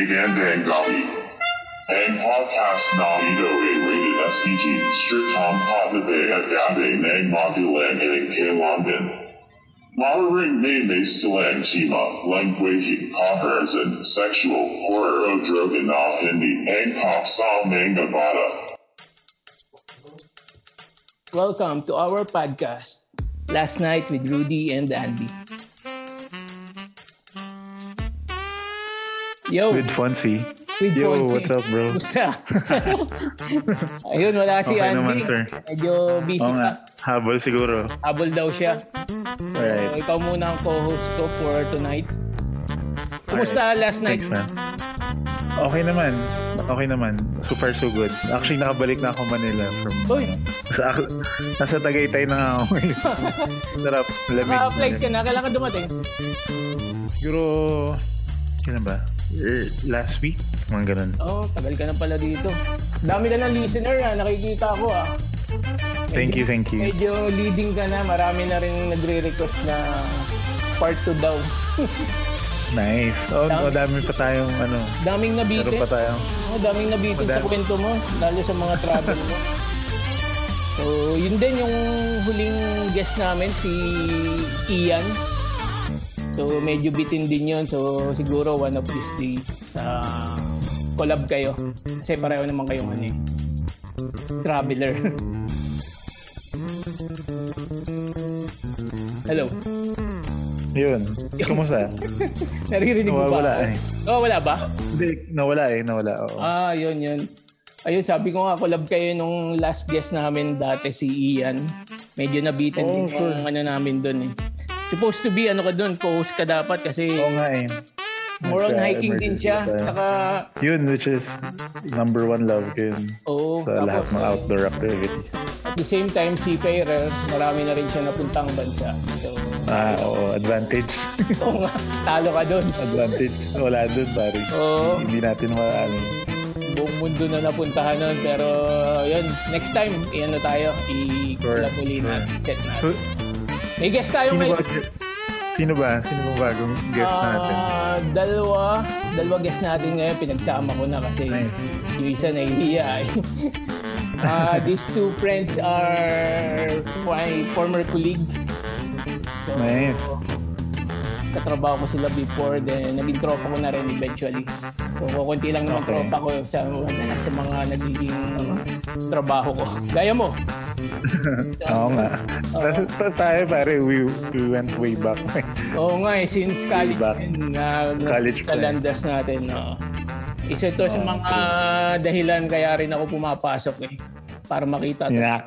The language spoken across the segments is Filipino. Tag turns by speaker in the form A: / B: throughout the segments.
A: Megandang Gabi. Ang podcast na ito ay rated SPG strict on pagdabe at gabi ng modulan ng kailangan. Monitoring may may slang chima, language comparison, sexual horror o droga na hindi ang pop sa mga bata.
B: Welcome to our podcast, Last Night with Rudy and Andy. Yo,
C: With Fonzie.
B: with
C: Yo,
B: Fonzie.
C: what's up, bro?
B: Kumusta? Ayun, wala si
C: Okay
B: Andy.
C: naman, sir.
B: Medyo busy
C: Oo
B: pa.
C: nga. Habol siguro.
B: Habol daw siya. So,
C: Alright.
B: ikaw muna ang co-host ko for tonight. Kumusta last night?
C: Thanks, man. Okay naman. Okay naman. So far, so good. Actually, nakabalik na ako Manila from...
B: Uy,
C: Sa, nasa Tagaytay na nga ako. Sarap. Lamig.
B: maka-apply ka na. Kailangan dumating.
C: Siguro... Kailan ba? Er, Last week? Mga ganun.
B: Oh, tagal ka na pala dito. Dami ka ng listener ah. Nakikita ko ah.
C: Thank you, thank you.
B: Medyo leading ka na. Marami na rin nagre-request na part 2 daw.
C: Nice. Oh, oh, dami pa tayong ano.
B: daming
C: Meron
B: nabitin.
C: pa tayong...
B: Oo, daming nabitin sa
C: Madami.
B: kwento mo. Lalo sa mga travel mo. So, yun din yung huling guest namin, si Ian. So, medyo bitin din yun. So, siguro one of these days, ah, collab kayo. Kasi pareho naman kayong ano eh, traveler. Hello.
C: Yun. Kumusta?
B: Naririnig mo ba?
C: Nawawala eh.
B: Oh, wala ba?
C: Hindi, nawala eh. Nawala. Oo.
B: Ah, yun, yun. Ayun, sabi ko nga, collab kayo nung last guest namin dati, si Ian. Medyo nabitin
C: Oh,
B: din yung ano namin dun eh. Supposed to be, ano ka dun, co-host ka dapat kasi
C: Oo nga eh.
B: more on hiking din siya.
C: Nagka-emergency
B: Saka,
C: tayo. Yun, which is number one love ko yun
B: oo.
C: sa lahat
B: tapos,
C: ng
B: eh,
C: outdoor activities.
B: At the same time, seafarer, marami na rin siya napuntang bansa. So,
C: Ah, oo. Advantage.
B: oo nga, talo ka dun.
C: Advantage. Wala dun, pare.
B: Oo.
C: Hindi natin makakano.
B: Buong mundo na napuntahan nun. Pero, yun, next time, iano tayo, i-collab
C: Sure,
B: uli
C: sure.
B: natin, set natin.
C: So,
B: May guest tayo
C: sino ba?
B: ngayon.
C: Sino ba? Sino ba bagong guest
B: Ah,
C: natin?
B: Dalawa, dalawa guest natin ngayon. Pinagsama ko na kasi
C: Nice.
B: yung isa nahihiya. eh. Ah, these two friends are my former colleague. So,
C: Nice.
B: Katrabaho ko sila before, then naging tropa ko na rin eventually. So, kukunti lang naman
C: Okay.
B: tropa ko sa, sa mga nagiging trabaho ko. Gaya mo.
C: Oo nga. Tapos ta- tayo pare, we, we went way back.
B: Oo nga eh, since college
C: Way back.
B: din na
C: Diba? College pa eh.
B: kalandas natin. No? Isa to sa
C: Oo,
B: mga dahilan kaya rin ako pumapasok eh. Para makita to.
C: Nax.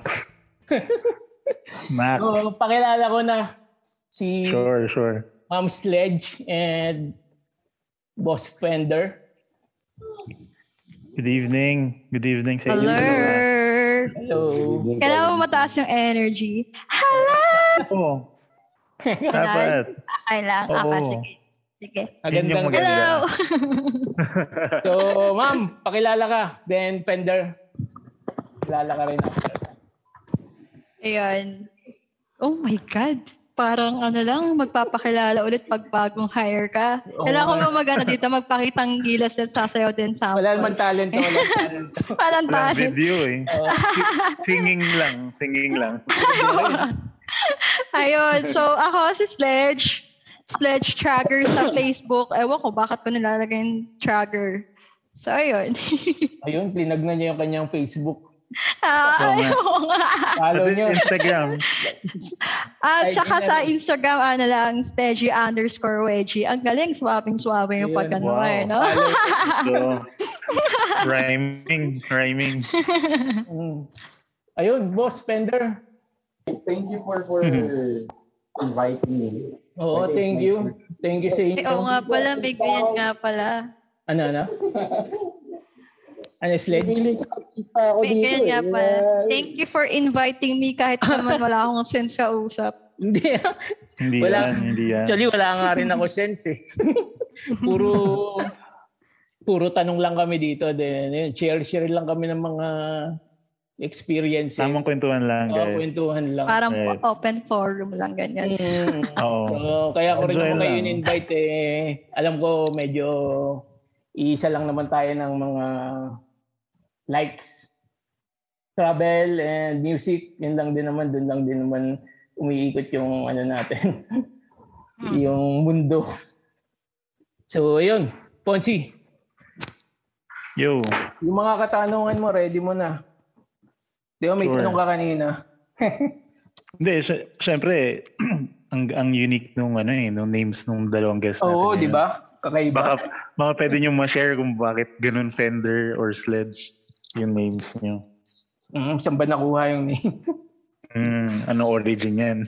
C: Nax.
B: So, pakilala ko na si
C: Sure, sure.
B: Ma'am Sledge and Boss Fender.
C: Good evening. Good evening sa inyo. dalawa.
D: Alert!
B: Hello.
D: Kailangan mo mataas yung energy. Hello!
C: Oo.
D: Dapat.
C: Dapat.
D: Okay lang. Ah,
C: Oo.
D: sige. Sige.
C: Yun yung
B: Magandang
C: maganda.
D: Hello!
B: So, ma'am, pakilala ka. Then, Fender. Pakilala ka rin ako.
D: Ayun. Oh my God. Parang ano lang, magpapakilala ulit pag bagong hire ka.
B: Oo
D: Kailangan ko
B: nga.
D: ba mag ano dito, magpakitang gilas at sasayaw din sa
B: Wala naman talento. Wala naman talento.
D: Walang
C: Lang
D: tayo.
C: video eh.
B: Oo.
C: Si- singing lang. Singing lang.
D: Ayun. So, ako si Sledge. Sledge Tracker sa Facebook. Ewan ko bakit pa nilalagay yung Tracker. So, ayun.
B: Ayun, plinag na niya yung kanyang Facebook.
C: Oo nga.
D: Ah, ayun nga.
B: Follow
C: Pati
B: niyo.
C: Instagram.
D: Ah,
B: Ay,
D: saka
B: ganyan.
D: sa Instagram, ano lang, Stegy underscore Wedgie. Ang galing, swabbing swabbing
B: Ayun,
D: yung pagkano
C: wow.
D: eh, no?
C: So, rhyming. Rhyming.
B: Mm. Ayun, boss, Fender.
E: Thank you for for inviting me.
B: Oo, thank
E: Okay, thank
B: you. Thank you sa
D: Eh,
B: inyo.
D: oo nga pala, may ganyan nga pala.
B: Ano, ano? Ano, Sled?
E: Pili ko kita ako
D: May
E: dito.
D: ganyan nga
E: eh.
D: pala.
E: Ay,
D: Thank you for inviting me kahit naman wala akong sense sa usap.
B: Hindi. ah.
C: Hindi
B: Wala.
C: yan. Hindi yan.
B: Actually, wala nga rin ako sense eh. puro, puro tanong lang kami dito. Then, ano yun, share-share lang kami ng mga experiences.
C: Tamang kwentuhan lang,
B: Oo,
C: guys.
B: kwentuhan lang.
D: Parang
C: Right.
D: open forum lang ganyan.
B: Mm.
C: Oo.
B: So, kaya ko rin
C: Enjoy
B: ako kayo
C: lang.
B: in-invite eh. Alam ko medyo Isa lang naman tayo ng mga likes. Travel and music, yun lang din naman, dun lang din naman umiikot yung ano natin, yung mundo. So, yun. Ponzi,
C: Yo.
B: yung mga katanungan mo, ready mo na. Di ba may
C: Sure.
B: tanong ka kanina?
C: Hindi, sy- syempre, ang, ang unique nung ano eh, nung names nung dalawang guests natin.
B: Oo,
C: ngayon.
B: di ba? Kakaiba.
C: Baka, baka pwede nyo ma-share kung bakit ganun Fender or Sledge yung names nyo.
B: Mm, saan ba nakuha yung name?
C: Mm, ano origin yan?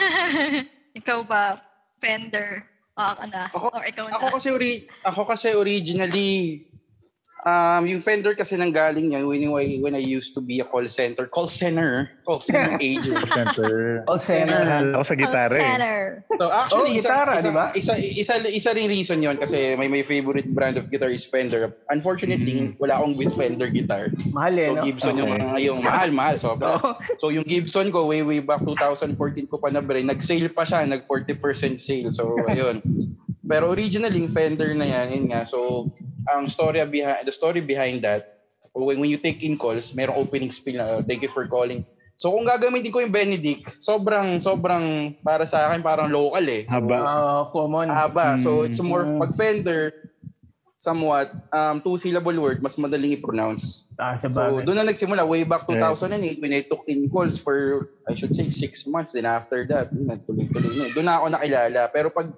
D: Ikaw ba, Fender? O ako na?
E: Ako-
D: or ikaw na?
E: Ako kasi ori- ako kasi originally um yung Fender kasi nang galing yan when I, when I used to be a call center, call center, call center agent.
C: Center.
B: All center.
C: Naalala ko sa
D: Call
C: gitara eh.
D: center.
E: So actually
B: Oh, gitara,
E: isa,
B: di ba?
E: isa, isa, isa ring reason 'yon kasi my my favorite brand of guitar is Fender. Unfortunately, wala akong with Fender guitar.
B: Mahal eh,
E: So
B: no?
E: Gibson yung
C: Okay.
E: mga yung mahal mahal sobra.
B: Oo.
E: So yung Gibson ko way way back 2014 ko pa na bre, nag-sale pa siya, nag 40% sale. So ayun. Pero originally yung Fender na yan, yun nga. So ang story behind the story behind that when, when you take in calls, merong opening spiel na "Oh, thank you for calling. So kung gagamitin ko yung Benedict, sobrang sobrang para sa akin parang local eh. So,
C: Haba.
B: Ah, common.
E: haba. So
C: Mm.
E: it's more
B: Mm.
E: pag Fender somewhat um, two syllable word mas madaling i-pronounce.
B: Ah, sa bagay.
E: So, doon na nagsimula way back 2008 when I took in calls for, I should say, six months. Then after that, yun, nagtuloy-tuloy na. Doon na ako nakilala. Pero pag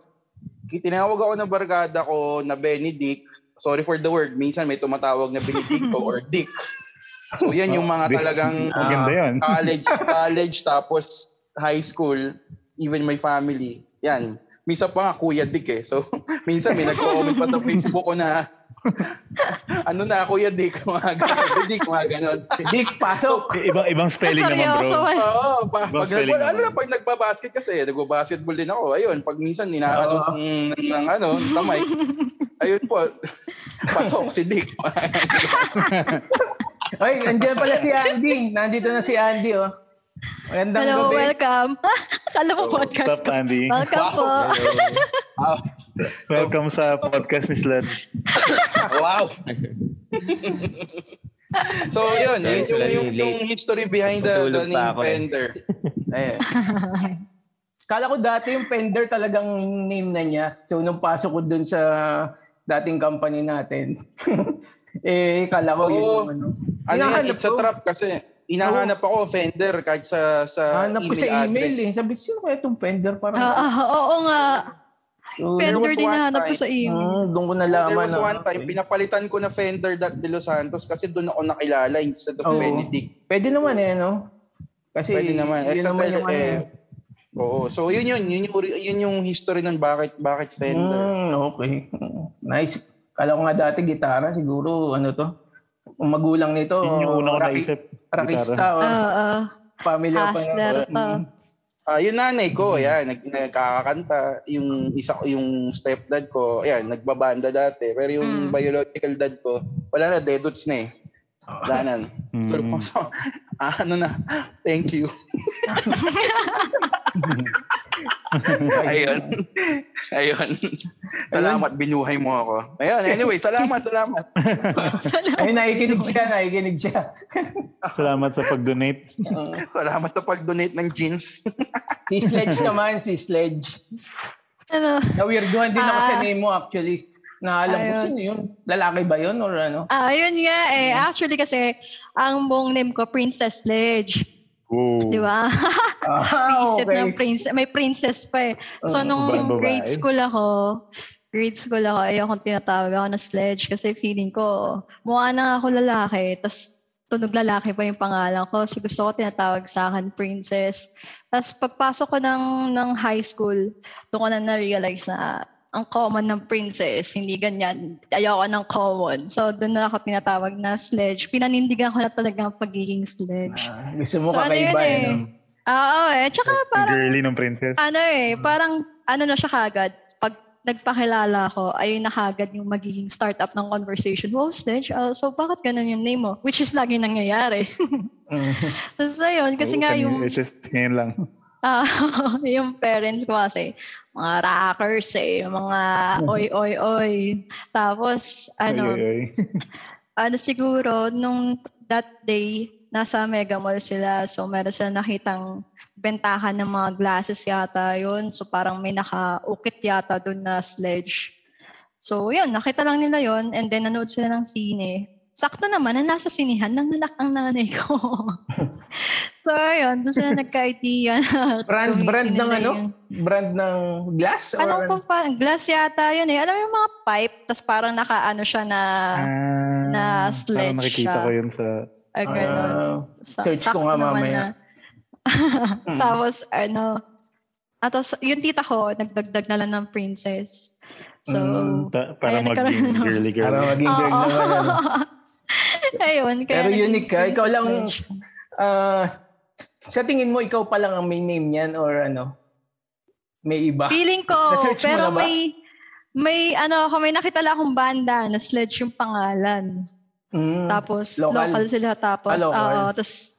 E: tinawag ako ng barkada ko na Benedict, sorry for the word, minsan may tumatawag na Benedicto or Dick. So, yan yung mga
C: Dick.
E: talagang
C: Ah,
E: ah,
C: Maganda yun.
E: college, college, tapos high school, even my family. Yan. Minsan pa nga, Kuya Dick eh. So, minsan may nag-comment pa sa Facebook ko na, ano na, Kuya Dick, mga ganun. Kuya Dick, mga ganun.
B: Dick, pasok!
C: I- Ibang, ibang spelling naman bro.
D: Seryoso.
E: Oo, pa,
C: Ibang
E: pag,
C: spelling
E: pag- ano
C: naman.
E: na, pag nagbabasket kasi, nagbabasketball din ako. Ayun, pag minsan ninaano
B: Oo.
E: ng, ng, ano, sa mic, ayun po, pasok si Dick.
B: Ay, nandiyan pala si Andy. Nandito na si Andy, oh. Magandang
D: Hello,
B: gabi.
D: welcome. Kala mo podcast.
C: What's up, Andy?
D: Welcome po.
E: Wow.
C: Welcome sa podcast ni Sled.
E: Wow. so, yun. Yun yung, yung,
F: Late.
E: yung history behind the, the
F: Natutulog pa
E: name
F: ako eh.
E: Fender. Eh.
B: Kala ko dati yung Fender talagang name na niya. So, nung pasok ko dun sa dating company natin, eh, kala ko yun
E: Oo.
B: yung ano.
E: Ano yan,
B: Hinahanap
E: it's a
B: ko.
E: trap kasi. Inahanap ako Fender kahit sa, sa
B: Hanap ko
E: email
B: sa email eh.
E: address.
B: Sabi ko, sino kaya itong Fender?
D: Ah,
B: Parang,
D: ah, Oo nga.
B: So,
E: Pero-
D: Fender
E: was
D: din
E: one
D: nahanap ko
E: time.
D: sa email.
B: Mm, doon ko
E: There
B: nalaman
E: was one time, pinapalitan ko na Fender Doc De Los Santos kasi doon ako nakilala instead of
B: Oo.
E: Benedict.
B: Pwede naman eh, no? Kasi
E: Pwede naman. Eh,
B: yun
E: sa
B: naman
E: tele-
B: yung ano.
E: eh, Oo. So, yun yun. Yun yung, yun yung history nun. Bakit, bakit Fender?
B: Mm, okay. Mm, Nice. Kala ko nga dati gitara, siguro ano to? Ang magulang
E: Oh,
B: nito,
C: Yun yung una ko
B: raki-
C: naisip.
B: rakista or
D: Oo. oo.
B: family Mm. pa
D: Ah, Hustler pa.
E: Ah, yung nanay ko, yan, nag, nagkakakanta. Yung isa ko, yung stepdad ko, yan, nagbabanda dati. Pero yung
D: Mm.
E: biological dad ko, wala na, deduts na eh. Wala na. So,
C: Mm.
E: so, ah, ano na, thank you. Ayun. Ayun. Salamat, binuhay mo ako. Ayun, anyway, salamat, salamat.
B: Ay, nakikinig siya, nakikinig siya.
C: Salamat sa pag-donate.
B: Mm.
E: Salamat na pag-donate ng jeans.
B: si Sledge naman, si Sledge.
D: Ano?
B: Nawirduhan din ako sa
D: Ah.
B: name mo actually. Naalam ko,
D: Ayun.
B: sino yun? Lalaki ba yun or ano?
D: Ah, yun nga eh. Actually kasi, ang buong name ko, Princess Ledge.
C: Wow.
D: Di ba?
E: Oh.
B: Ah,
D: Isip ng princess. May princess pa eh. So,
B: Oo,
D: nung
C: babae, babae.
D: grade school ako, grade school ako, ayokong tinatawag ako na sledge kasi feeling ko, mukha na ako lalaki. Tapos, tunog lalaki pa yung pangalan ko. So, gusto ko tinatawag sa akin, princess. Tapos, pagpasok ko ng, ng high school, doon ko na na-realize na ang common ng princess, hindi ganyan. Ayoko ng common. So, doon na ako tinatawag na sledge. Pinanindigan ko na talaga ang pagiging sledge.
B: Ah, gusto mo
D: So, ano
B: kakaiba
D: yun
B: eh.
D: eh. Oo, eh. Tsaka
C: Ang
D: parang
C: girly ng princess.
D: ano eh, parang ano na siya kagad. Pag nagpakilala ako, ayun na kagad yung magiging startup ng conversation. Wow, Sledge, ah, so bakit ganun yung name mo? Which is lagi nangyayari.
B: Mm.
D: Tapos ayun, kasi
C: Oo,
D: nga
C: kanina- eh.
D: yung,
C: It's just ngayon lang.
D: Ah, yung parents ko kasi, mga rockers eh, mga oy oy oy. Tapos
C: Oy,
D: ano,
C: oy, oy.
D: ano siguro, nung that day, nasa Mega Mall sila. So, meron sila nakitang bentahan ng mga glasses yata yun. So, parang may nakaukit yata dun na sledge. So, yun, nakita lang nila yun. And then, nanood sila ng sine. Sakto naman, na nasa sinihan, nanganak ang nanay ko. so, yun, doon sila nagka-idea. na
B: Brand-
D: gamitin
B: brand ng
D: nila
B: ano?
D: yun.
B: Brand ng glass? or...
D: Anong
B: ano?
D: kumpa? Glass yata yun eh. Alam mo yung mga pipe, tas parang naka-ano siya na...
C: Ah,
D: na
C: parang
D: sledge
C: nakikita
D: siya.
C: ko yun sa...
D: ay, ganun.
B: Ah,
D: Sa-
B: Search ko
D: sakto
B: nga
D: naman
B: mamaya.
E: Mm.
D: Tapos, ano, atos, yung tita ko, nagdagdag na lang ng princess. So,
C: Mm, pa- para
D: ayan, nagkaroon
C: maging
D: ng-
C: girly girly.
B: para maging girl
D: oo.
B: naman. ano.
D: Ayun, kaya
B: Pero
D: naging
B: unique ka. Ikaw
D: princess
B: lang-
D: Ledge.
B: Ah, sa tingin mo, ikaw pa lang ang may name niyan or ano? May iba?
D: Feeling ko,
B: Na-search mo na
D: pero
B: ba?
D: may, may, ano, ako, may nakita lang akong banda na sledge yung pangalan.
B: Mm.
D: Tapos,
B: local.
D: local. sila.
B: Ah,
D: Tapos,
B: local.
D: oo, tapos,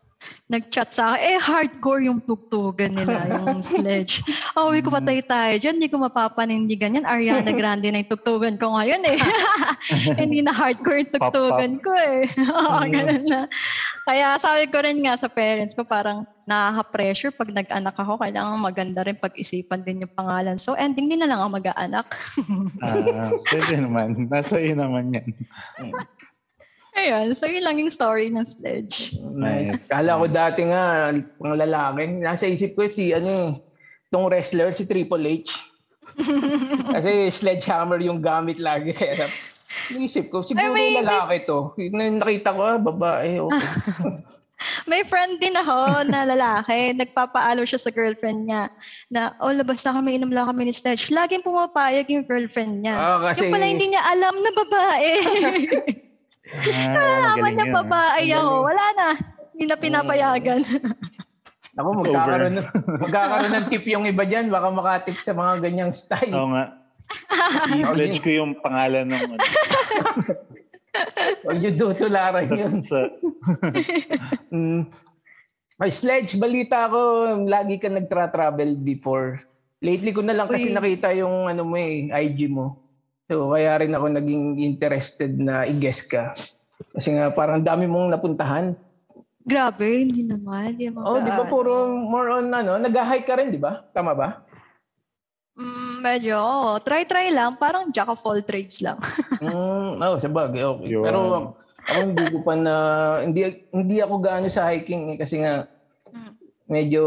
D: nag-chat sa akin, eh, hardcore yung tugtugan nila, yung sledge. Oh, ko
B: Mm.
D: patay tayo dyan, hindi ko mapapanindigan yan. Ariana Grande na yung tugtugan ko ngayon eh. hindi na hardcore yung
C: Pop, pop.
D: tugtugan ko eh. Oo,
B: Mm.
D: ganun na. Kaya sabi ko rin nga sa parents ko, parang nakaka-pressure pag nag-anak ako, kailangan maganda rin pag-isipan din yung pangalan. So, ending din na lang ako mag-aanak.
C: Ah, pwede naman. Nasa iyo naman yan.
D: Ayun, so yun lang yung story ng sledge.
B: Nice. Kala ko dati nga, pang lalaki. Nasa isip ko si ano eh, tong wrestler, si Triple H. Kasi sledgehammer yung gamit lagi. Kaya isip ko, siguro
D: Ay, may-
B: lalaki to. Yun na yung nakita ko, ah, babae. Okay.
D: May friend din ako na lalaki. Nagpapaalo siya sa girlfriend niya na, oh, labas na kami, inom lang kami ni Sledge. Laging pumapayag yung girlfriend niya.
B: Ah, kasi,
D: Yung pala hindi niya alam na babae.
C: Ah,
D: Alam
C: magaling
D: niya
C: yun.
D: babae
B: Ang
D: ako.
B: galing.
D: Wala na. Hindi na pinapayagan.
B: ako,
C: It's
B: magkakaroon, magkakaroon ng tip yung iba dyan. Baka makatip sa mga ganyang style.
C: Oo nga. I-sledge ko yung pangalan ng ano,
B: Huwag niyo tutularan yun.
C: sa...
B: Mm. Ay, Sledge, balita ko, lagi ka nagtra-travel before. Lately ko na lang kasi
D: Uy.
B: nakita yung ano mo eh, IG mo. So, kaya rin ako naging interested na i-guess ka. Kasi nga, parang dami mong napuntahan.
D: Grabe, hindi naman. Hindi naman
B: Oh, di ba
D: gaano.
B: puro more on ano, nag-hike ka rin, di ba? Tama ba?
D: Mm, medyo, oo. try-try lang. Parang jack of all trades lang.
B: Mm, oh, sa bagay. Okay.
C: Yun.
B: Pero ako- ako hindi ko pa na hindi hindi ako gaano sa hiking eh, kasi nga
D: Mm.
B: medyo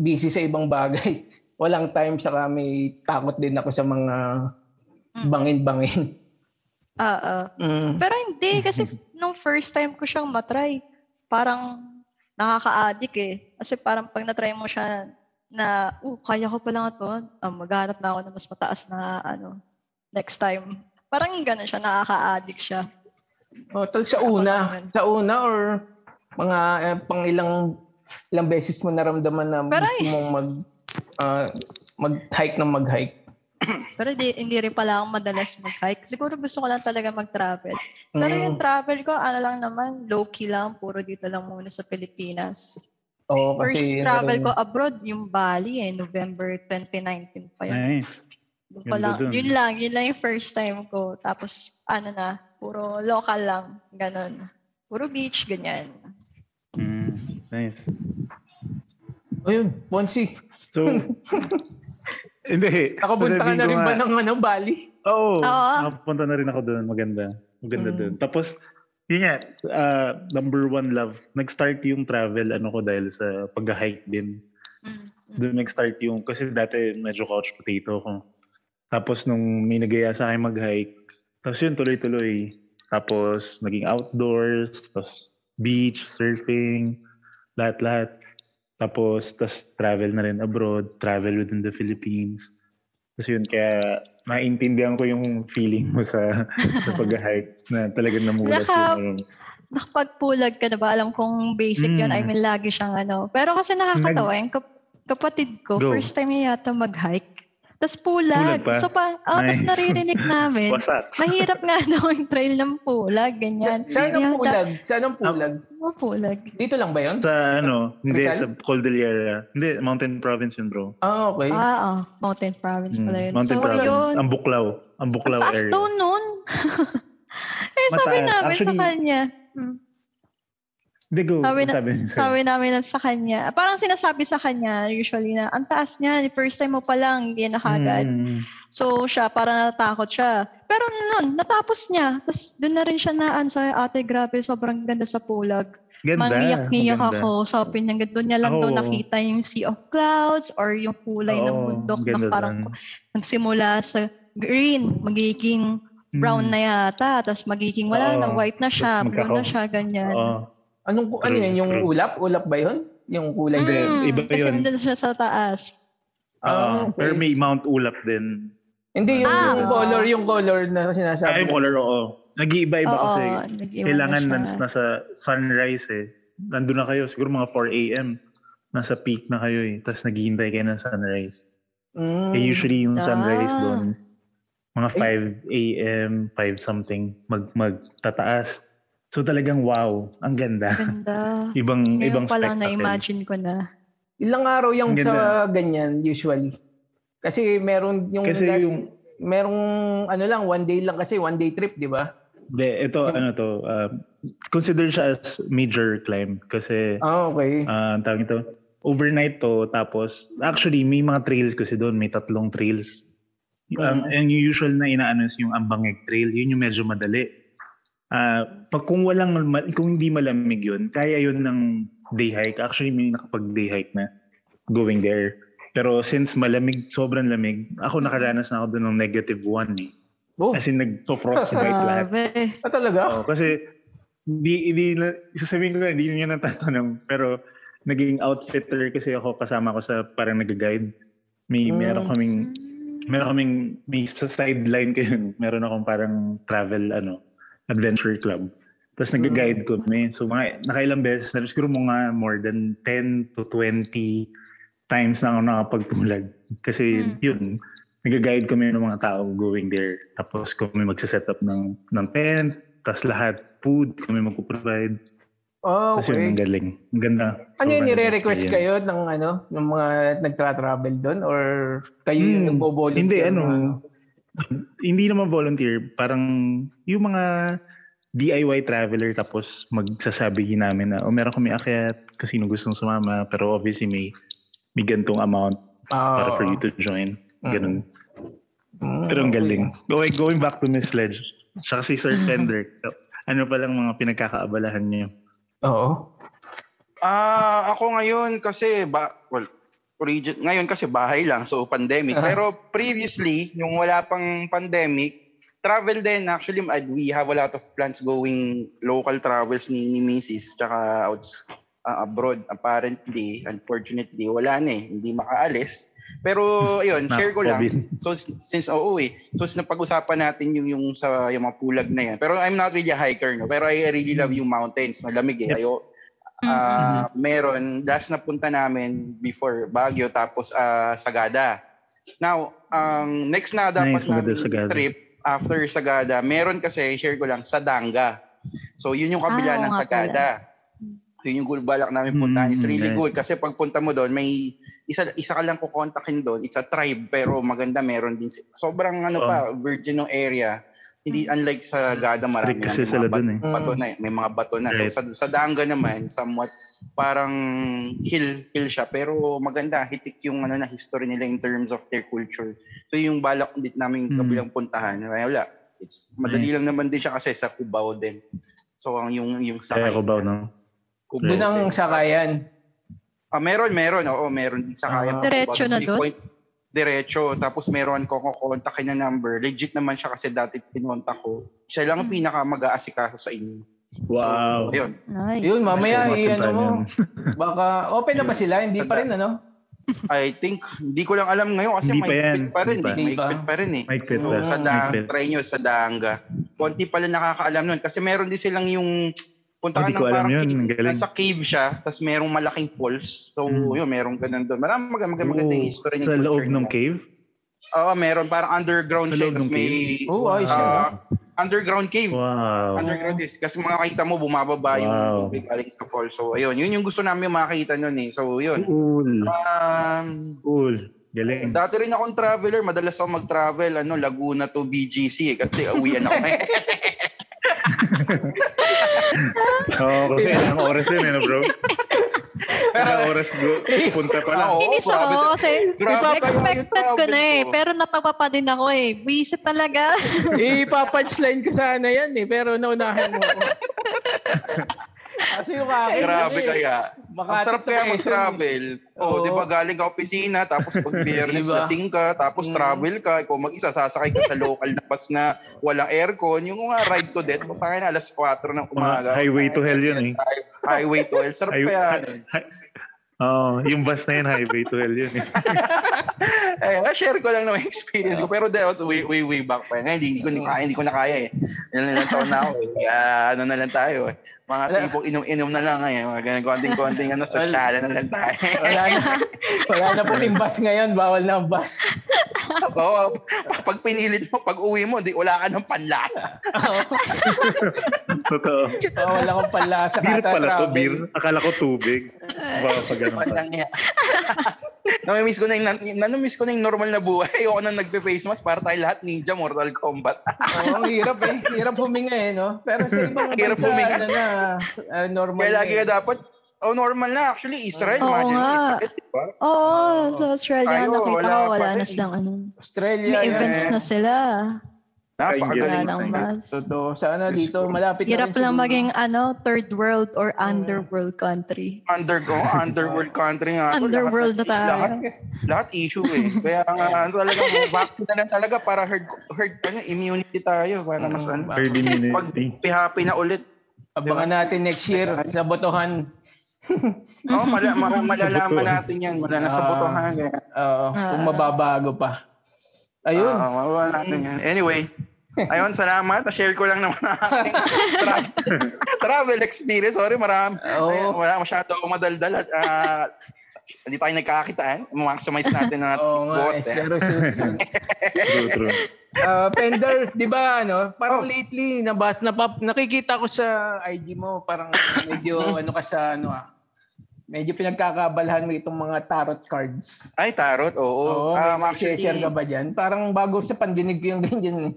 B: busy sa ibang bagay. Walang time sa kami. Takot din ako sa mga bangin-bangin.
D: Oo.
B: Mm.
D: Mm. Pero hindi, kasi nung first time ko siyang matry, parang nakaka-addict eh. Kasi parang pag natry mo siya na, oh, kaya ko pala nga to, ah, maghanap na ako ng mas mataas na ano, next time. Parang gano'n siya, nakaka-addict siya.
B: Oh, tal sa una,
D: Ako naman.
B: sa una or mga eh, pang ilang ilang beses mo naramdaman na
D: Pero eh.
B: gusto mong mag ah, mag-hike ng mag-hike.
D: Pero di, hindi rin pala ako madalas mag-hike. Siguro gusto ko lang talaga mag-travel. Pero yung
B: Mm.
D: travel ko, ano lang naman, low-key lang, puro dito lang muna sa Pilipinas.
B: Oo,
D: First
B: kasi
D: travel ko abroad, yung Bali eh, November 2019 pa yun.
C: Nice.
D: Doon pa
C: Ganda
D: lang.
C: dun.
D: Yun lang, yun lang yung first time ko. Tapos, ano na, puro local lang, ganun. Puro beach, ganyan.
C: Mm, nice.
B: Ayun, Ponsi.
C: So, hindi.
B: Nakapunta ka
C: sasabihin
B: na
C: ko
B: rin
C: nga-
B: ba ng ano, Bali?
C: Oo.
D: Oo.
C: Nakapunta na rin ako doon. Maganda. Maganda
B: Mm.
C: doon. Tapos, yun nga, ah, number one love. Nag-start yung travel, ano ko, dahil sa pag-hike din.
D: Mm.
C: Doon nag-start yung, kasi dati medyo couch potato ko. Tapos nung may nagaya sa akin mag-hike, tapos yun, tuloy-tuloy. Tapos, naging outdoors, tapos beach, surfing, lahat-lahat. Tapos, tas travel na rin abroad, travel within the Philippines. Tapos yun, kaya naiintindihan ko yung feeling mo sa, sa pag-hike na talagang namulat
D: Nakap-
C: yung
D: Nakapagpulag ka na ba? Alam kong basic yun.
C: Mm.
D: I mean, lagi siyang ano. Pero kasi nakakatawa, yung kap- kapatid ko,
C: Go.
D: first time niya yata mag-hike. Tapos
C: Pulag
D: pulag.
C: pa?
D: So pa, oh, tapos
C: Nice.
D: naririnig namin.
C: Wasak.
D: Mahirap nga daw yung trail ng pulag, ganyan.
B: Saan
D: Kaya
B: ang
D: da-
B: pulag? Saan ang pulag?
C: Ah,
D: Oh, pulag.
B: Dito lang ba yun?
C: Sa ano, hindi, sa
B: Rizal?
C: Cordillera. Hindi, Mountain Province yun, bro.
B: Ah, okay.
D: Ah, oh, Mountain Province
C: Eh? Mm,
D: pala yun.
C: Mountain
D: so,
C: Province.
D: yun.
C: Ang Buklaw. Ang Buklaw
D: Taas
C: area.
D: daw nun. eh, sabi
C: Mataas.
D: namin sa
C: Actually,
D: kanya.
C: Hindi, go.
D: Sabi
C: Sabi
D: na-
C: sabi,
D: Sabi namin nun sa kanya. Parang sinasabi sa kanya, usually na, ang taas niya, first time mo pa lang, hindi na kagad.
C: Mm,
D: So siya, parang natatakot siya. Pero nun, natapos niya. Tapos doon na rin siya naan sa ate, grabe, sobrang ganda sa pulag.
C: ganda.
D: Mangiyak-ngiyak
C: maganda.
D: ako. Sabi niya, doon niya lang daw
C: Ako-
D: nakita yung sea of clouds or yung kulay ng
C: Oo,
D: bundok na
C: ganda
D: parang
C: dun.
D: nagsimula sa green, magiging brown
C: Mm,
D: na yata, tapos magiging wala
C: Oo,
D: na, white na siya,
C: tapos
D: blue na
C: magkakaw-
D: siya, ganyan.
C: Oo.
B: Anong, ano
C: True,
B: yun? Yung
C: true.
B: ulap? Ulap ba yun? Yung kulay
D: Mm,
B: na yun?
C: iba
D: kasi
C: yun.
D: nandun siya sa taas.
C: Ah,
B: Ah, okay.
C: Pero may Mount Ulap din.
B: Hindi, yung,
D: Ah,
B: yung
D: oo.
B: color, yung color na
C: Ay,
B: sinasabi.
C: yung color, oo. Nag-iiba-iba
D: Oo,
C: kasi.
D: nag-iwan na
C: Kailangan
D: siya.
C: nans, nasa sunrise eh. Nandun na kayo, siguro mga 4 a.m. Nasa peak na kayo eh. Tapos naghihintay kayo ng sunrise.
B: Mm.
C: Eh, usually yung
D: Ah. Eh.
C: sunrise doon, mga 5 a.m., 5 something, mag magtataas. So talagang wow, ang ganda.
D: Ganda.
C: Ibang
D: Ngayon
C: ibang
D: pa
C: spectacle.
D: lang na-imagine ko na.
B: Ilang araw yung
C: Ang
B: sa ganyan, usually. Kasi meron yung...
C: Kasi
B: last-
C: yung-
B: Merong ano lang, one day lang kasi, one day trip, di ba?
C: De, ito
D: Mm.
C: ano to, uh, consider siya as major climb kasi
B: Ah, okay.
C: Ah, ang tawag ito, overnight to, tapos, actually, may mga trails kasi doon, may tatlong trails. Yung, ang, ang usual na inaano is yung Ambangeg Trail, yun yung medyo madali. Ah, pag kung walang, ma- kung hindi malamig yun, kaya yun ng day hike. Actually, may nakapag-day hike na going there. Pero since malamig, sobrang lamig, ako nakaranas na ako doon ng negative one eh.
B: Oh,
C: As in, nag-frostbite lahat.
D: Grabe.
B: ah, talaga?
C: Oo, kasi di di na- sasabihin ko na hindi niya natatanong pero naging outfitter kasi ako kasama ko sa parang nag-guide. May
B: Mm.
C: meron kaming
E: Hmm.
C: meron kaming may sa sideline ko yun. Meron akong parang travel ano adventure club. Tapos
B: Hmm.
C: nag-guide kami. So mga nakailang beses na siguro mga more than 10 to 20 times na ako nakapagpulag. Kasi
B: Hmm.
D: Mm.
C: yun, nag-guide kami ng mga tao going there. Tapos kami magsa-set up ng, ng tent, tapos lahat food kami mag-provide.
B: Oh,
C: Tapos yun,
B: okay.
C: ang galing. Ang Ah, ganda.
B: Ano yun,
C: Sobrang
B: nire-request
C: experience.
B: kayo ng ano, ng mga nagtra-travel doon? Or kayo yung
C: Hmm,
B: nagbo-volunteer?
C: hindi,
B: na
C: ano, hindi naman volunteer, parang yung mga DIY traveler tapos magsasabi namin na, oh, meron kami akyat, kung sino gustong sumama, pero obviously may, may gantong amount
B: Ah,
C: para for you to join.
B: Mm.
C: Ganun.
B: mm,
C: Pero ang
B: okay.
C: galing. Going, going back to Miss Sledge, siya kasi Sir
B: Mm.
C: Fender, ano palang mga pinagkakaabalahan niyo?
B: Oo.
E: Ah, ako ngayon kasi ba well, origin, ngayon kasi bahay lang so pandemic.
B: Ah.
E: Pero previously, yung wala pang pandemic, travel din actually and we have a lot of plans going local travels ni, ni Mrs. tsaka outs ah, abroad apparently unfortunately wala na eh hindi makaalis pero ayun
C: Na
E: share ko lang
C: COVID.
E: So s- since oo eh. So since napag-usapan natin yung yung sa yung mga pulag na yan. Pero I'm not really a hiker no. Pero I really love yung mountains, malamig eh.
C: Yep.
E: Ayo.
C: Mm-hmm.
E: Ah, meron last na punta namin before Baguio tapos ah, Sagada. Now, ang next na
C: Nice,
E: dapat
C: maganda
E: namin
C: Sagada.
E: trip after Sagada, meron kasi share ko lang Sadanga. So yun yung
D: Ah,
E: kabila
D: oo
E: ng
D: nga
E: Sagada. Yun yung balak namin puntahan. It's
C: Mm,
E: really
C: right.
E: good kasi pagpunta mo doon, may isa isa ka lang kukontakin doon. It's a tribe pero maganda meron din. si- Sobrang ano
C: Oo.
E: pa, virgin ng area. Hindi
B: Hmm.
E: unlike sa Gada marami
C: Strict kasi
E: may mga
C: sila
E: bat-
C: dun eh.
E: bato na, eh. may mga bato na.
C: Right.
E: So sa, sa Danga naman somewhat parang hill hill siya pero maganda hitik yung ano na history nila in terms of their culture. So yung balak din
C: Mm.
E: namin kabilang puntahan. Ay, wala. It's madali
C: Nice.
E: lang naman din siya kasi sa Cubao din. So ang yung yung sa
C: Kaya ko ba, no?
E: Cubao
B: Doon ang
E: din.
B: sakayan.
E: Ah, meron, meron. Oo, meron din sa kaya.
B: Ah.
D: Diretso na doon?
E: Diretso. Tapos meron ko kukontakin na number. Legit naman siya kasi dati pinontak ko. Siya lang ang
D: Hmm.
E: pinaka mag-aasikaso sa inyo.
C: Wow.
E: So, ayun.
D: Nice.
B: Yun, mamaya,
C: Mas
B: i-ano
C: time
B: mo.
C: yun.
B: Baka, open na ba sila? Hindi pa rin, ano?
E: I think, hindi ko lang alam ngayon kasi
C: Hindi pa
E: may
C: yan.
E: pa rin.
C: Hindi
B: pa.
E: Hindi pa. pa rin eh.
C: May fit
E: So,
C: pa.
E: sa
C: May
E: da-
C: fit.
E: try nyo sa Danga. Konti pala nakakaalam nun. Kasi meron din silang yung punta ka
C: Hindi
E: ng
C: ko alam
E: parang
C: yun.
E: cave-
C: Ang galing.
E: nasa cave siya, tapos merong malaking falls. So,
C: Hmm.
E: yun, merong ganun doon. Maraming mag- mag- maganda yung history ng
C: Sa
E: culture
C: loob ng
E: nila.
C: cave?
E: Oo, meron. Parang
C: Sa
E: underground siya.
C: loob
E: Tapos
C: ng
E: may
B: Oo, ayos yun.
E: ah, underground cave.
C: Wow.
E: Underground is. Kasi makakita mo, bumababa yung
C: Wow.
E: tubig aling sa fall. So, ayun. Yun yung gusto namin makakita nun eh. So, yun.
C: Cool.
E: Um,
C: Cool. Galing.
E: dati rin akong traveler. Madalas ako mag-travel. Ano, Laguna to BGC eh. Kasi uwian ako eh.
C: Oo, kasi ilang oras yun, ano bro? Ilang oras go, punta pa lang.
E: Oo,
D: Inis
E: grabe to.
D: ako kasi
E: Grabe kayo yung
D: expected ko na
E: travel
D: eh.
E: ko.
D: Pero natawa pa din ako eh. Buisit talaga.
B: Ipapunchline ko sana yan eh, pero naunahan mo. ako. Kasi yung akin,
E: Grabe
B: ano eh,
E: kaya. Ang
B: Makati
E: sarap
B: to eh.
E: kaya
B: Quezon
E: mag-travel.
B: Oo.
E: Oo, di ba galing ka opisina, tapos pag biyernes
B: Diba?
E: lasing ka, tapos
B: Mm.
E: travel ka, ikaw mag-isa, sasakay ka sa local na bus na walang aircon. Yung mga ride to death, papakain alas 4 ng umaga.
C: highway to hell yun eh.
E: Hi- Highway to hell. Sarap
C: Ay-
E: kaya.
C: hi- hi- Oo, yung bus na yun, highway to hell yun. eh.
E: Eh, ah, share ko lang ng experience ko. Pero dahil way, way, way back pa. yun. Ngayon, hindi ko, na kaya, hindi ko na kaya eh. Ano na lang taon na ako eh. Kaya, ano na lang tayo eh. Mga
B: Wala.
E: tipong inom-inom na lang eh. Mga ganun, konting-konting ano,
B: Wala.
E: sosyala na lang tayo.
B: Wala na, wala na pating bus ngayon, bawal na ang bus.
E: Oo. pag pinilit mo, pag uwi mo, di wala ka ng panlasa.
B: Oo,
C: Totoo.
B: Oo, Oh, wala akong panlasa.
C: Beer
B: kata
C: pala to,
B: travel.
C: beer. Akala ko tubig. Baka pag ganun pa.
E: Walang iya. Namimiss ko na yung, namimiss ko na yung normal na buhay. Ayoko na nagpe-face mask para tayo lahat ninja Mortal Kombat.
B: Oo, ang hirap eh. Hirap huminga eh, no? Pero sa ibang
E: Hirap
B: bansa,
E: huminga.
B: ano na, ah, normal.
E: Kaya lagi
B: na eh.
E: ka dapat, oh normal na actually, Israel.
D: Oo
E: imagine
D: nga.
E: it, diba?
D: Oo, sa Australia
E: Tayo,
D: nakita
E: wala
D: ko
E: pa
D: wala
E: rin.
D: na silang ano.
B: Australia.
D: May
B: yan.
D: events na sila. Wala
E: Napakagaling.
D: nang mas.
B: Totoo. Sana
E: Diyos
B: dito,
E: ko.
B: malapit rin
D: Hirap lang
B: siguro.
D: maging ano, third world or underworld country.
E: Under, oh, underworld country nga. to.
D: Underworld na
E: Lahat-
D: tayo.
E: Lahat, lahat issue eh. Kaya nga, ano talaga, vaccine na lang talaga para herd, herd ano, immunity
D: Mm.
E: tayo. Para mas ano,
C: 30 minutes.
E: pag happy na ulit.
B: Mm, diba? Abangan
E: Diba?
B: natin next year sa botohan.
E: Oo, oh, mala, ma- malalaman
C: Sabotuhan.
E: natin yan. Wala na sa
B: Ah.
E: botohan. eh.
B: Oo, uh, kung mababago pa. Ayun. Mm.
E: Oo, wala Ah, natin yan. Anyway, ayun, salamat. Na-share ko lang naman ang aking travel, travel experience. Sorry, marami.
B: Oo.
E: Ayun, wala masyado ako madaldal. At, ah, hindi tayo nagkakakitaan. Maximize natin ang ating
B: Oo nga.
E: boss.
B: eh,
E: Eh.
B: pero seryoso.
C: True, true.
B: Ah, Pender, di ba ano, parang
E: Oh.
B: lately, nabas, napap, nakikita ko sa IG mo, parang medyo ano ka sa ano ah, medyo pinagkakabalahan mo itong mga tarot cards.
E: Ay, tarot,
B: Oo,
E: oo. Ah,
B: may
E: actually,
B: share ka ba dyan? Parang bago sa pandinig ko yung ganyan. eh.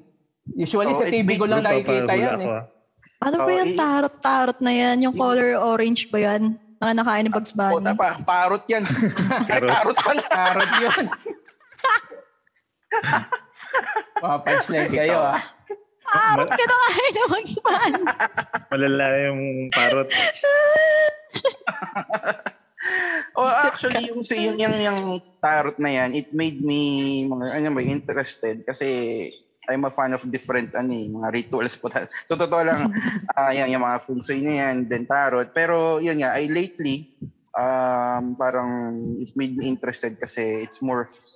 B: Usually sa
E: Oo, Oh, it
B: TV ko
E: may-
B: lang
C: Gusto ko pa
B: nakikita
C: hula
B: yan
C: ko
B: eh.
C: ah.
D: Ano ba
E: Oo,
D: yung
E: i-
D: tarot-tarot na yan? Yung color orange ba yan? Mga nakain ni Bugs
E: oh,
D: Bunny.
E: pa, parot yan. Ay,
C: Tarot.
E: tarot pala.
B: Tarot yun. Papanslide kayo ah.
D: Tarot ka nakain ni Bugs Bunny.
C: Malala yung parot.
E: Oh, actually, yung, so yung, yung, yung tarot na yan, it made me, mga, ano ba, interested kasi I'm a fan of different, ano eh, mga rituals po. tal- So, totoo lang, ah, yan, yung mga feng shui na yan, then tarot. Pero, yun nga, I lately, um, parang, it made me interested kasi it's more, of-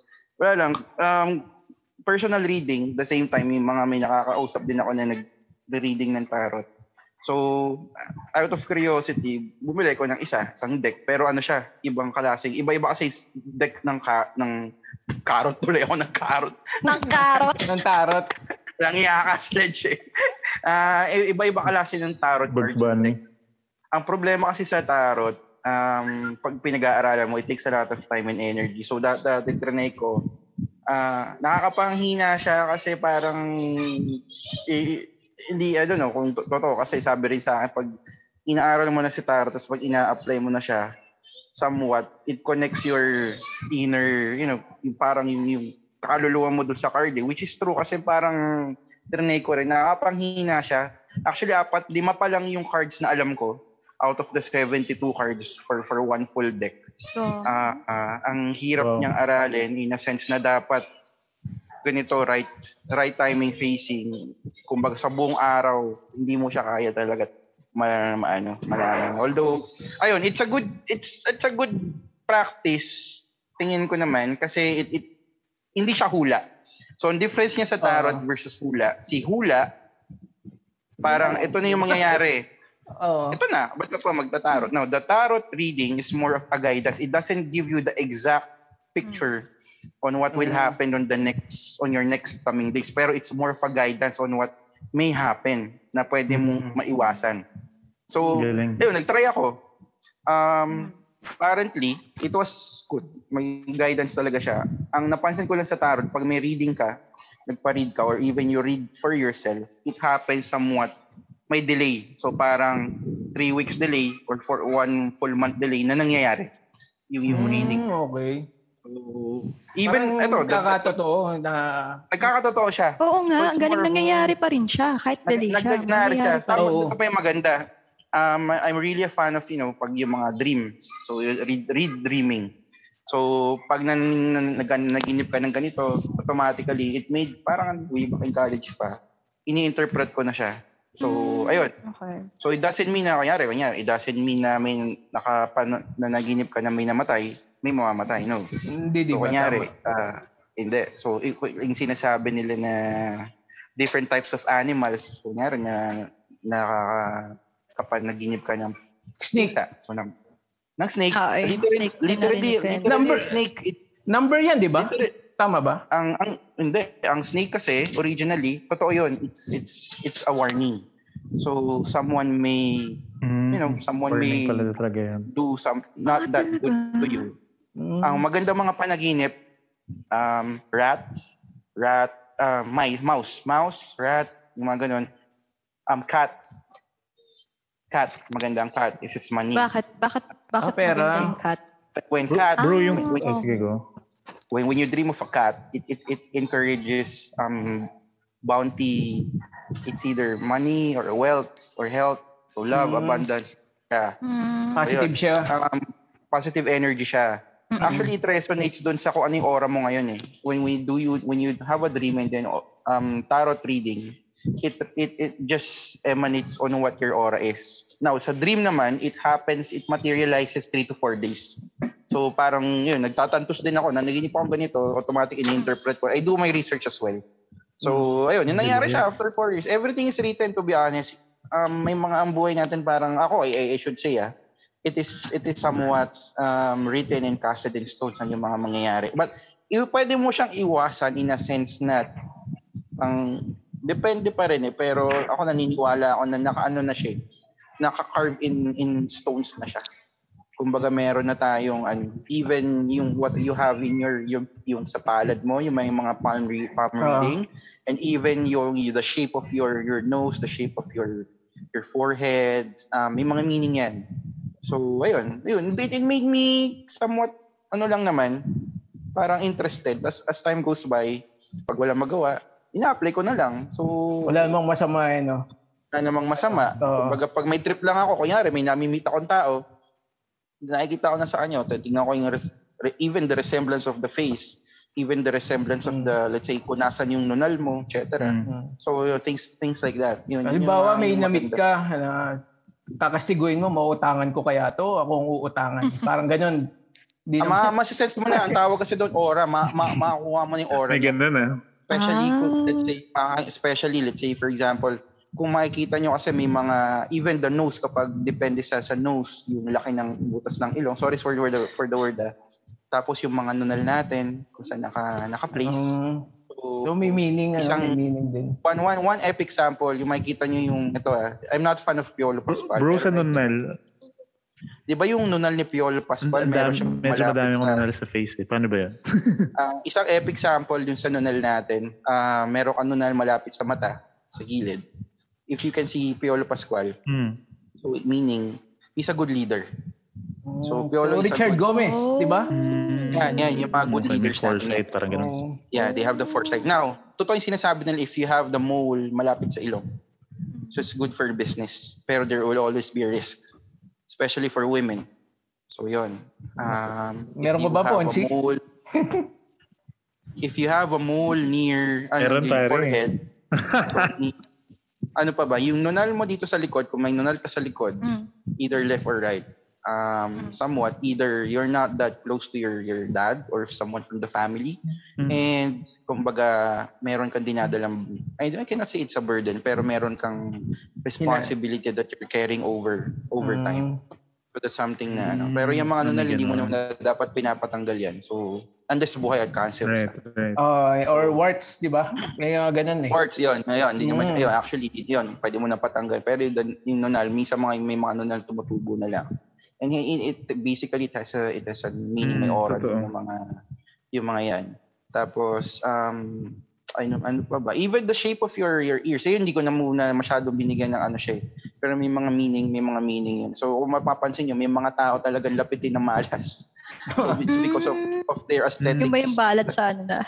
E: wala lang, um, personal reading, the same time, yung mga may nakakausap din ako na nag-reading ng tarot. So, out of curiosity, bumili ko ng isa, isang deck. Pero ano siya, ibang klaseng, iba-iba kasi s- deck ng, ka, ng carrot. Tuloy ako ng carrot.
D: Ng tarot.
B: Ng tarot.
E: Lang yaka sledge eh. Ah, i- iba-iba klase ng tarot
C: Bugs
E: cards.
C: Bunny.
E: Ang problema kasi sa tarot, um, pag pinag-aaralan mo, it takes a lot of time and energy. So, that, that trinay ko, ah, nakakapanghina siya kasi parang eh, hindi, I don't know kung to- totoo kasi sabi rin sa akin pag inaaral mo na si tarot tapos pag ina-apply mo na siya somewhat it connects your inner you know yung parang yung, yung kaluluwa mo doon sa card eh, which is true kasi parang trinay ko rin nakakapanghina siya actually apat lima pa lang yung cards na alam ko out of the 72 cards for for one full deck
D: So,
E: ah ah, ang hirap
C: Wow.
E: niyang aralin in a sense na dapat ganito right right timing facing kumbaga sa buong araw hindi mo siya kaya talaga ma, maano malaman although ayun it's a good it's it's a good practice tingin ko naman kasi it, it hindi siya hula so ang difference niya sa tarot
B: Oo.
E: versus hula si hula parang ito na yung mangyayari
B: Oo.
E: ito na, ba't ka pa magtatarot? Now, the tarot reading is more of a guidance. It doesn't give you the exact picture on what will
G: Mm.
E: happen on the next on your next coming days pero it's more of a guidance on what may happen na pwede
C: Mm.
E: mong maiwasan so
C: Galing.
E: Ayun, nag-try ako. Um, apparently, it was good. May guidance talaga siya. Ang napansin ko lang sa tarot, pag may reading ka, nagpa-read ka or even you read for yourself, it happens somewhat may delay. So parang three weeks delay or for one full month delay na nangyayari yung, yung reading.
B: Mm, okay.
E: So, even,
B: Parang
E: ito,
B: Kakatotoo na...
E: nagkakatotoo siya.
D: Oo
E: So,
D: nga,
E: it's
D: ang galing
E: more of-
D: nangyayari pa rin siya. Kahit delay
E: Nag-
D: siya.
E: nagdag na rin siya.
D: nangyayari pa rin.
E: Tapos
B: Oo.
E: ito pa yung maganda. Um, I'm really a fan of, you know, pag yung mga dreams. So, read, read dreaming. So, pag nan, nan, nag- naginip ka ng ganito, automatically, it made, parang ano, way back in college pa, ini-interpret ko na siya. So,
D: Mm.
E: ayun.
D: Okay.
E: So, it doesn't mean na, kanyari, kanyari, it doesn't mean na may nakapan, na naginip ka na may namatay, may mamamatay, no?
B: Hindi, di
E: So,
B: ba?
E: kunyari,
B: Tama.
E: ah, hindi. So, i- yung sinasabi nila na different types of animals, kunyari, na, na kapag naginip ka ng
B: Snake.
E: pusa, so, ng, ng snake,
D: Ah, ay,
E: literally,
D: snake na
E: literally,
D: narinig ko yan.
E: literally,
B: Number-
E: snake, it,
B: Number yan, di ba?
E: literally,
B: Tama ba?
E: ang, ang, hindi, ang snake kasi, originally, totoo yun, it's, it's, it's a warning. So, someone may, you know,
B: Hmm.
E: someone may
C: Hmm. Burning pala talaga yan.
E: do some,
D: Ah,
E: not that good to
D: talaga?
E: you.
B: Mm.
E: Ang maganda mga panaginip, um, rat, rat, uh, my, mouse, mouse, rat, yung mga ganun. Um, cat. Cat, maganda ang cat. Is it's money.
D: Bakit? Bakit? Bakit
B: Ah, pera.
D: maganda yung cut?
E: When
C: Bro,
E: cat,
C: bro yung...
D: Ah.
C: Oh, sige go.
E: when, when you dream of a cat, it, it, it encourages um, bounty. It's either money or wealth or health. So love,
B: Mm.
E: abundance. Yeah.
D: Mm.
E: Ah,
B: Positive siya.
E: Um, positive energy siya. Actually, it resonates doon sa kung ano yung aura mo ngayon eh. When we do you when you have a dream and then um tarot reading, it it it just emanates on what your aura is. Now, sa dream naman, it happens, it materializes three to four days. So parang yun, nagtatantos din ako, nanaginip ako ganito, automatic ini-interpret ko. I do my research as well. So, ayun, yung nangyari siya after four years. Everything is written, to be honest. Um, may mga ang buhay natin parang, ako, I, I should say, ah, it is it is somewhat um, written and casted in stone sa yung mga mangyayari. But i- pwede mo siyang iwasan in a sense na ang depende pa rin eh pero ako naniniwala ako na nakaano na siya eh, naka-carve in in stones na siya. Kumbaga meron na tayong ano, even yung what you have in your yung, yung sa palad mo, yung may mga palm, re- palm
B: Ah.
E: reading and even yung the shape of your your nose, the shape of your your forehead, um, may mga meaning yan. So, ayun. Ayun, it, it made me somewhat, ano lang naman, parang interested. As, as time goes by, pag wala magawa, ina-apply ko na lang. So,
B: Wala namang masama eh, no?
E: na namang masama.
B: Oo.
E: Kumbaga, pag may trip lang ako, kunyari, may nami-meet akong tao, nakikita ko na sa kanya, titignan ko yung res- re- even the resemblance of the face, even the resemblance
B: Mm.
E: of the, let's say, kunasan yung nunal mo, etc.
C: Mm.
B: Mm.
E: So, yun, things things like that. Yun, yun yung
B: Halimbawa,
E: mga-
B: may
E: yung
B: namit
E: maganda.
B: ka na kakastiguin mo, mauutangan ko kaya to, ako ang uutangan. Parang ganun. Di
E: Ah, ma masisense mo na, ang tawag kasi doon, aura, ma, ma, makakuha mo na yung aura.
C: May ganda na.
E: Especially,
D: Ah.
E: kung, let's say, ah, especially, let's say, for example, kung makikita nyo kasi may mga, even the nose, kapag depende sa, sa nose, yung laki ng butas ng ilong. Sorry for the word, for the word ah. Tapos yung mga nunal natin, kung saan naka, naka-place.
B: Um, so,
E: So,
B: may meaning, ano,
E: Isang-
B: may meaning din.
E: one, one, one epic sample, yung makikita nyo yung, ito ah, I'm not fan of Piolo
C: Bro,
E: Pascual.
C: bro
E: pero
C: sa
E: I think-
C: nunal,
E: Di ba yung nunal ni Piolo Pascual,
C: ang
E: meron
C: dami,
E: siyang
C: medyo
E: malapit
C: madami
E: sa-
C: akong nunal sa face eh. Paano ba yan?
E: Ang Ah, isang epic sample dun sa nunal natin, ah meron kang nunal malapit sa mata, sa gilid. If you can see Piolo Pascual,
C: Hmm.
E: so it meaning he's a good leader. So,
B: Oh, So,
E: Piolo is a
B: Richard
E: good-
B: Gomez, di ba?
E: Yan, yan, yung mga good
C: Mm, Okay, may
E: leaders natin.
C: foresight, parang Ah, ganun.
B: Oo.
E: Yeah, they have the foresight. Now, totoo yung sinasabi nila if you have the mole malapit sa ilong. So it's good for business. Pero there will always be a risk. Especially for women. So yun. Um, if
B: Meron
E: you
B: ka ba,
E: have a
B: Ponchi?
E: mole- if you have a mole near ano,
C: Meron tayo
E: your
C: rin eh.
E: forehead, so ni- ano pa ba, yung nunal mo dito sa likod, kung may nunal ka sa likod,
D: Mm.
E: either left or right, um, somewhat, either you're not that close to your, your dad or someone from the family,
C: Mm.
E: and kumbaga, meron kang dinadalang, I, I cannot say it's a burden, pero meron kang responsibility that you're carrying over over
C: Mm-hmm.
E: time.
B: Mm.
C: Hmm.
E: So that's something na ano. Pero yung mga
C: Mm,
E: nunal, hindi mo
C: ganun.
E: naman na dapat pinapatanggal yan. So, Unless buhay at cancer
C: Right,
E: siya.
C: right.
B: Ay, Ah, or warts, di ba? May mga ganun eh.
E: Warts, yun. Ayun, hindi naman,
B: Mm.
E: ayun, actually, yun, pwede mo na patanggal. Pero yun, yung nonal, minsan mga, may mga nonal tumutubo na lang. And it, it basically, it has a, it has a meaning, may
C: Mm,
E: aura
C: totoo.
E: yung mga, yung mga yan. Tapos, um, ano, ano pa ba? Even the shape of your your ears. Ayun, hindi ko na muna masyadong binigyan ng ano siya. eh. Pero may mga meaning, may mga meaning yun. So, kung mapapansin nyo, may mga tao talagang lapitin na malas. So, it's because of, of their aesthetics.
D: Yung ba yung balat sa ano na?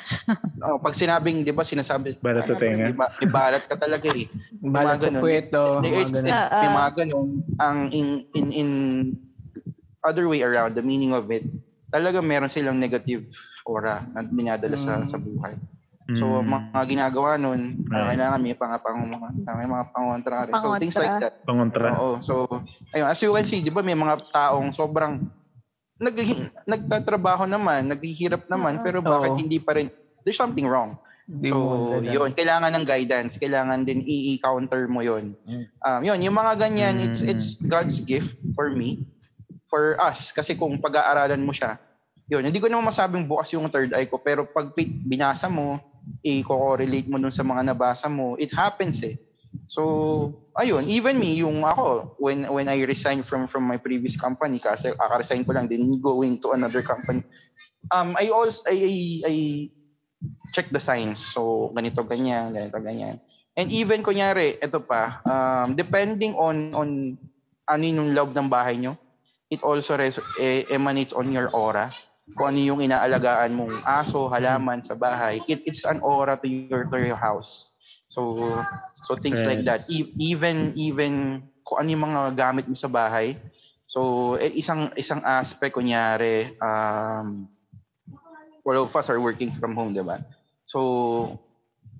E: Oh, pag sinabing, di ba, sinasabi,
C: Balat sa
E: ano,
C: tenga.
E: di ba, may balat ka talaga eh.
B: Balat sa
E: ganun.
B: puweto.
E: There
B: mga
E: is
B: ganun.
D: Ah, ah.
E: may mga ganun. Ang in, in, in other way around, the meaning of it, talaga meron silang negative aura na dinadala sa,
B: Mm.
E: sa buhay.
C: Mm.
E: So, ang mga ginagawa nun,
C: Right.
E: right. kailangan may pang, pang, may mga pangontra rin. So, things like
D: Pangontra.
E: that.
C: Pangontra.
E: Oo. So, ayun, as you can see, di ba may mga taong sobrang nag, nagtatrabaho naman, naghihirap naman,
D: Oo.
E: pero bakit
B: Oo.
E: hindi pa rin, there's something wrong.
B: Di mo dala.
E: So, yun. Kailangan ng guidance. Kailangan din i-counter mo yun. Um, yun, yung mga ganyan, it's it's God's gift for me, for us. Kasi kung pag-aaralan mo siya, yun, hindi ko naman masabing bukas yung third eye ko, pero pag pi- binasa mo, i-correlate mo dun sa mga nabasa mo, it happens eh. So, ayun, even me, yung ako, when when I resigned from from my previous company, kasi kaka-resign ko lang din, going to another company, um, I also, I, I, I check the signs. So, ganito, ganyan, ganito, ganyan. And even, kunyari, ito pa, um, depending on, on ano yung love ng bahay nyo, it also res- eh, emanates on your aura. Kung ano yung inaalagaan mong aso, halaman sa bahay, it, it's an aura to your, to your house. So, so things like that. E- even, even, kung ano yung mga gamit mo sa bahay, So, eh, isang isang aspect kunyari um all of us are working from home, 'di ba? So,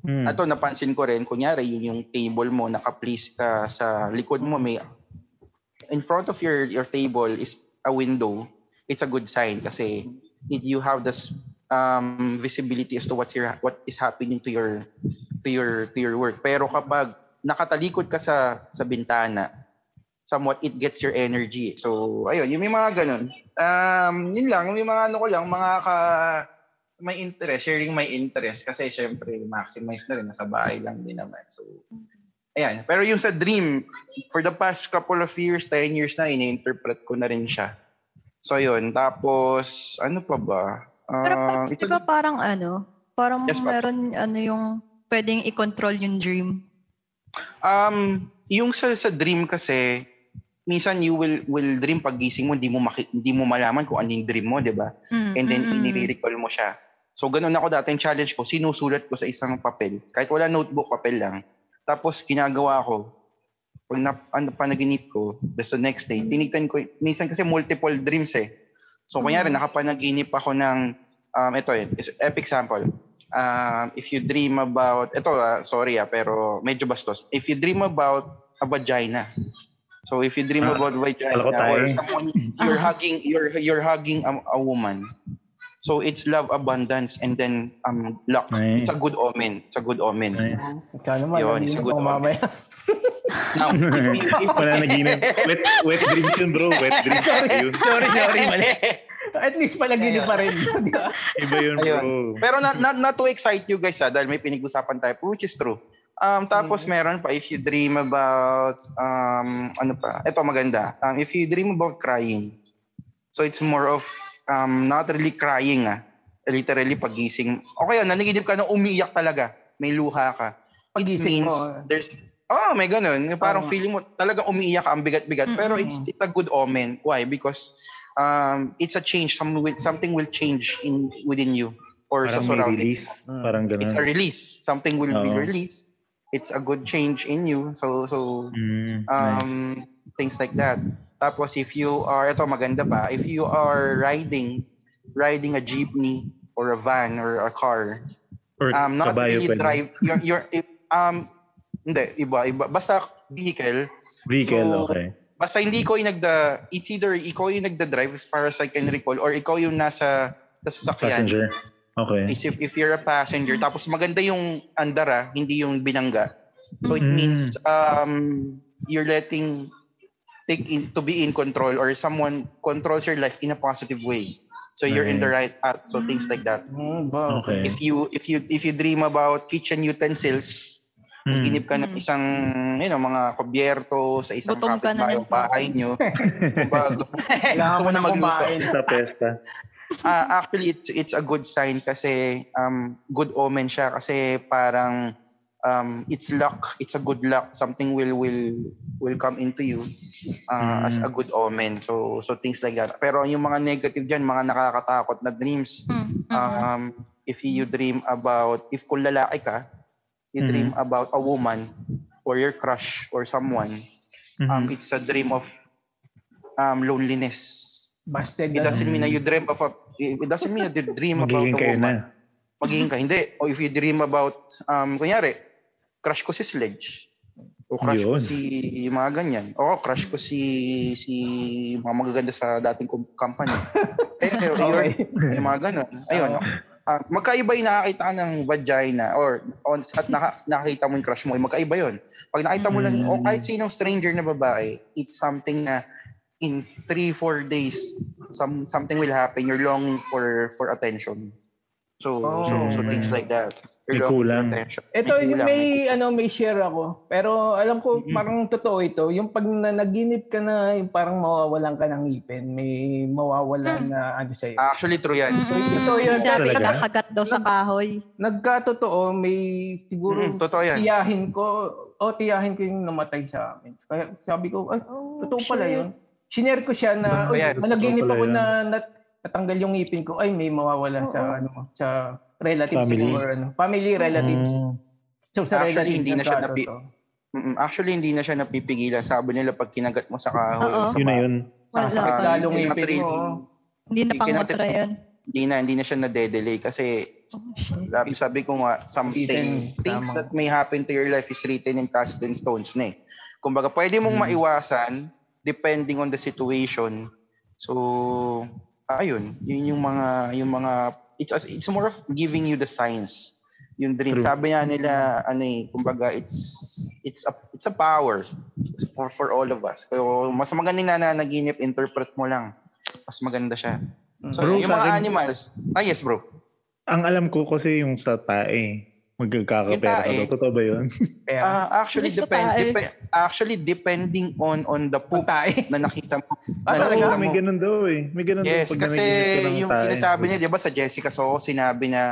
C: Mm.
E: ato napansin ko rin kunyari yung yung table mo naka-place ka sa likod mo may in front of your your table is a window. It's a good sign kasi it, you have this um visibility as to what's your what is happening to your to your to your work. Pero kapag nakatalikod ka sa sa bintana, somewhat it gets your energy. So, ayun, yung may mga ganun. Um, yun lang, may mga ano ko lang, mga ka, may interest, sharing my interest kasi syempre maximize na rin, nasa bahay lang din naman. So, ayan. Pero yung sa dream, for the past couple of years, 10 years na, ini-interpret ko na rin siya. So, yun. Tapos, ano pa ba?
D: Pero
E: Ah,
D: pa- di
E: it's
D: ba
E: a-
D: parang ano? Parang
E: Yes, ma'am.
D: meron ano yung pwedeng i-control yung dream.
E: Um, yung sa, sa dream kasi, minsan you will will dream pag gising mo, hindi mo maki, hindi mo malaman kung ano yung dream mo, 'di ba?
D: Mm,
E: And then
D: mm, mm.
E: inire-recall mo siya. So ganun ako dati yung challenge ko, sinusulat ko sa isang papel. Kahit wala notebook, papel lang. Tapos ginagawa ko, pag na, ano, panaginip ko, that's the next day, tinitan ko, minsan kasi multiple dreams eh. So kunyari,
D: Mm.
E: nakapanaginip ako ng, um, ito eh, is- epic example. Um, if you dream about, ito ah, sorry ah, pero medyo bastos. If you dream about a vagina, so if you dream
C: Ah,
E: about vagina
C: alam ko tayo
E: or
C: eh.
E: someone, you're hugging, you're, you're hugging a, a woman, So it's love, abundance, and then um luck.
C: Nice.
E: It's a good omen. It's a good omen.
C: Nice.
B: Ikaw naman,
E: Yun,
B: nabihin
E: sagot
B: ako
E: mo.
B: mamaya.
E: Now, if you, if,
C: Pananaginip. Wet, wet dreams yun, bro. Wet dreams. Ayun.
B: sorry, sorry, mali. At least palagini pa rin. di ba?
C: Iba yun, bro.
E: Pero not, not, not to excite you guys ah, dahil may pinag-usapan tayo, which is true. Um, tapos
B: Mm-hmm.
E: meron pa, if you dream about, um, ano pa, ito maganda. Um, if you dream about crying, so it's more of um, not really crying ah. Literally pagising. O kaya naniginip ka na umiiyak talaga. May luha ka. It
B: Pagising
E: means
B: mo. ah.
E: there's Oh, may ganun. Yung Parang
B: Tama.
E: feeling mo talagang umiiyak ka, ang bigat-bigat. Pero it's, it's a good omen. Why? Because um, it's a change. Some will, something will change in within you
C: Parang
E: or sa
C: may
E: surroundings.
C: release. Parang ganun.
E: It's a release. Something will be
C: Oo.
E: released. It's a good change in you. So so
C: Mm, nice.
E: um things like that. Tapos if you are ito maganda pa, if you are riding riding a jeepney or a van or a car,
C: Or
E: um not
C: kabayo
E: really
C: pwede.
E: drive your your um hindi iba iba basta vehicle
C: Vehicle,
E: So,
C: okay.
E: basta hindi ko yung nagda it's either ikaw yung nagda-drive as far as I can recall or ikaw yung nasa nasa sasakyan
C: Passenger. Okay.
E: is if, if you're a passenger tapos maganda yung andara hindi yung binangga so it
C: Mm.
E: means um you're letting take in to be in control or someone controls your life in a positive way So you're in the right path. So things like that.
B: Hmm, ba?
C: Okay.
E: um, If you if you if you dream about kitchen utensils,
C: Mm.
E: Inip ka ng
D: Mm.
E: isang, you know, mga kubyerto sa isang
D: Gutom ka na
E: kapitbahay
D: ng
E: o bahay nyo. Kumbaga,
B: Kailangan
E: Gusto
B: ko
E: mo na
B: na
E: magluto.
B: kumain.
C: Pesta-pesta.
E: Ah, actually, it's, it's a good sign kasi um, good omen siya kasi parang um, it's luck. It's a good luck. Something will will will come into you ah,
C: Mm.
E: as a good omen. So so things like that. Pero yung mga negative dyan, mga nakakatakot na dreams,
D: Mm, mm.
E: um, if you dream about, if kung lalaki ka, you
C: Mhm.
E: dream about a woman or your crush or someone,
C: Mm-hmm.
E: um, it's a dream of um, loneliness.
B: Busted
E: It
B: na.
E: doesn't mean that you dream of a, it doesn't mean that you dream about
C: Mm. Magiging
E: a
C: kayo
E: woman.
C: na.
E: Magiging ka, hindi. O if you dream about, um, kunyari, crush ko si Sledge. O crush ko
C: Yun.
E: si yung mga ganyan. O crush ko si si mga magaganda sa dating kong company. eh, pero you're
B: Okay.
E: may mga ganun. Ayun.
B: Oo.
E: Ah, magkaiba yung nakakita ka ng vagina or on, at naka, nakakita mo yung crush mo, eh, magkaiba yun. Pag nakita mo lang, o
C: Mm.
E: kahit sinong stranger na babae, it's something na in 3-4 days, some, something will happen. You're longing for for attention. So,
B: Oh,
E: so, so things like that.
C: May
E: You're longing
C: kulang.
E: for attention.
B: Ito, yung
E: kulang,
B: may, ano, may share ako. Pero alam ko,
E: Mm-mm.
B: parang totoo ito. Yung pag na naginip ka na, yung parang mawawalan ka ng ngipin. May
E: Hmm.
B: mawawalan na ano sa'yo.
E: Actually, true yan.
D: Mm-mm.
B: Ito yun
D: Sabi,
C: talaga.
D: kakagat daw sa kahoy.
B: Nagkatotoo, may siguro
E: Mm, totoo yan.
B: tiyahin ko, o tiyahin ko yung namatay sa amin. Kaya sabi ko, ay,
D: Oh,
B: totoo pala yun. Sinare ko siya na,
E: Totoo
B: "Uy,
E: yan.
B: ah, naginip
C: Totoo pala
B: ako
C: yun."
B: na nat- natanggal yung ngipin ko, ay may mawawalan sa, ano, sa relatives
C: Family. Mm.
B: ko or ano, family relatives. So sa relatives
E: Actually, hindi na siya napi-
B: nagkatotoo.
E: Mm, Actually, hindi na siya napipigilan. Sabi nila, pag kinagat mo sa kahoy,
D: Oo.
E: o sa
C: Yun na
E: bahay,
C: yun.
E: ah,
B: Sakit
D: Wala.
B: lalong
E: hindi na
B: ngipin mo.
E: training.
D: Hindi na pangotra yun.
E: hindi na hindi na siya na-delay kasi sabi, sabi ko nga something
B: Written,
E: things
B: tama.
E: that may happen to your life is written in cast and stones na eh. Kumbaga pwede mong
C: Hmm.
E: maiwasan depending on the situation. So ayun, yun yung mga yung mga it's as it's more of giving you the signs yung dream.
C: True.
E: Sabi nga nila ano eh, kumbaga it's it's a it's a power It's for for all of us. Kaya mas magandang nananaginip interpret mo lang. Mas maganda siya.
B: Mm.
E: So,
C: Bro,
E: yung
C: sa
E: mga
C: akin-
E: animals. Ah, yes, bro.
C: Ang alam ko kasi yung sa tae, magkakapera ka
E: Yung tae.
C: daw. Totoo ba yun?
B: Pera.
E: Ah, actually,
D: Bilis na
E: depend,
D: tayo.
E: depe- actually, depending on on the poop
B: Patay.
E: na nakita mo.
B: Ah,
E: na
B: talaga?
E: nakita
C: Oo,
E: mo.
C: may ganun daw eh. May ganun
E: Ano?
C: daw
E: Yes,
C: pag
E: kasi
C: nanaginip ka ng
E: yung
C: tae.
E: sinasabi niya, di ba, sa Jessica So, sinabi na,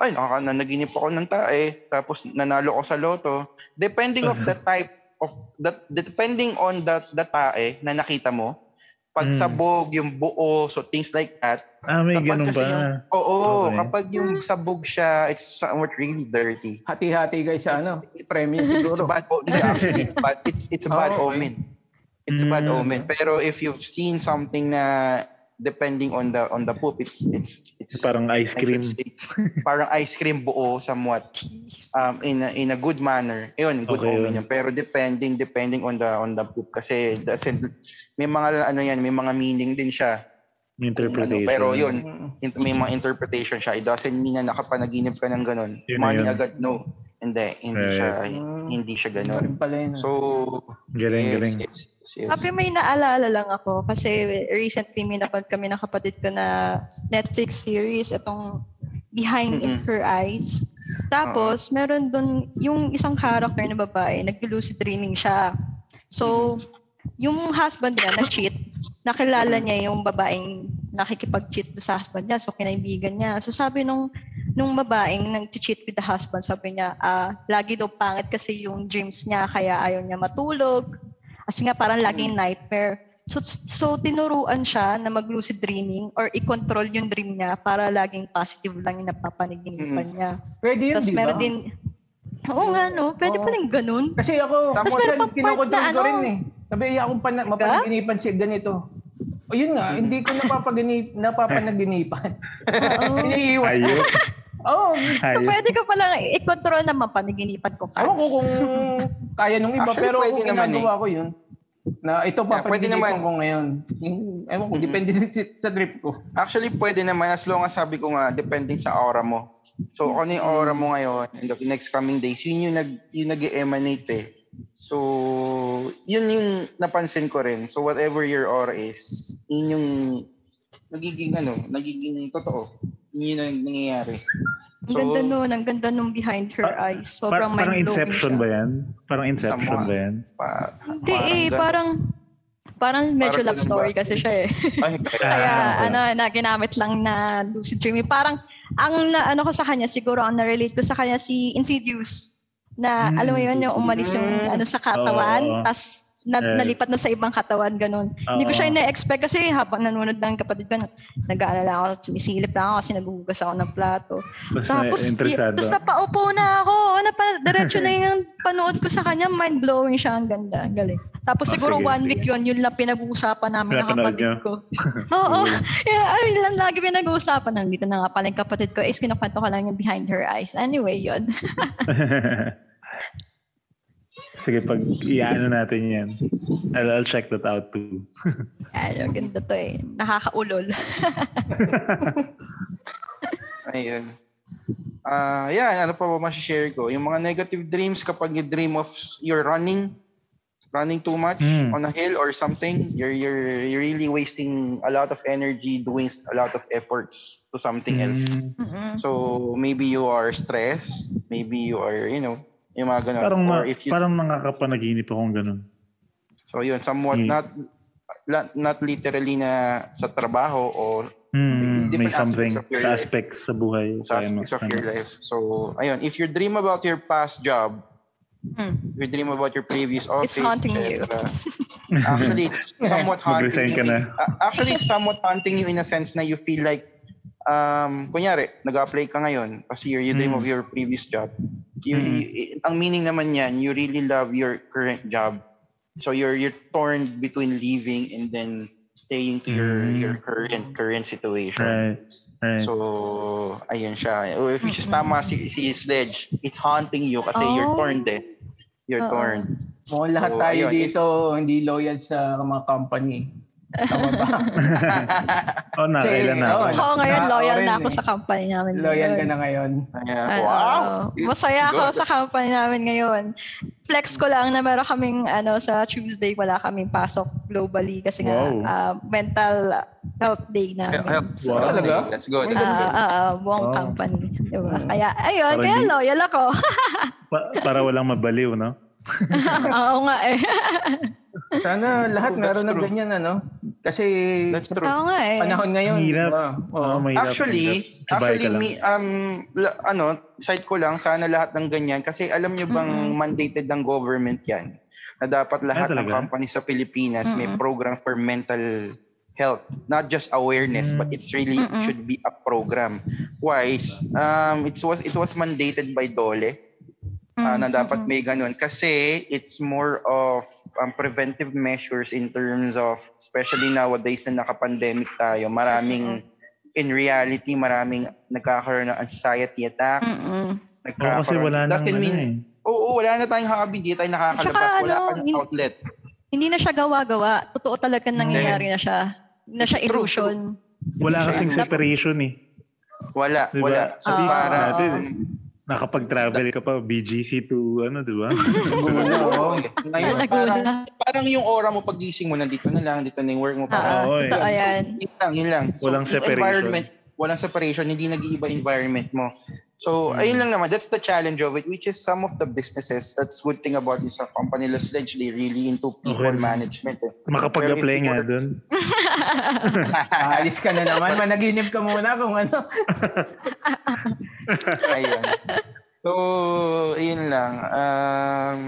E: ay, nakaka, nanaginip ako ng tae, tapos nanalo ko sa loto. Depending of the type of, that depending on the, the tae na nakita mo,
C: Mm.
E: pagsabog, yung buo, so things like that,
C: Ah, may
E: Kapag
C: ganun
E: kasi
C: ba?
E: yung- Oo,
C: Okay.
E: kapag yung sabog siya, it's somewhat really dirty.
B: Hati-hati guys sa ano, premium
E: It's a
B: siguro.
E: bad omen. Actually, it's bad. It's it's a bad
B: Ah, okay.
E: omen. It's a bad
C: Mm.
E: omen. Pero if you've seen something na depending on the on the poop, it's it's it's
C: Parang ice cream.
E: Ano, parang ice cream buo somewhat um in a, in a good manner. Ayun, good
C: Okay,
E: omen
C: yun.
E: yun. Pero depending depending on the on the poop kasi doesn't may mga ano yan, may mga meaning din siya.
C: May interpretation.
E: Ano, pero yun,
B: Mm.
E: in- may mga interpretation siya. It doesn't mean na nakapanaginip ka ng ganun.
C: Yun na
E: Money
C: yun.
E: agad, no. Hindi, hindi
C: Right.
E: siya,
B: Mm.
E: hindi siya ganun.
B: Ganun pala yun. So,
E: So,
C: Galing,
E: yes,
C: galing.
E: yes, yes, yes.
D: Sabi may naalala lang ako kasi recently may napad kami ng kapatid ko na Netflix series itong Behind
E: Mm-mm.
D: Her Eyes. Tapos meron doon yung isang character na babae, nag-lucid dreaming siya. So yung husband niya na-cheat, nakilala niya yung babaeng nakikipag-cheat doon sa husband niya, so kinaibigan niya. So sabi nung nung babaeng nag-cheat with the husband, sabi niya, ah, lagi daw pangit kasi yung dreams niya, kaya ayaw niya matulog. Kasi nga parang laging nightmare. So, so tinuruan siya na mag-lucid dreaming or i-control yung dream niya para laging positive lang yung napapanaginipan niya.
B: pwede yun,
D: Tapos
B: di ba?
D: meron din... Oo nga no, pwede
B: Oo.
D: pa rin ganun.
B: Kasi ako,
E: Tapos
B: minsan
D: meron pa part
B: kinokontrol
D: na
B: ko
D: ano?
B: rin eh. Sabi, ay, akong pana-
D: Talaga?
B: mapanaginipan siya ganito. O yun nga, hindi ko napapaginip, napapanaginipan.
D: Oo.
E: Oh.
B: Iniiwas ko.
C: Ayos.
B: Oo.
D: So
C: Ayos.
D: pwede ko palang i-control na mapanaginipan ko
B: Ewan ko
D: cats.
B: kung kaya nung iba,
E: Actually,
B: pero
E: pwede
B: kung
E: naman eh.
B: ginagawa ko yun, na ito
E: Yeah, pwede
B: papanaginipan
E: naman.
B: ko ngayon. Yung- Ewan ko, depende din si- sa trip ko.
E: Actually, pwede naman as long as sabi ko nga, depending sa aura mo. So, kung ano yung aura
D: Mm.
E: mo ngayon in the next coming days, yun yung, nag, yung nag-emanate eh. So, yun yung napansin ko rin. So, whatever your aura is, yun yung nagiging ano, nagiging totoo. Yun yung nangyayari.
D: Ang ganda nun, ang ganda nung behind her eyes. Sobrang
C: Par- parang
D: mind-blowing
C: Inception
D: siya.
C: ba yan? Parang Inception
E: Sama.
C: ba yan?
E: Pa,
D: Hindi eh,
E: ganun.
D: parang, parang medyo
E: Parang
D: love story kasi siya eh.
E: Ay,
D: Kaya
E: kaya.
C: Ah, okay.
D: ano, na ginamit lang na lucid dreaming. Parang ang na, ano ko sa kanya siguro ang na-relate ko sa kanya si Insidious na
C: Mm,
D: alam mo yun yung umalis yung
E: Mm.
D: ano sa katawan
C: Hmm. Oo. Eh.
D: tas na,
C: Yes.
D: nalipat na sa ibang katawan ganun. Hindi ko siya ina-expect kasi habang nanonood ng kapatid ko nag-aalala ako sumisilip lang ako kasi naguhugas ako ng plato. Tapos,
C: Tapos,
D: di,
C: Eh, interesado.
D: tapos napaupo na ako. Ano pa, diretso na yung panood ko sa kanya. Mind-blowing siya. Ang ganda. Ang galing. Tapos
C: Oh,
D: siguro
C: sige,
D: one
C: sige.
D: week yun, yun lang pinag-uusapan namin ng
C: Pinapanood
D: kapatid
C: niyo?
D: ko. Oo. Yeah, Ayun lang lagi pinag-uusapan. Nandito na nga pala yung kapatid ko. Is, kinukwento ko lang yung behind her eyes. Anyway, yun.
C: Sige, pag iano natin yan. I'll, I'll check that out too.
D: Ay, ang ganda to eh. Nakakaulol.
E: Ayun. Ah, yeah, ano pa ba ma-share ko? Yung mga negative dreams kapag you dream of you're running, running too much
C: Hmm.
E: on a hill or something, you're you're you're really wasting a lot of energy doing a lot of efforts to something else.
C: Mm,
D: Mm-mm.
E: So maybe you are stressed, maybe you are, you know, yung mga ganun.
C: parang, ma-
E: or if you
C: parang nakakapanaginip akong ganun.
E: so yun somewhat
C: Hmm.
E: not not not literally na sa trabaho o
C: Mm, may
E: Different
C: something
E: aspects of your
C: sa
E: life.
C: aspects sa buhay.
E: sa
C: Kaya ma-
E: aspects of
C: ano.
E: your life. So, ayun, if you dream about your past job,
D: Hmm.
E: if you dream about your previous office,
D: haunting
E: et cetera, Actually, it's somewhat haunting.
C: Mag-resign
E: you
C: ka na.
E: in- uh, actually, it's somewhat haunting you in a sense na you feel like, um, kunyari, nag-apply ka ngayon kasi you, you dream
C: Mm.
E: of your previous job. You,
C: Mm.
E: you- ang meaning naman yan, you really love your current job. So you're you're torn between leaving and then staying to your
C: Mm.
E: your current current situation.
C: Right. Right.
E: So, ayun siya. Oh, If which is
D: Mm-mm.
E: tama si, si Sledge, it's haunting you kasi
D: Oh.
E: you're torn eh. You're
D: Oo.
E: torn.
B: Oh, lahat
E: So,
B: tayo
E: ayun,
B: dito hindi loyal sa mga company. Tama ba?
C: oh, nakailan na ako.
B: Oo,
D: Ako ngayon,
B: Ah,
D: loyal
B: orange
D: na ako
B: eh.
D: sa company namin.
B: loyal ka
D: ngayon.
B: na ngayon.
E: Ayan.
D: Ano,
E: wow!
D: Masaya ako
E: Good.
D: sa company namin ngayon. Flex ko lang na meron kaming ano sa Tuesday wala kaming pasok globally kasi nga
C: Wow.
D: ah, mental health day
E: Health-
D: namin.
E: health.
D: So,
C: Wow.
B: Talaga?
E: That's
D: ah,
E: good. That's good.
D: ah, ah, buong
C: Wow.
D: company. Diba?
B: Mm.
D: Kaya, ayun,
C: Parang
D: kaya
C: hindi-
D: loyal ako.
C: Pa- para walang mabaliw, no?
D: Oo nga eh.
B: Sana lahat
E: That's
B: meron na
E: true.
B: ganyan ano. Kasi
E: That's true.
D: Oo nga eh.
B: panahon ngayon.
C: Hirap.
B: diba? Oo.
C: Oh, mahirap.
E: Actually,
C: mahirap. Sabay
E: actually
C: ka lang.
E: me, um, la- ano, side ko lang, sana lahat ng ganyan. Kasi alam nyo bang
D: Mm-mm.
E: mandated ng government yan? Na dapat lahat ng
C: Ah, talaga?
E: company sa Pilipinas may
D: Mm-mm.
E: program for mental health. Not just awareness,
C: Mm.
E: but it's really it
D: Mm-mm.
E: should be a program. Why? Um, it was it was mandated by DOLE ah,
D: Mm,
E: na dapat may ganun. Kasi it's more of um, preventive measures in terms of, especially nowadays na naka-pandemic tayo, maraming, in reality, maraming nagkakaroon ng anxiety attacks.
D: Mm-mm.
C: Oo, kasi wala nang
E: Doesn't
C: ano
E: mean,
C: eh.
E: oo, wala na tayong hobby, di tayo nakakalabas,
D: Tsaka
E: wala
D: ano,
E: ka ng
D: yun-
E: outlet.
D: Hindi na siya gawa-gawa. Totoo talaga nangyayari na siya. Hindi na siya
E: True,
D: illusion.
C: Wala
E: Siya
C: kasing
E: yung-
C: separation eh.
E: Wala,
C: Diba?
E: wala. So,
D: Ah.
E: para, um,
C: Natin, eh. nakapag-travel ka pa, BGC to, ano, di ba?
B: Laguna, oo.
E: ngayon, parang, parang yung aura mo pagising mo, nandito na lang, dito na yung work mo.
D: Ah, ah,
C: Oo, eh.
D: totoo yan.
E: Yun lang, yun lang.
C: Walang
E: yung
C: separation.
E: Environment, walang separation, hindi nag-iiba environment mo. So,
C: Mm.
E: ayun lang naman. That's the challenge of it, which is some of the businesses, that's good thing about this company, Las Ledge, they really into people
C: Okay.
E: management. Eh.
C: Makapag-apply
E: Pero if you
C: nga
E: work-
C: doon.
B: Aalis ka na naman. Managinip ka muna kung ano.
E: Ayun. So, ayun lang. Um,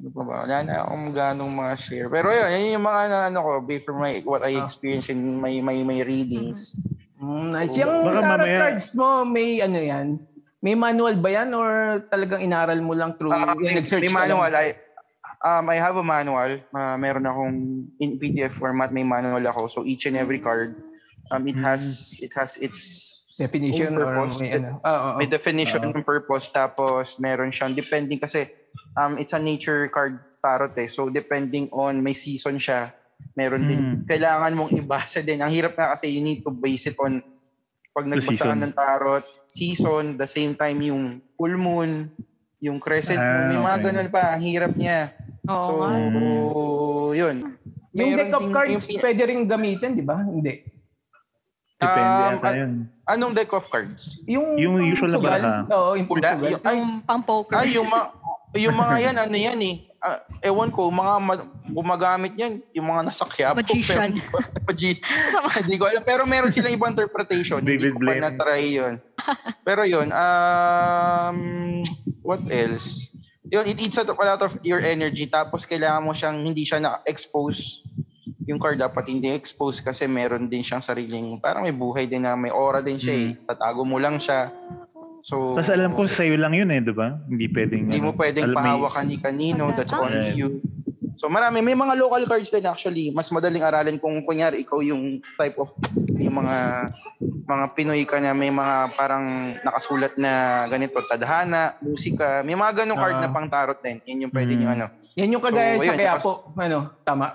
E: ano pa ba? Wala na akong ganong mga share. Pero yun, yun yung mga na, ano ko, based from my, what I
B: Ah.
E: experienced in my, my, my readings.
B: Mm,
E: So,
B: yung
C: baka
B: tarot
C: mamaya-
B: cards mo, may ano yan? May manual ba yan or talagang inaral mo lang through
E: Ah,
B: yung
E: may,
B: nag-search
E: may
B: ka lang?
E: manual. I, um, I have a manual. Ah, meron akong in PDF format, may manual ako. So each and
B: Hmm.
E: every card, um, it has it has its
B: Definition
E: own
B: or
E: purpose.
B: may ano. Oo, oo.
E: May definition
C: Oo.
E: ng purpose. Tapos meron siyang depending kasi um, it's a nature card tarot eh. So depending on may season siya, meron din.
C: Mm.
E: Kailangan mong ibasa din. Ang hirap nga kasi you need to base it on pag
C: The
E: nagbasa ka
C: season.
E: ng tarot, season, the same time yung full moon, yung crescent moon,
C: Ah,
E: may mga
C: okay. Hmm.
E: ganun pa, ang hirap niya.
D: Oo
E: so,
D: nga.
E: yun.
B: Yung
E: Meron
B: deck of
E: ding-
B: cards,
E: yung pin-
B: pwede rin gamitin, di ba? Hindi.
C: Depende
E: Um,
C: ata
E: ah-
C: yun.
E: Anong deck of cards?
B: Yung,
C: Yung
B: pang
C: usual na
B: Portugal.
C: baraha.
B: Oo, yung
E: Pula?
B: Portugal.
E: Ay, ah,
D: Yung pang-poker.
E: ay, yung, ma- yung mga yan, ano yan eh. Ah, ewan ko, mga ma- gumagamit yan, yung mga nasa Quiapo.
D: Magician.
E: Pero, Magi-
D: Sa mga-
E: hindi ko alam. Pero meron silang ibang interpretation.
C: David
E: hindi ko pa
C: Blaine.
E: na-try yun. Pero yun, um, what else? Yun, it eats up a lot of your energy. Tapos kailangan mo siyang, hindi siya na-expose. Yung card dapat hindi expose kasi meron din siyang sariling, parang may buhay din na may aura din siya eh. Tatago mo lang siya. So,
C: Hmm. Tapos alam ko sa'yo lang yun eh, di ba? Hindi pwedeng...
E: hindi mo
C: ano,
E: pwedeng
C: alam, may-
E: pahawakan ni kanino. That's
D: Maganda.
E: only you. So marami. May mga local cards din actually. Mas madaling aralin kung kunyari ikaw yung type of yung mga mga Pinoy ka na may mga parang nakasulat na ganito, tadhana, musika. May mga ganong card
C: Ah.
E: na pang tarot din. Yun yung pwede
C: Mm.
E: nyo ano.
B: Yan yung kagaya
E: So,
B: sa
E: ayun,
B: Quiapo. Ano, tama.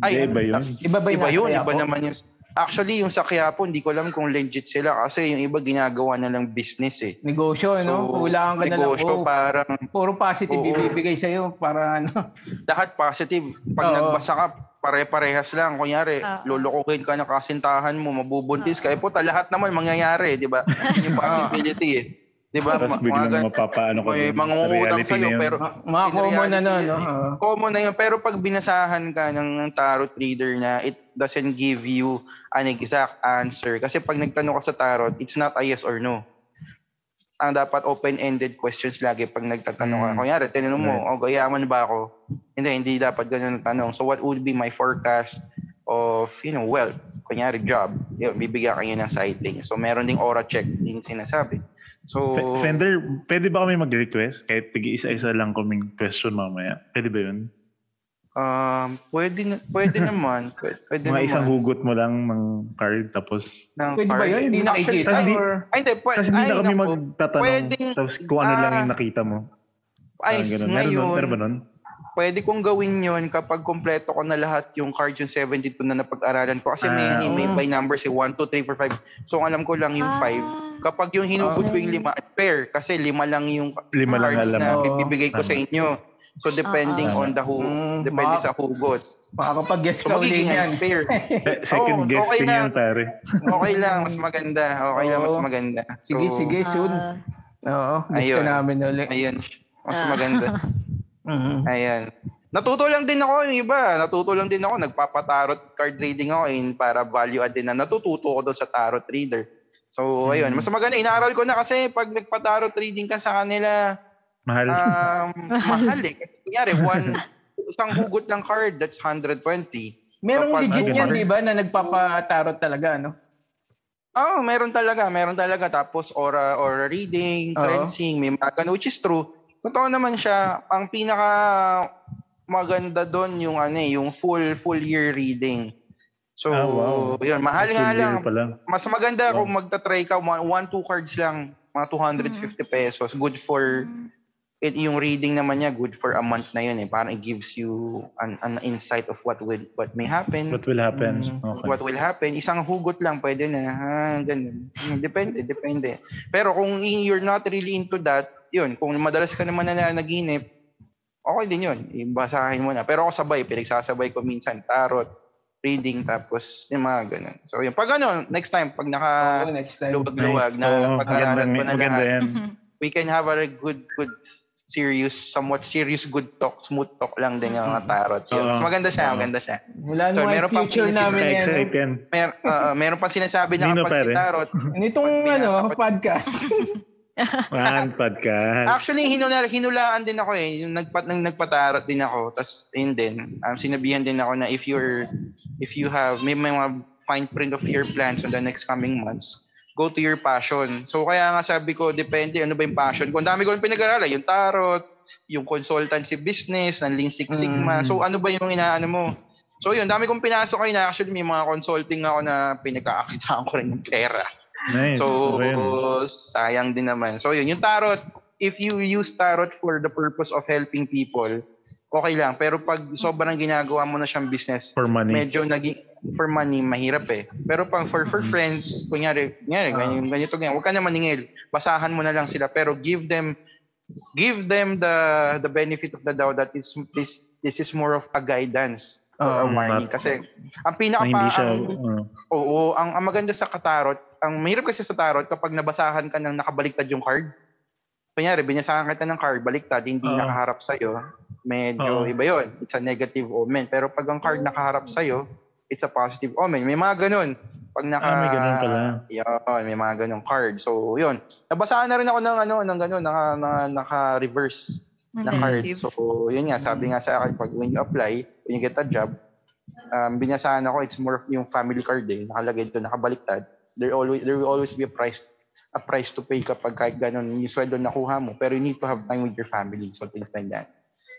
C: Hindi,
E: Ay, ano,
C: iba yun.
B: Iba ba yung
E: Iba
B: nasa
E: yun. Iba
B: Quiapo?
E: naman yung... Actually, yung sa Quiapo, hindi ko alam kung legit sila kasi yung iba ginagawa na lang business eh.
B: Negosyo, no?
E: So,
B: Kulangan ka na lang.
E: negosyo,
B: Oh,
E: parang
B: puro positive
E: Oo.
B: ibibigay sa'yo para ano.
E: lahat positive. Pag
B: Oo.
E: nagbasa ka, pare-parehas lang. Kunyari,
D: Oo.
E: lulukuhin ka ng kasintahan mo, mabubuntis ka. Eh puta, lahat naman mangyayari, di ba? Yun yung possibility eh. Di ba?
C: Tapos
E: Ma- mga
C: biglang
E: ganun.
C: mapapaano ko dun
E: May
C: sa
E: mangungutang
C: reality na
E: sa'yo,
C: yun.
E: pero
B: Ma- Mga
E: In
B: common na
E: reality,
B: no, no?
E: eh,
B: Oo.
E: common na yun. Pero pag binasahan ka ng tarot reader na, it doesn't give you an exact answer. Kasi pag nagtanong ka sa tarot, it's not a yes or no. Ang dapat open-ended questions lagi pag nagtatanong ka.
C: Mm.
E: Kunyari, tinanong mo, oh, gayaman ba ako? Hindi, hindi dapat ganun ang tanong. So what would be my forecast of, you know, wealth? Kunyari, job. Yun, bibigyan kayo ng sighting. So meron ding aura check din sinasabi. So,
C: Fe- Fender, pwede ba kami mag-request? Kahit tig-isa-isa lang kaming question mamaya. Pwede ba yun?
E: um, pwede, na- pwede naman. Pwede, pwede
C: Mga
E: naman.
C: isang hugot mo lang ng card tapos...
E: ng
B: Pwede ba
E: card.
B: yun? Hindi
E: Actually,
B: nakikita.
C: Tapos di-
B: or...
E: Ay, hindi. Pwede.
C: Tapos hindi
E: ay,
C: na kami
E: naku.
C: magtatanong.
E: Pwedeng-
C: tapos kung ano lang
E: ah,
C: yung nakita mo.
E: Ay,
C: Parang Ah, ganun. Meron
E: ngayon,
C: nun, meron ba nun?
E: pwede kong gawin yun kapag kompleto ko na lahat yung cards yung 72 na napag-aralan ko. Kasi may,
C: Ah,
E: ano, may
B: oo.
E: by numbers eh. 1, 2, 3, 4, 5. So, ang alam ko lang yung
D: Ah.
E: 5. Kapag yung hinubod ko yung lima at pair, kasi lima lang yung
C: Lima lang
E: cards
C: alam
E: na
C: mo.
B: Oo.
E: bibigay ko
C: Tama.
E: sa inyo. So, depending
C: Ah.
E: on the hugot.
B: Mm,
E: depende
B: baka-
E: sa hugot.
B: Makakapag-guess
E: So,
B: ka ulit
E: magiging
B: yan.
E: half pair.
C: Eh, second
E: Oo,
C: guess
E: okay
C: din
E: lang.
C: yan, pare.
E: Okay lang, mas maganda. Okay lang, mas
B: Oo.
E: maganda. So,
B: Sige, sige, soon.
D: Ah,
B: Oo, guess ka
E: Ayun.
B: namin ulit.
E: Ayun. Mas
D: Ah.
E: maganda.
B: Mhm.
E: Ayan. Natuto lang din ako yung iba. Natuto lang din ako. Nagpapatarot card reading ako in para value add din na natututo ko doon sa tarot reader. So, ayun. Mas maganda. Inaral ko na kasi pag nagpatarot reading ka sa kanila,
C: Mahal.
E: um, mahal eh. Kasi Kunyari, one, isang hugot ng card, that's 120.
B: Merong
E: Kapag-
B: legit yan, di
C: Ayun.
B: ba, na nagpapatarot talaga, no?
E: Oh, meron talaga, meron talaga. Tapos aura, aura reading,
B: Oo.
E: cleansing, may mga ganun, which is true. Totoo naman siya. Ang pinaka maganda doon yung ano eh, yung full full year reading. So,
C: Ah, wow.
E: yun, mahal nga
C: Full year
E: lang.
C: Pala.
E: Mas maganda
C: Wow.
E: kung magta-try ka one, one two cards lang, mga 250 pesos. Good
D: Mm-hmm.
E: for it, yung reading naman niya good for a month na yun eh. Parang it gives you an, an insight of what will what may happen
C: What will happen?
B: Mm.
C: Okay.
E: what will happen. Isang hugot lang pwede na. Ha, ganun. Hmm, Depende, depende. Pero kung i- you're not really into that, yun, kung madalas ka naman nananaginip, okay din yun. Ibasahin mo na. Pero ako sabay, pinagsasabay ko minsan, tarot, reading, tapos yung mga ganun. So yun, pag ano, next time, pag naka
B: Oo, next time.
E: luwag-luwag
C: Nice. Oo,
E: na napag-aralan
C: magandang-
E: ko na
C: maganda
E: lahat,
C: yan.
D: Mm-hmm.
E: we can have a good, good serious, somewhat serious good talk, smooth talk lang din yung mga tarot. Yun.
C: Oo.
E: Mas maganda siya,
C: Oo.
E: maganda siya.
B: Wala
E: So,
B: naman
E: meron
B: yung
E: pang
B: future
E: pinisimula.
B: namin yan.
C: Ka-excite yan.
E: Mer uh, meron pa sinasabi na
C: Nino
E: kapag si
C: Pere.
E: Tarot.
B: no? Nitong
E: Pag
B: ano,
E: binasa ko-
B: podcast.
C: Man, podcast.
E: Actually, hinula, hinulaan din ako eh. Yung nagpa, nang nagpatarot din ako. Tapos, yun din. Um, sinabihan din ako na if you're, if you have, may, may mga fine print of your plans on the next coming months, go to your passion. So, kaya nga sabi ko, depende, ano ba yung passion ko. Ang dami ko yung pinag-aralan. Yung tarot, yung consultancy business, ng Lean Six Sigma.
B: Mm.
E: So, ano ba yung inaano mo? So, yun, dami kong pinasok kayo na actually may mga consulting ako na pinagkakakitaan ko rin ng pera.
C: Nice.
E: So,
C: Okay.
E: sayang din naman. So, yun. Yung tarot, if you use tarot for the purpose of helping people, okay lang. Pero pag sobrang ginagawa mo na siyang business,
C: For money.
E: medyo naging for money, mahirap eh. Pero pang for, for friends, kunyari, kunyari,
B: Ah.
E: ganyan, ganito, ganyan. Huwag ka na maningil. Basahan mo na lang sila. Pero give them, give them the the benefit of the doubt that it's, this, this is more of a guidance or
B: Oo.
E: a whiny.
C: Not-
E: Kasi ang
C: na
E: pinaka
C: hindi siya,
E: ang,
C: uh,
E: oo, ang, ang maganda sa katarot, ang mahirap kasi sa tarot kapag nabasahan ka ng nakabaliktad yung card. Kunyari, binasahan kita ng card, baliktad, hindi
C: Oo.
E: nakaharap sa'yo,
C: Oo.
E: medyo iba yon It's a negative omen. Pero pag ang card nakaharap sa'yo, it's a positive omen. May mga ganun. Pag naka,
C: ah, may ganun pala.
E: Yun, may mga ganong card. So, yun. Nabasaan na rin ako ng ano, ng ganun, naka, naka, naka-reverse na card.
D: Negative.
E: So, yun nga, sabi nga sa akin, pag when you apply, when you get a job, um, binasaan ako, it's more of yung family card eh, nakalagay doon, nakabaliktad. There always there will always be a price a price to pay kapag kahit ganun yung sweldo na nakuha mo pero you need to have time with your family so things like that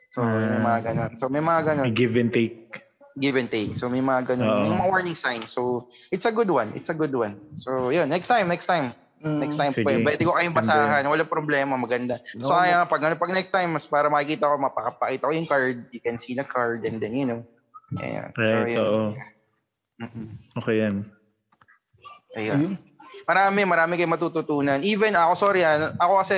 E: so may mga ganun so may mga ganun
C: May give and take.
E: give and take. So may mga ganun,
C: Oo.
E: may mga warning signs. So it's a good one. It's a good one. So yun, next time, next time.
B: Mm.
E: Next time
C: Sige.
E: po. Pwede ko kayong basahan. Walang problema. Maganda.
B: No,
E: So kaya nga, pag, ano, pag next time, mas para makikita ko, mapakapakita ko yung card. You can see the card and then, you know. Ayan. So
C: Right,
E: yun.
C: oo.
E: Mm-mm.
C: Okay yan.
E: Ayan. Marami, marami kayong matututunan. Even ako, sorry ah, ako kasi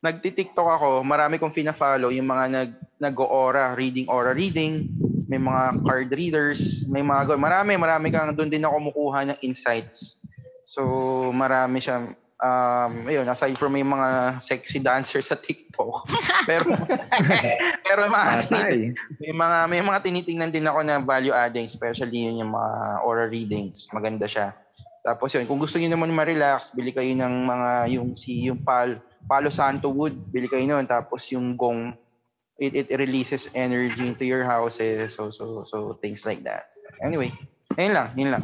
E: nagti-TikTok ako, marami kong fina-follow yung mga nag nag-aura, reading aura reading, may mga card readers, may mga gan- marami, marami kang doon din ako kumukuha ng insights. So, marami siya um ayun aside from may mga sexy dancer sa TikTok pero pero mga
C: Patay.
E: may mga may mga tinitingnan din ako na value adding especially yun yung mga aura readings maganda siya tapos yun kung gusto niyo naman ma-relax bili kayo ng mga yung si yung pal Palo Santo wood bili kayo noon tapos yung gong it it releases energy into your houses so so so things like that anyway ayun lang yun lang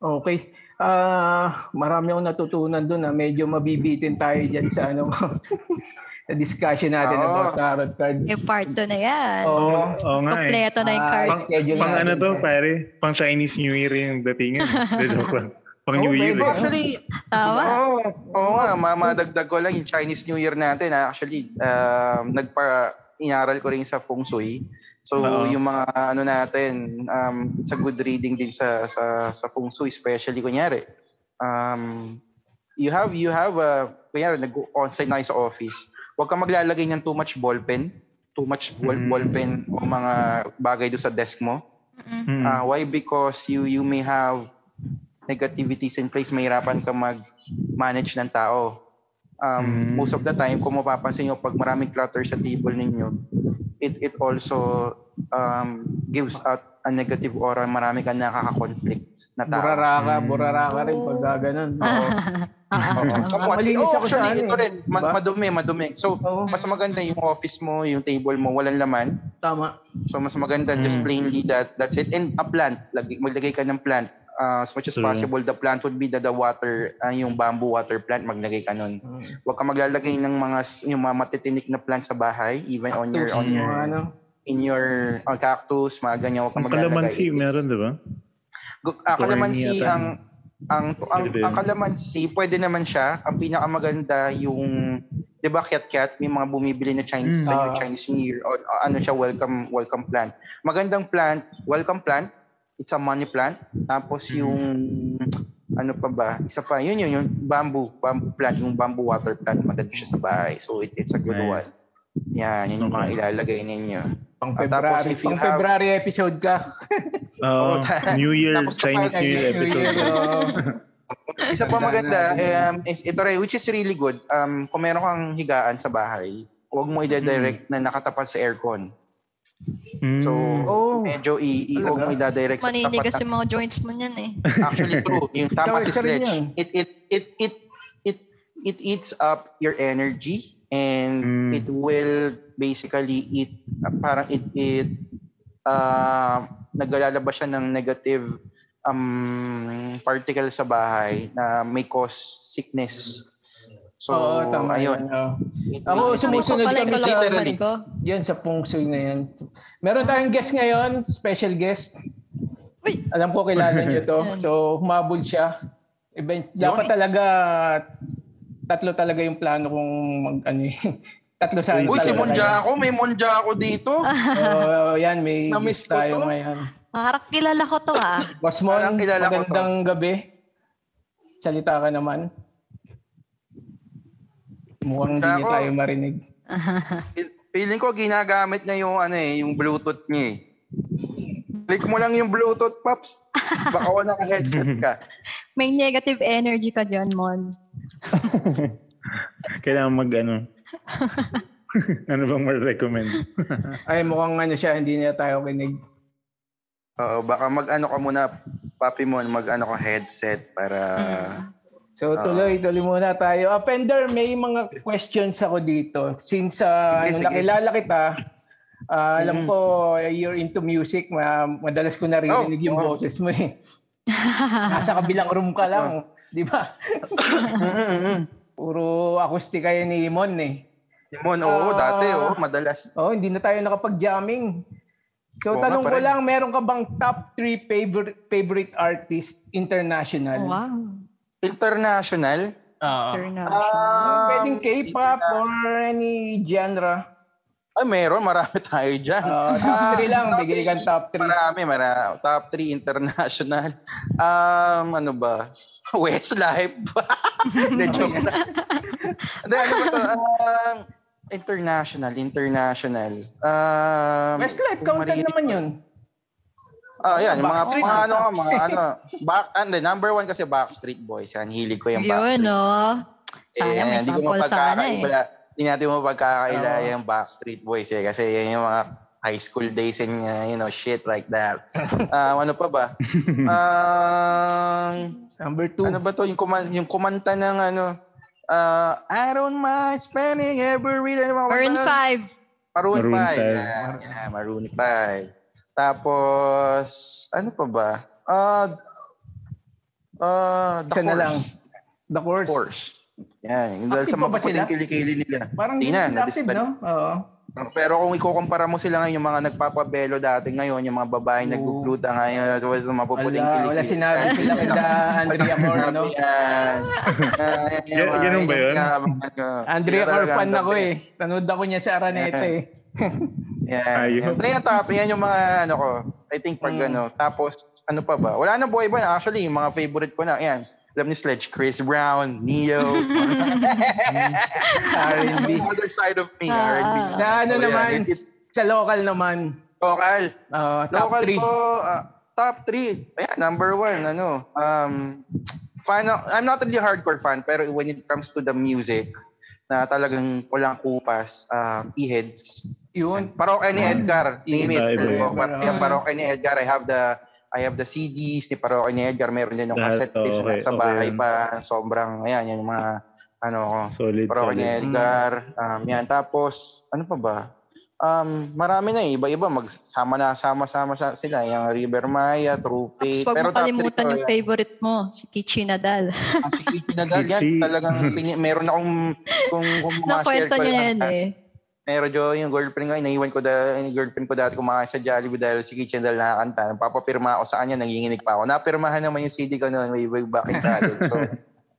B: Okay. Ah, marami akong natutunan doon na medyo mabibitin tayo diyan sa ano sa discussion natin
E: Oo.
B: about tarot cards.
D: Yung part 2 na yan.
B: Oo.
C: Oo nga eh.
D: Kompleto na yung
B: Ah,
D: cards.
C: Pang,
B: Schedule
C: pang
B: natin
C: ano to,
B: yan.
C: pare? Pang Chinese New Year yung datingan. Hindi, joke lang. Pang
B: Oh,
C: New Year.
B: pwede.
C: eh.
E: actually
D: Tama.
E: Oo, oo nga, ma- madagdag ko lang yung Chinese New Year natin. ah. Actually, um, nagpa inaral ko rin sa feng shui. So
C: Oo.
E: yung mga ano natin, um, it's a good reading din sa sa sa feng shui especially kunyari. Um, you have you have a kunyari nag-onsite na kayo sa office. Huwag kang maglalagay ng too much ballpen, too much ball,
C: Mm.
E: ballpen o mga bagay do sa desk mo.
C: Mm.
D: Mm-mm.
E: Ah, why? Because you you may have negativities in place, mahirapan ka mag-manage ng tao.
C: Mm.
E: Um, Most of the time, kung mapapansin nyo, pag maraming clutter sa table ninyo, it it also um, gives out a negative aura, marami kang nakaka-conflict na tao.
B: Burara ka,
C: Mm.
B: burara ka rin pag ganun. Oo.
D: Ah,
E: Oo. Somewhat.
B: Malinis
E: Oh,
B: ako sa ano
E: actually, ito
B: eh.
E: rin, ma-
B: Diba?
E: madumi, madumi. So,
B: Oo,
E: mas maganda yung office mo, yung table mo, walang laman.
B: tama.
E: So mas maganda
C: Mm.
E: just plainly that that's it and a plant lagi maglagay ka ng plant Uh, as much as
C: True.
E: possible the plant would be the, the water ah, yung bamboo water plant maglagay ka nun. Huwag ka maglalagay ng mga s- yung mga matitinik na plant sa bahay even on your on
B: Tapos yung
E: your
B: ano,
E: in your ah, cactus mga ganyan huwag ka
C: Ang
E: maglalagay.
C: kalamansi,
E: It's-
C: meron, di ba?
E: Gu- ah,
C: Corny
E: kalamansi
C: yata
E: ang ang ang,
C: Pwede ba yun?
E: ang kalamansi pwede naman siya ang pinakamaganda yung 'di ba kiat-kiat may mga bumibili na
C: Mm.
E: Chinese sa
B: Ah.
E: New Chinese New Year o, o ano siya welcome welcome plant. Magandang plant, welcome plant, it's a money plant. Tapos
C: Mm.
E: yung ano pa ba? Isa pa, yun yun, yung bamboo, bamboo plant, yung bamboo water plant, maganda siya sa bahay. So it, it's a good
C: Nice.
E: one. Yan, yun yung mga
C: Okay.
E: ilalagay ninyo.
B: pang
E: Ah, tapos
B: February,
E: if you
B: pang
E: have-
B: February episode ka.
C: Oo.
E: Oo, ta-
C: New Year,
E: Tapos
C: Chinese New Year episode.
B: Oo.
E: Isa pa
B: Tandaan
E: maganda,
B: natin
E: um, is, ito rin, which is really good, um, kung meron kang higaan sa bahay, huwag mo i-direct na nakatapat sa aircon.
C: Mm.
E: So,
B: Oo.
E: medyo i- i- huwag mo i-direct sa tapat
D: Maninigas
E: ng-
D: yung mga joints mo niyan eh.
E: Actually, true. Yung tama
B: Correct
E: si
B: ka rin
E: Sledge.
B: yan.
E: It, it, it, it, it, it eats up your energy
C: Mm.
E: and it will basically eat, uh, parang it, it, uh, naglalabas siya ng negative um, particle sa bahay na may cause sickness. So,
B: Oo, tama
E: ayun.
B: yun. Oo.
E: It-
B: Ako,
D: Sabi ko
E: it-
B: sumusunod
D: pala yung
B: kami sa-
D: kalakaman ko.
B: Yan sa feng shui na yan. Meron tayong guest ngayon, special guest.
D: Uy!
B: Alam ko kilala niyo to.
D: Yan.
B: So, humabol siya. Even, dapat
E: Yun.
B: talaga tatlo talaga yung plano kong mag ano eh. tatlo sana
E: Uy, si
B: talaga
E: Monja ako. May Monja ako dito.
B: yun. Oo, yan may
E: Na-miss
B: guest
E: ko
B: tayo
E: to.
B: ngayon.
D: Parang kilala ko to ah.
B: Boss Mon,
E: Parang kilala ko to.
B: magandang gabi. Salita ka naman. Mukhang hindi
E: Monja
B: niya
E: ako.
B: tayo marinig.
E: Feeling ko ginagamit niya yung ano eh, yung Bluetooth niya eh. Click mo lang yung Bluetooth, Pops. Baka wala ka headset ka.
D: May negative energy ka dyan, Mon.
C: Kailangan mag ano. ano bang ma-recommend?
B: Ay, mukhang ano siya, hindi na tayo kinig.
E: Oo, baka mag-ano ka muna, Papi Mon, mag-ano ka headset para...
B: So
E: Ah.
B: tuloy, tuloy muna tayo. Ah, Pender, may mga questions ako dito. Since ah,
E: Sige,
B: nung
E: sige.
B: nakilala kita, ah, alam
E: Mhm.
B: ko you're into music. Ma- madalas ko naririnig
E: Oh,
B: yung
E: oo.
B: boses mo eh. Nasa kabilang room ka lang,
E: Ah.
B: di ba?
E: Mm-mm-mm.
B: Puro acoustic kayo ni Imon eh.
E: Mon, oo,
B: Ah.
E: dati, oo, madalas.
B: Oh, hindi na tayo nakapag-jamming. So
E: Oo nga,
B: tanong ko
E: pare.
B: lang, meron ka bang top 3 favorite favorite artist international?
D: Wow.
E: International?
B: Oo.
D: Turn up.
E: Ah,
B: Pwedeng K-pop or any genre.
E: Ay, meron. Marami tayo dyan.
B: Ah, top
E: Ah,
B: 3 lang,
E: top
B: bigay kang
E: three.
B: top 3.
E: Marami, marami. Top 3 international. Um, ano ba? Westlife. Hindi, joke lang. Hindi, ano ba to? Um, international, international. Um,
B: Westlife,
E: kung
B: counted
E: marinig-
B: naman yun.
E: Ah, yan. Yung mga,
B: Backstreet
E: mga ano,
B: Boys.
E: mga ano. Back, and then, number one kasi Backstreet Boys. Yan, hilig ko yung
D: Yun,
E: Backstreet.
D: no? Sayang, may
E: Ayan, hindi ko
D: sample sana eh.
E: mapagkakaila. Hindi natin mapagkakaila
B: Oo.
E: yung Backstreet Boys eh. Kasi yan yung mga high school days and uh, you know, shit like that. Ah, ano pa ba? Ah,
B: Number 2.
E: ano ba to? Yung, kuman, yung kumanta ng ano, ah, I don't mind spending every day. Ano ba
D: Burn
E: yun?
D: 5.
E: Maroon
C: Maroon
E: 5.
C: five.
E: Yan, yan, Maroon 5. Tapos, ano pa ba? Ah, ah, The
B: Isa na
E: Horse.
B: lang. The Course.
E: Horse. Yan.
B: Active
E: Dahil sa
B: pa ba
E: mga puting
B: sila?
E: kilikili nila.
B: Parang
E: Di
B: hindi
E: na,
B: sila active,
E: na-disband.
B: no? Oo.
E: Pero kung ikukumpara mo sila ngayon, yung mga nagpapabelo dati ngayon, yung mga babae
B: Oo.
E: nagugluta ngayon, at wala mga puputing
B: Wala, wala sinabi sila kanda Andrea Cor, no?
C: Yan- ganun ba yun?
E: ano.
B: Andrea Cor fan ako eh. Tanood ako niya sa Araneta eh.
E: Yan.
C: Ayun.
E: Yan. Pero yan, top, yan yung mga ano ko. I think pag
B: Mm.
E: ano. Tapos, ano pa ba? Wala na boy band. Actually, yung mga favorite ko na. Yan. Alam ni Sledge, Chris Brown, Neo.
B: R&B.
E: Other side of me,
D: Ah,
E: R&B.
D: ah.
B: Sa ano
E: So, yan,
B: naman,
E: Oh, it is
B: sa local naman,
E: Local.
B: ah, top
E: Local
B: 3.
E: ko, ah, top 3. Ayan, number 1, ano. Um, fan of- I'm not really a hardcore fan, pero when it comes to the music, na talagang walang kupas, um, e-heads.
B: Yun.
E: Parokya ni Edgar, name it.
C: Hmm. Iba, iba
E: Ano
C: yun.
E: po, par-
B: Parokya.
E: yung parokya ni Edgar, I have the I have the CDs ni Parokya ni Edgar. Meron din yung
C: Lahat,
E: cassette tapes
C: oh, okay,
E: na sa
C: okay
E: bahay
C: yun.
E: pa. Sobrang, ayan, yung mga, ano ko,
C: Solid, Mm.
E: Parokya ni
C: solid.
E: Edgar. Um, yan, tapos, ano pa ba? Um, marami na eh, iba-iba. Magsama na, sama-sama sa sila. Yung River Maya, True
D: Tapos
E: Fate.
D: huwag mo
E: top three
D: kalimutan
E: ko,
D: yung
E: ayan.
D: favorite mo, si Kichi Nadal.
E: Ah, si Kitty Nadal, yan.
C: Kitty.
E: Talagang, pini- meron akong, kung, kung
D: Nakwento
E: ko
D: niya yan
E: lang, ah,
D: eh.
E: pero Joe, yung girlfriend ko, iniwan ko dahil, yung girlfriend ko dati kumakain sa Jollibee dahil si Kitchen dahil nakakanta. Papapirma ako sa kanya, nanginginig pa ako. Napirmahan naman yung CD ko noon, way way back in college. So,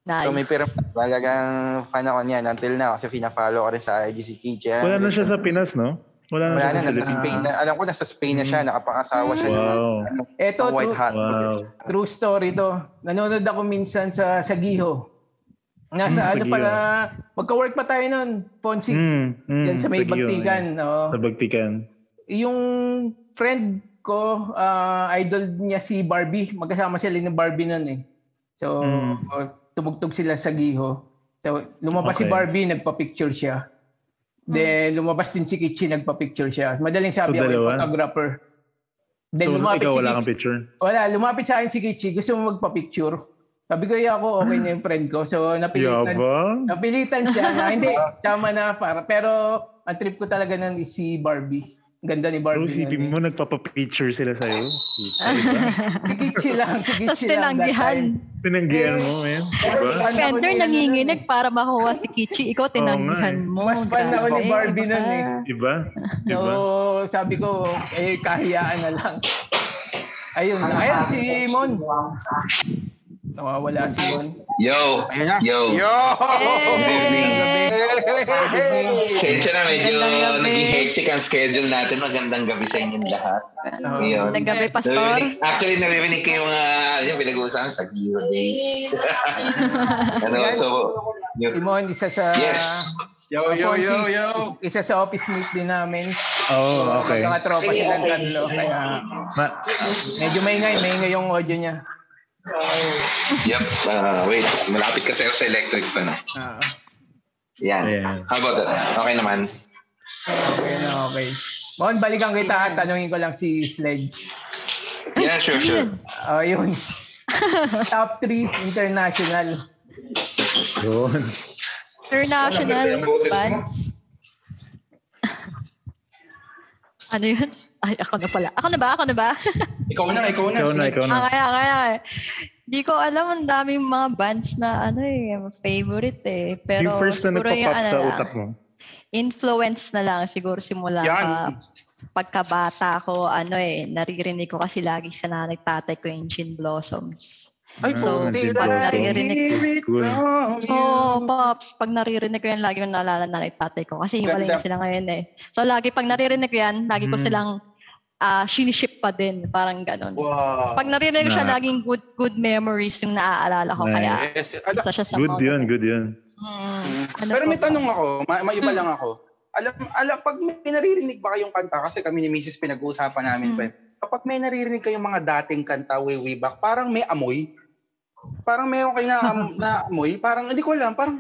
D: Nice.
E: so may pirma. Talagang fan ako niyan until now kasi fina-follow ko rin sa IG si Kitchen.
C: Wala na siya sa Pinas, no? Wala na siya
E: Wala na,
C: sa
E: Hmm. nasa
C: Philippines.
E: Spain na. Alam ko nasa Spain na siya, nakapangasawa siya ng
C: Wow.
B: Eto,
E: ng white
B: true,
E: hat.
C: Wow.
B: true story to. Nanonood ako minsan sa sa Giho. Nasa
C: Mm,
E: Hmm,
C: sa
B: ano
C: Giho.
B: pala, magka-work pa tayo nun, Ponsi.
C: Mm, mm,
B: Yan sa may
C: Baguio,
B: Bagtigan. oo.
C: yan. Sa Bagtikan.
B: Yung friend ko, ah, idol niya si Barbie. Magkasama sila ni Barbie nun eh. So,
C: Mm.
B: oh, tumugtog sila sa Giho. So, lumabas si
C: Okay. Hmm.
B: Barbie, nagpa-picture siya. Then, lumabas din si Kichi, nagpa-picture siya. Madaling sabi
C: So,
B: ako, yung
C: dalawa?
B: photographer. Then,
C: So,
B: lumapit
C: ikaw
B: si
C: wala
B: Kichi.
C: kang picture.
B: Wala, lumapit sa akin si Kichi. Gusto mo magpa-picture? Sabi ko, "Yeah, ako, okay na yung friend ko. So, napilitan,
C: Yabang.
B: napilitan siya na, hindi, tama na, para. Pero, ang trip ko talaga nun is si Barbie. Ang Ganda ni
C: Bro,
H: Oh,
B: Barbie.
C: isipin
B: nun
C: mo, nagpapapicture sila sa'yo.
B: eh. Si Kichi lang, si Kichi lang.
D: Tapos
B: that
D: tinanggihan.
B: time.
C: Pinanggihan mo, man. Diba?
B: Fan ako
D: Fender
B: ni- ano?
D: nanginginig para makuha si Kichi. Ikaw tinanggihan mo.
B: eh. Mas fan ako ni
D: Grabe,
B: Barbie
D: iba
B: nun
D: ka.
B: eh.
C: Diba?
B: So,
C: Diba?
B: sabi ko, eh, kahiyaan na lang. Ayun, ayun si Mon. Nawawala si Bon.
H: Yo!
E: Ayun na.
H: Yo!
E: Yo! Oh,
D: Hey!
E: Hey!
H: Sensya na, medyo
D: Magandang gabi.
H: naging hectic ang schedule natin. Magandang gabi sa inyong lahat. Ayun.
D: Magandang gabi, Pastor.
H: Naririnig- Actually, naririnig ko yung mga, yung pinag-uusapan sa Giro Days. ano, so,
B: Si
H: yun.
B: Mon, isa sa...
H: yes!
E: Yo, yo, yo, yo!
B: Isa sa office mate din namin.
C: Oh, okay.
B: Magkakatropa silang tatlo. Kaya
C: Ma-
B: medyo maingay, maingay yung audio niya.
H: Yep. Uh, wait, malapit kasi ako sa electric pa na.
B: Ah,
H: Yan.
C: Ayan.
H: How about that? Okay naman.
B: okay na, okay. Mon, balikan kita. Tanungin ko lang si Sledge.
H: Yeah, sure, sure.
B: Oh, yun. Top 3 international.
C: Yun.
D: International
H: Walang boses mo.
D: bands. ano yun? Ay, ako na pala. Ako na ba? Ako na ba?
E: Ikaw na, ikaw na.
C: Ikaw na, ikaw
D: Ah,
C: na.
D: kaya, kaya. Di ko alam, ang daming mga bands na ano eh, favorite eh. Pero
C: Yung first na
D: siguro yung
C: nagpa-pop
D: ano
C: sa
D: lang,
C: utak mo.
D: influence na lang siguro simula
E: Yan.
D: pa pagkabata ko, ano eh, naririnig ko kasi lagi sa nanay tatay ko yung Gin Blossoms.
E: Ay,
D: So,
E: puti
C: pag
E: na.
D: naririnig ko.
E: Hear it
C: Cool.
E: from you.
D: Oo, Pops. Pag naririnig ko yan, lagi ko naalala na like tatay ko. Kasi hiwalay na
E: Ganda.
D: sila ngayon eh. So, lagi pag naririnig ko yan, lagi ko
C: Mm.
D: silang ah siniship pa din. Parang ganun.
E: Wow.
D: Pag naririnig ko siya,
C: Nice.
D: laging good good memories yung naaalala ko.
C: Nice.
D: Kaya,
E: Yes. Ala-
D: isa siya sa
C: Good
D: mga-
C: yun, Hmm. good yun.
D: Mm. Ano
E: Pero may
D: pa ba? Mm.
E: tanong ako, may, may iba lang ako. Alam, alam, pag may naririnig ba kayong kanta, kasi kami ni Mrs. pinag-uusapan namin
D: Mm.
E: pa, eh. kapag may naririnig kayong mga dating kanta way, way back, parang may amoy. Parang meron kayo na, na amoy. Parang, hindi ko alam, parang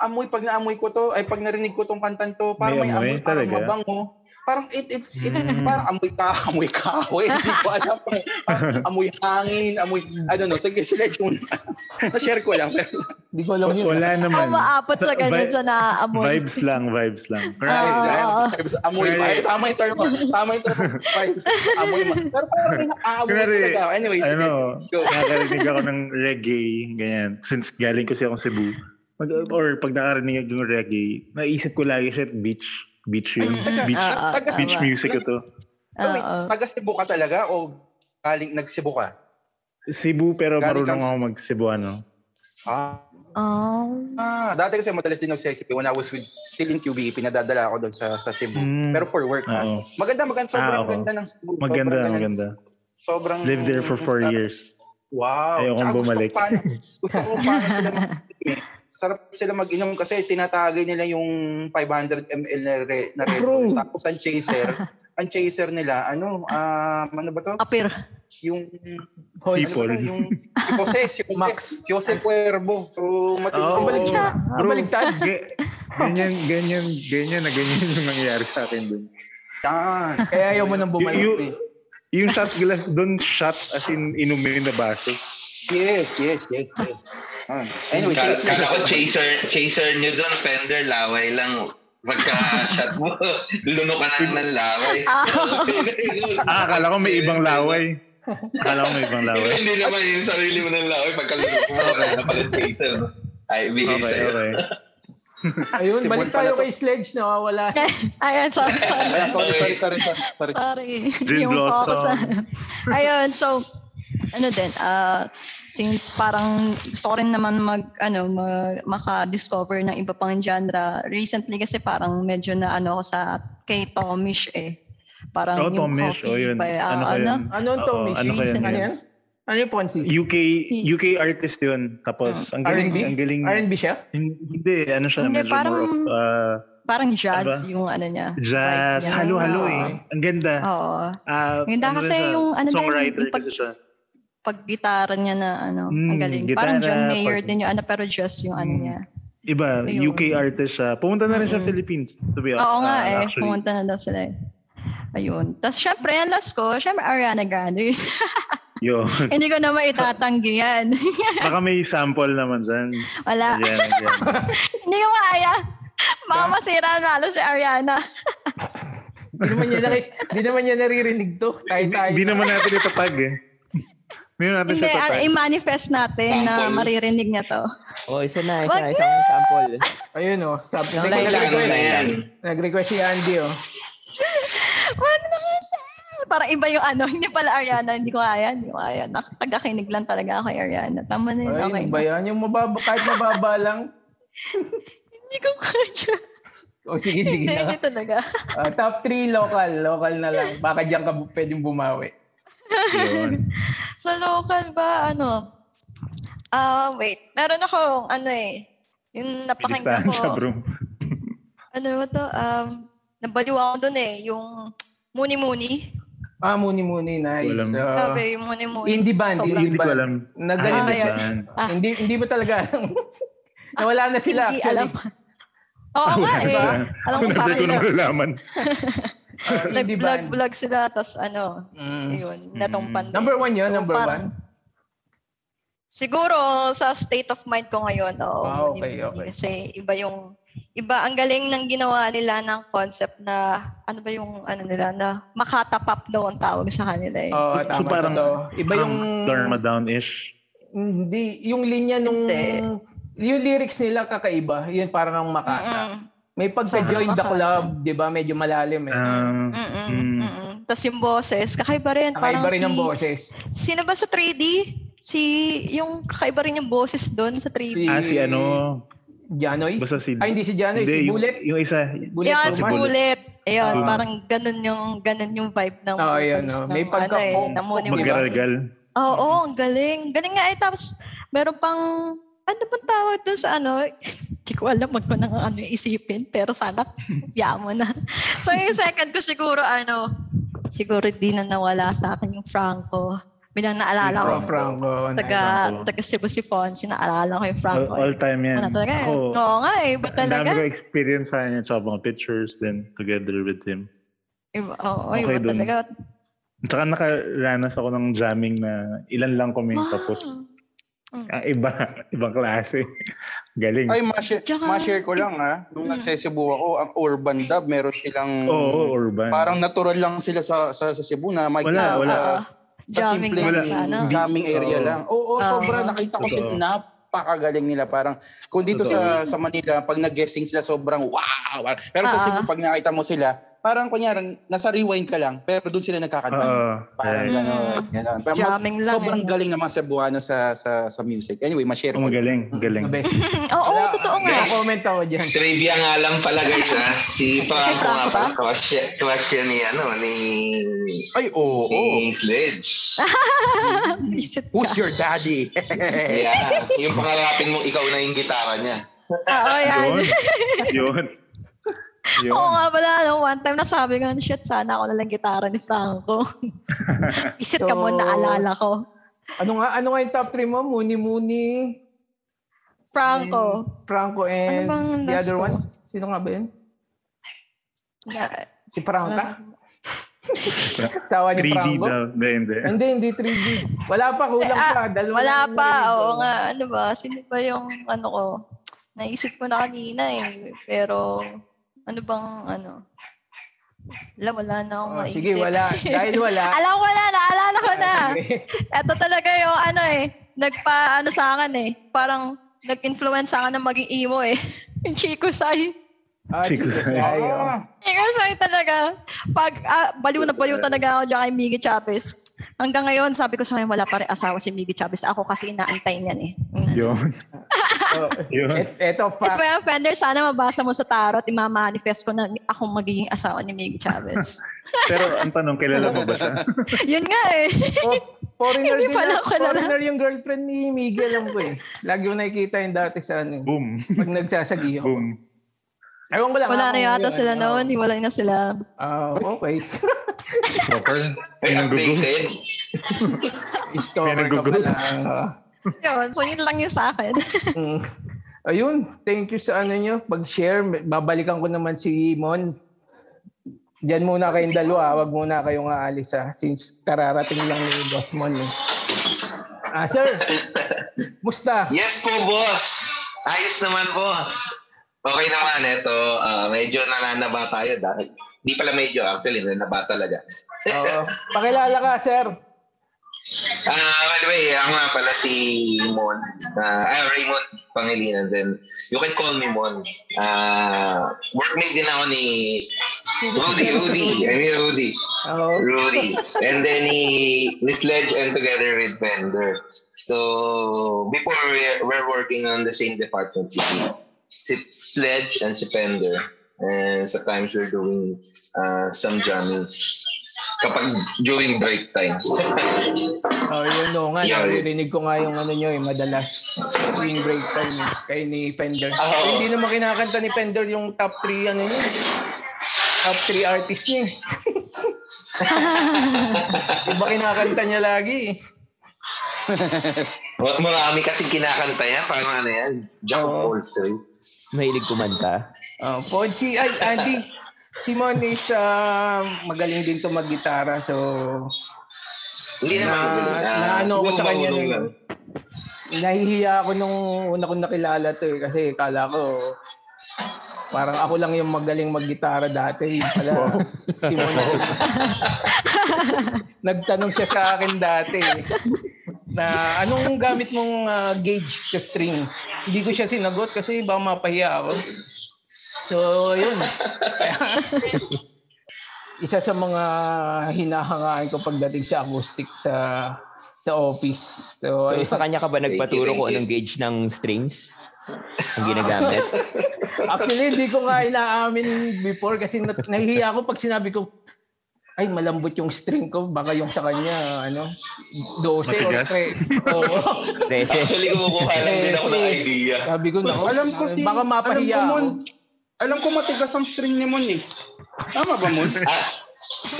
E: amoy, pag naamoy ko to, ay pag narinig ko tong kantan to, parang may,
C: May
E: amoy, Hmm.
C: amoy
E: parang
C: talaga?
E: mabango. Parang it, it, it,
C: Mm.
E: parang amoy ka, amoy ka, hindi ko alam. Parang amoy hangin, amoy, I don't know, sige, sila yung, na-share ko lang. Pero,
B: Hindi ko alam yun.
C: Wala
D: Ako
C: naman.
D: maapat sa
C: Vi-
D: ganyan sa naamoy.
C: Vibes lang, vibes lang.
E: Vibes,
D: Ah,
E: ah,
D: oo.
E: vibes. Amoy,
C: Kunwari-
E: ay, tama yung term mo. Tama yung term mo. Vibes. Amoy mo. Pero parang may nakaamoy
C: Kunwari,
E: talaga. Anyway, sige.
C: Ano,
E: Go.
C: nakarinig ako ng reggae, ganyan. Since galing kasi akong Cebu. Mag, or pag nakarinig ako ng reggae, naisip ko lagi, shit, beach. Beach yun.
D: Mm,
C: Beach,
D: oo, oo,
E: taga-
C: beach
D: tama. Ah,
C: music ito.
E: Oh, wait,
D: Oo.
E: taga Cebu ka talaga o galing nag-Cebu ka?
C: Cebu, pero
E: Galing
C: marunong
E: kang-
C: ako mag-Cebuano.
E: Ah,
D: Oh.
E: ah, dati kasi madalas din ako sa SCP. When I was with, still in QBE, pinadadala ako doon sa, sa Cebu.
C: Mm.
E: Pero for work ha.
C: Oo.
E: Maganda, maganda. Sobrang
C: Ah, oo.
E: ganda ng Cebu. Sobrang
C: Maganda,
E: ganda ng-
C: maganda.
E: Sobrang...
C: Lived there for four
E: sarap.
C: years.
E: Wow.
C: Ayokong
E: Tsaka
C: bumalik.
E: Gusto ko paano, gusto ko paano sila mag Sarap sila mag-inom kasi tinatagay nila yung 500 ml na, re, na Red Bull. Tapos ang chaser, ang chaser nila, ano, ah, ano ba to?
D: Apir.
E: Yung,
C: Sipol.
E: ano ba to? yung, si Jose, si Jose,
B: Max.
E: si Jose Cuervo. So,
C: Oo.
E: matindi.
B: Balik siya.
C: Bro,
B: Baliktad.
C: ga- ganyan, ganyan, ganyan na ganyan yung nangyayari sa akin dun.
E: Yan.
B: Kaya ayaw mo nang bumalik.
C: You- Yung shot glass doon, shot as in inumin na baso.
E: Yes, yes, yes, yes. Ah. Anyway,
H: Kala,
E: chaser.
H: kala ko chaser, chaser nyo doon, Fender, laway lang. Pagka-shot mo, luno ka na ng laway.
C: Ah, akala ko may ibang laway. Akala ko may ibang laway.
H: Hindi naman yung sarili mo ng laway. Pagka luno mo, wala na pala chaser. Ay,
C: Okay,
H: bigay sa'yo.
C: okay.
B: Ayun,
E: Si Bon
B: balik
E: pala
B: tayo
E: to.
B: kay Sledge. Nawawala.
D: Ayan, sorry. sorry.
E: Ayan, sorry, sorry, sorry, sorry, sorry.
D: Sorry.
C: Gin oh.
D: focus
C: blossom.
D: na- Ayun, so, ano din, uh, since parang gusto ko rin naman mag, ano, mag, maka-discover ng iba pang genre, recently kasi parang medyo na ano ako sa kay Tomish eh.
C: Oh,
D: Parang yung
C: Tomish.
D: coffee
C: Oh, yun.
D: ba, ah,
C: Ano ka
D: ano,
C: yun?
B: Ano ang
C: Oo,
B: Tomish?
C: Ano ka yun?
B: Ano yan? Ano yung Ponzi?
C: UK, UK artist yun. Tapos, ang galing,
B: R&B?
C: ang galing.
B: R&B siya?
C: Hindi, ano siya,
D: Hindi,
C: medyo
D: parang-
C: more of uh,
D: parang
C: Ano
D: jazz
C: ba?
D: yung ano niya.
C: jazz.
D: Right, yeah.
C: Halo-halo eh. Ang ganda.
D: Oo.
C: Ah, rin
D: Ganda kasi
C: siya,
D: yung ano din,
C: Songwriter
D: yung pag-
C: kasi siya.
D: Pag-gitara niya na ano, ang
C: Mm,
D: galing.
C: gitara,
D: parang John Mayer
C: pag-
D: din yung ano, pero jazz yung ano
C: Mm.
D: niya.
C: Iba,
D: Ayun.
C: UK artist siya. Pumunta na rin siya
D: Mm-mm.
C: Philippines. To be
D: Oo nga
C: ah,
D: eh,
C: actually.
D: pumunta na daw sila eh. Ayun. Tapos syempre, ang last ko, syempre Ariana Grande.
C: Yo,
D: Hindi ko na maitatanggi yan.
C: baka may sample naman dyan.
D: Wala.
C: Ayan, ayan.
D: Hindi ko kaya. Baka masira lalo si Ariana.
B: Hindi
C: Ano
B: naman niya, nari- hindi naman niya naririnig to. Tayo
C: Hindi
B: tayo.
C: hindi naman natin ito tag eh. Hindi naman natin
D: Hindi,
C: siya
D: ah,
C: tatag.
D: i-manifest natin na
H: Sample.
D: maririnig niya to.
I: Oh, isa na, isa
D: Wag
I: na, isang sample.
B: Ayun oh. Sabi,
I: Yung
H: Ano na
I: Ay,
B: oh. nag-request,
H: yan?
B: nag-request si Andy oh.
D: Wag na sir! parang iba yung ano. Hindi pala Ariana. Hindi ko kaya. Hindi ko kaya. Nakakagakinig lang talaga ako kay Ariana. Tama na yun. Okay.
B: Ay,
D: na.
B: ba yan? Yung mababa, kahit mababa lang.
D: Hindi ko kaya.
B: O Oh, sige, sige
D: Hindi,
B: na.
D: hindi talaga.
B: Ah, top 3 local. Local na lang. Baka diyan ka bu- pwedeng bumawi.
C: Yun.
D: Sa local ba, ano? Ah, wait. Meron akong, ano eh. Yung napakinggan
C: Bilisan
D: ko.
C: siya, bro.
D: Ano ba to? Um, nabaliw ako dun eh. Yung Muni-Muni.
B: Ah, muni-muni. Nice.
C: Walang-
B: Ah,
D: Sabi, yung Muni-Muni.
B: indie band.
D: Sobrang-
B: Indie
C: Hindi ko
B: band.
C: alam.
B: Nagaling
D: Ah,
C: Ay,
D: ayan.
C: yan.
D: Ah.
B: Hindi, hindi mo talaga alam. Nawala na sila
D: Hindi
B: actually.
D: alam. Oo nga
C: Ah, Wala
D: eh.
C: siya.
D: Alam ko
C: Kunwari ko
D: parang
C: nalalaman.
B: Ah, indie band.
D: nag-vlog-vlog sila. Tapos ano,
B: Mm.
D: Ayun, natumpan. din.
B: Number one yun,
D: So,
B: number
D: parang- Siguro sa state of mind ko ngayon, oo.
B: Ah, okay,
D: muni-muni.
B: okay.
D: Kasi iba yung, iba, ang galing ng ginawa nila ng concept na, ano ba yung, ano nila, na makatapap daw ang tawag sa kanila eh.
B: Oo,
C: So,
B: tama
C: parang-
B: to. Iba yung...
C: Dharma Down-ish.
B: Hindi, yung linya nung...
D: Hindi.
B: Yung lyrics nila kakaiba. Yun parang ang makata.
D: Mm-mm,
B: May pagka-join
D: Sobrang
B: the
D: Makata.
B: club, di ba? Medyo malalim eh.
C: Ah,
D: mm-mm,
C: Mm.
D: mm-mm. Tapos yung boses, kakaiba rin.
B: Hmm.
D: Parang
B: Kakaiba rin
D: si,
B: ang boses.
D: Sino ba sa 3D? Si, yung kakaiba rin yung boses doon sa
B: Si-
D: 3D.
C: ah, si ano,
B: Janoy?
C: basta si...
B: Ay, hindi si Janoy. Si
C: Hindi, yung,
B: Bullet.
C: yung isa.
B: Bullet
D: Yan,
B: Roman.
D: si
C: Bullet.
D: Bullet. Ayun,
B: Ah.
D: parang ganun yung, ganun yung vibe ng
B: Oo, yun,
D: vocals
B: oh.
D: ng
B: May pagka-
D: ano, eh, ng Muni Muni.
B: Magara-
C: Magaragal.
D: Oo, oo, ang galing. Galing nga eh. Tapos, meron pang, ano ba tawag doon sa ano? Hindi ko alam, wag ko na nga ano isipin. Pero sana, biya mo na. So, yung second ko siguro, ano, siguro di na nawala sa akin yung Franco. Bilang naalala ko.
B: Pro Franco.
D: Taga,
C: Franco.
D: taga Cebu si Fonsi, naalala ko
B: Ah,
D: yung
C: All,
D: Franco.
C: all time yan.
D: ano talaga? eh.
C: Ako,
D: Oo nga eh, ba
C: ang dami
D: talaga?
C: ko experience sa kanya, tsaka mga pictures then together with him.
D: Iba, oo,
C: Okay
D: iba
C: dun.
D: talaga.
C: Tsaka nakaranas ako ng jamming na ilan lang kami
D: Wow.
C: tapos ang iba, ibang klase. Galing.
E: Ay, ma-share,
D: Tsaka-
E: ma-share ko lang ha. Nung
D: Mm.
E: nagsesibu ako, ang urban dub, meron silang...
C: Oo, urban.
E: Parang natural lang sila sa sa, sa Cebu na may
C: Wala,
D: Oo,
C: wala.
D: oo. Jamming lang Ah.
E: simpleng-
C: Wala.
D: sa ano.
E: gaming area
C: Oo.
E: lang. Oo,
D: Oo.
E: sobra nakita ko sila
C: Totoo.
E: napakagaling nila parang kung dito sa sa Manila pag nag-guessing sila sobrang wow. Pero sa
D: Oo.
E: Cebu pag nakita mo sila, parang kunyari nasa rewind ka lang pero doon sila nagkakanta.
C: Oo,
E: Parang
C: right.
E: gano'n. gano'n. Pero mag-
D: Mm. Jamming lang.
E: sobrang
D: eh.
E: galing ng mga Cebuano sa sa sa music. Anyway, ma-share
C: Oh,
E: ko.
C: magaling, galing.
B: The best.
D: Mm, Oo,
B: Wala-
D: totoo Ano nga.
B: may comment ako dyan.
H: Trivia nga lang pala guys ha. Si Franco nga
D: Franco
H: pala.
D: ba?
H: Crush, siya- crush siya ni ano, ni...
E: Ay, oo.
H: Ni Sledge.
D: Isip ka.
E: Who's your daddy?
H: Yeah. Yung pangarapin mong ikaw na yung gitara niya.
D: Oo, yan.
C: Yun. Yun. Yun.
D: Oo nga pala, no, one time nasabi ko, shit, sana ako nalang gitara ni Franco. Isip ka mo,
B: So-
D: naalala ko.
B: Ano nga, ano nga yung top 3 mo? Muni Muni,
D: Franco.
B: Franco, and
D: Ano bang
B: the
D: last
B: other
D: ko?
B: one? Sino nga ba yun?
D: Na-
B: Si Franca?
D: Ah.
B: Sawa ni
C: 3D
B: Franco?
C: daw. Hindi, hindi.
D: Ano?
B: Hindi, hindi 3D. Wala pa, kulang
D: Ah,
B: pa. Dalawa lang
D: Wala
B: yung
D: pa,
B: narinig ko.
D: oo nga. Ano ba, sino ba yung ano ko? Naisip ko na kanina eh. Pero, ano bang ano? Wala, wala na akong
B: Oh,
D: maisip.
B: sige, wala. Dahil wala.
D: Ano Alam ko na, naalala ko na.
B: Sige.
D: Ito talaga yung ano eh, nagpa ano sa akin eh. Parang nag-influence sa akin na maging emo eh. Yung Chico Sai.
B: Ah,
C: Chico
B: Chico
C: Sai.
B: Sai, oh.
E: Ah,
D: Chico Sai talaga. Pag ah, baliw na baliw talaga ako dyan kay Miggy Chavez. Hanggang ngayon, sabi ko sa akin, wala pa rin asawa si Miggy Chavez. Ako kasi inaantay niyan eh. Mm.
C: Yun.
B: Oh,
C: Yun.
D: Eh.
B: et- eto,
D: Yes,
B: fact.
D: my offender, sana mabasa mo sa tarot, imamanifest ko na akong magiging asawa ni Miggy Chavez.
C: Pero ang tanong, kilala mo ba siya?
D: Yun nga eh.
B: Oh, foreigner
D: Hindi
B: din
D: pala
B: na,
D: ako kilala.
B: foreigner yung girlfriend ni Miguel alam ko eh. Lagi ko nakikita yung dati sa ano,
C: Boom.
B: pag nagsasagi ako.
C: Boom.
B: Ewan ko lang. ako
D: Wala na yata
B: ngayon,
D: sila
B: ano.
D: noon, hiwalay na sila.
B: Ah, okay.
C: Smoker.
H: Ay,
C: May nagugo.
H: updated.
B: Story ka
C: May nag-ghost.
B: pala. Ah.
D: Yun, so yun lang yun sa akin.
B: Mm. Ayun, thank you sa ano nyo. Pag-share, babalikan ko naman si Mon. Diyan muna kayong dalawa. ah. Huwag muna kayong aalis ha. Since kararating lang ni Boss Mon. Eh. Ah, sir. Musta?
H: Yes po, boss. Ayos naman, boss. Okay naman, ito. ah, medyo nananaba tayo dahil hindi pala medyo, actually, nananaba talaga.
B: Oo. Pakilala ka, sir.
H: Ah, by the way, ako nga pala si Mon. Ah, ah, Raymond Pangilinan. Then, you can call me Mon. Ah, workmate din ako ni Rudy, Rudy. I mean, Rudy.
B: Oo.
H: Rudy. And then he, we sledge and together with Bender. So before we we're working on the same department, si, si Sledge and si Bender. And sometimes we're doing uh, some jammies kapag during break time.
B: Oh, yun no, nga.
H: Yeah, yeah.
B: Narinig ko nga yung ano nyo, yung madalas. Yung break time eh, kay ni Pender.
H: Ah, oo.
B: Hindi naman kinakanta ni Pender yung top 3 ano yun. Top 3 artist niya eh. Iba kinakanta niya lagi eh.
H: Mar- Marami kasi kinakanta yan. Parang ano yan? eh. Jack of all trades.
I: Mahilig kumanta.
B: Oh, Pod, si ay, Andy, Simon is ah, magaling din to maggitara. So,
H: Hindi
B: Na-
H: naman. magaling. Ah,
B: na ano ako
H: siguro
B: sa kanya
H: marunong
B: nun.
H: lang.
B: nahihiya ako nung una kong nakilala to eh. Kasi kala ko, parang ako lang yung magaling maggitara dati. Yun Pala, si Mon. Nagtanong siya sa akin dati eh, na anong gamit mong ah, gauge sa string? Hindi ko siya sinagot kasi baka mapahiya ako. So, yun. Kaya- Isa sa mga hinahangaan ko pagdating sa acoustic sa sa office. So,
I: So,
B: ayun,
I: sa kanya ka ba
H: Thank you,
I: nagpaturo kung
H: thank
I: anong gauge ng strings? Ang ginagamit?
B: Actually, hindi ko nga inaamin before kasi na- nahihiya ako pag sinabi ko, ay malambot yung string ko, baka yung sa kanya, ano, 12
C: Matigas?
B: or 3. Oo.
I: Rese.
H: Actually, kumukuha lang din ako ng idea.
B: Sabi ko, nako,
E: Ah, Alam ko si...
B: baka mapahiya
E: alam ko, Mon,
B: ako.
E: alam ko matigas ang string ni Mon eh. Tama ba, Mon?
H: Ah,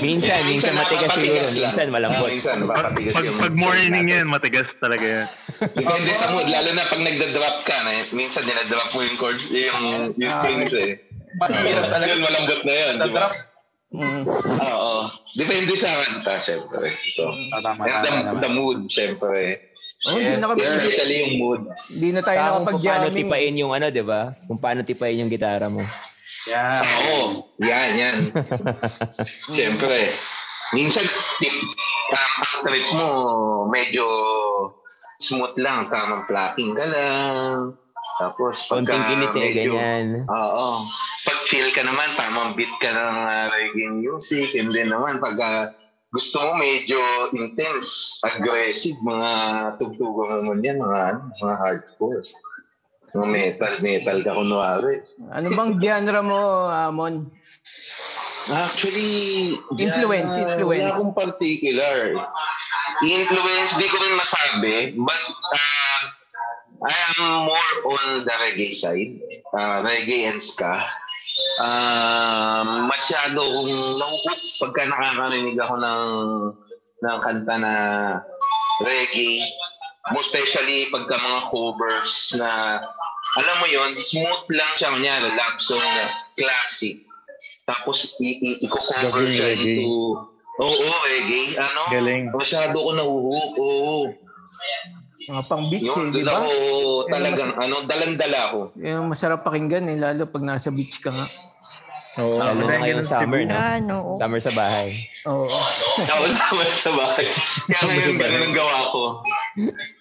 I: Minsan, minsan matigas siguro.
H: napapatigas lang.
I: Minsan
H: Ah,
I: malambot.
H: minsan,
C: Pag,
H: napapatigas
C: pag,
H: yung
C: pag
H: story
C: morning
H: natin.
C: yan, matigas talaga yan.
H: Depende sa mood, lalo na pag nagda-drop ka, na, minsan dinadrop mo yung chords, yung, yung strings eh. Mahirap talaga. Yun, malambot na yun. di ba?
E: Nadrop.
B: Mm.
H: Oo. Depende sa kanta, syempre. So,
E: Ah, tama,
H: and the,
E: tama, tama.
H: the mood, syempre.
B: Oh, hindi
H: Yes,
B: na kami-
H: especially yung mood.
B: Hindi na tayo
I: Kaya kung paano
B: nakapag-jamming.
I: tipain yung ano, di ba? Kung paano tipain yung gitara mo.
E: Yeah.
H: Oo. Yan, yan. Siyempre. Minsan, tip, tamang trip mo, medyo smooth lang. Tamang plucking ka lang. Tapos, pagka
I: Konting kinite,
H: medyo-
I: ganyan.
H: Oo. Pag chill ka naman, tamang beat ka ng uh, reggae music. And then naman, pag ah, gusto mo medyo intense, aggressive, mga tugtugan mo man yan, mga, ano, mga hardcore. Mga metal, metal ka kunwari.
B: Ano bang genre mo, Amon?
H: Actually,
B: Influence,
H: ah,
B: influence.
H: Wala akong particular. Influence, di ko rin masabi. But ah, I am more on the reggae side. Ah, reggae and ska. Ah, masyado kung nakukup pagka nakakarinig ako ng, ng kanta na reggae. Most especially pagka mga covers na alam mo yon smooth lang siya niya, love song na classic. Tapos i- i- i-cover
C: Galing,
H: siya
C: reggae.
H: into Oo, reggae. Ano?
C: Galing.
H: Masyado ko nahuhook. Oo.
B: Mga pang beach eh,
H: Yun,
B: di
H: doon
B: ba?
H: ako talagang, ano, dalandala ko.
B: Yung masarap pakinggan eh, lalo pag nasa beach ka nga.
C: Oo,
I: Lalo na
C: madali ng
I: ngayong
C: Cebu.
I: summer, no?
D: Ah, no.
I: Summer sa bahay.
B: Oo.
H: Tapos sama sa bahay. Kaya ngayon, ganun ang gawa ko.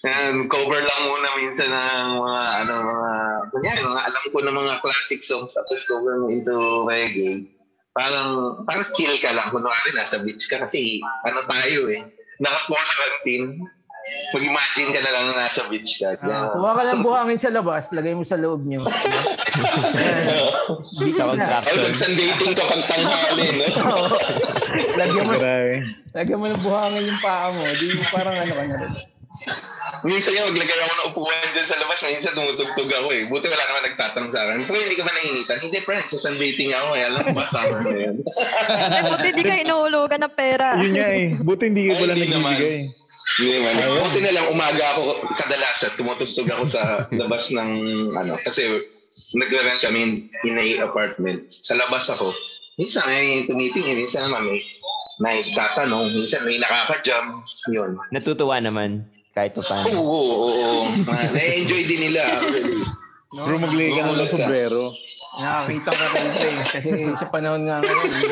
H: Ayan, cover lang muna minsan ng mga, ano, mga, kunyari, mga alam ko na mga classic songs, tapos cover mo into reggae. Parang, parang chill ka lang. Kunwari, nasa beach ka kasi, ano tayo eh. Naka-quarantine. Mag-imagine ka na lang na nasa beach ka.
B: Ah, kuha ka ng buhangin sa labas, lagay mo sa loob niyo.
I: Sa
H: Ay,
I: construction.
H: magsandating kapag tanghali, no?
B: Oo. lagyan mo
C: Grabe.
B: Lagyan mo ng buhangin yung paa mo. Di parang ano ka na rin.
H: Minsan yung maglagay ako ng upuan dyan sa labas, minsan tumutugtog ako eh. Buti wala naman nagtatanong sa akin. Pero hindi ka ba nanginitan? Hindi, friend. Sa sunbathing ako eh. Alam mo ba, summer na yan.
D: Eh, buti di ka inuulugan ng pera.
C: Yun nga eh. Buti hindi ka
H: Ay,
C: pala
H: hindi naman.
C: nagbibigay.
H: Hindi naman. Buti na lang umaga ako kadalasan. Tumutugtog ako sa labas ng ano. Kasi nagre-rent kami in, in a apartment. Sa labas ako. Minsan ay tumitingin. Minsan naman may nagtatanong. Minsan may nakaka-jump. Yun.
I: Natutuwa naman. Kahit pa
H: Oo,
I: paano.
H: oo, oo. Ah, Na-enjoy din nila actually.
C: Bro, maglagay ka ng
H: Gumulat ka.
C: sombrero.
B: Nakakita ka rin pre. Kasi sa panahon nga ngayon. eh.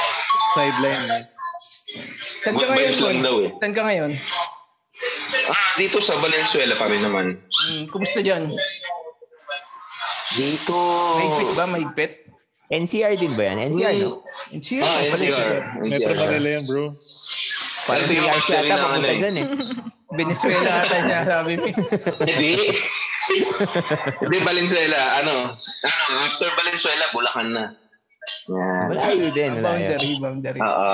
C: Sideline. eh.
B: Saan ka
H: Good
B: ngayon,
H: vibes
B: Bon?
H: lang daw eh.
B: Saan ka ngayon?
H: Ah, dito sa Valenzuela pa rin naman.
B: Hmm, kumusta dyan?
H: Dito...
B: May pet ba? May pet?
I: NCR din ba yan? NCR, no?
B: NCR.
H: Ah, NCR.
C: Metro
H: NCR.
C: Manila yan, bro.
I: Parang
H: Ito yung
I: PR siya
H: factory
I: ata
H: ng ano
I: papunta
H: eh.
I: dyan eh.
B: Venezuela ata niya, sabi mo.
H: Hindi. Hindi, Valenzuela. Ano? Ano, after Valenzuela, Bulacan na. Yeah.
I: Malayo din. Malayo.
B: Boundary, boundary.
H: Oo.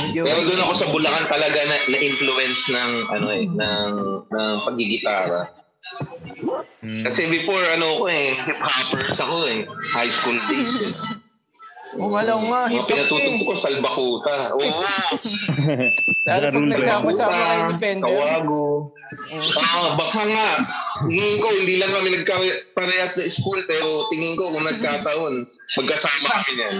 I: Medyo,
H: Pero doon ako sa Bulacan talaga na, na-influence ng ano eh, ng, ng pagigitara.
C: Hmm.
H: Kasi before ano ko eh, hip-hoppers ako eh. High school days eh.
B: Kung alam Oh, nga,
H: Mga
B: hip-hop eh.
H: pinatutok ko, salbakuta. Oo.
B: Lalo
C: Sa
B: pag
C: rules lang.
B: nagsama- Kasama kayo ni
H: Salbakuta,
B: Fender.
H: kawago. Ah, baka nga. Tingin ko, hindi lang kami nagkaparehas na school, pero tingin ko kung nagkataon, magkasama kami yan.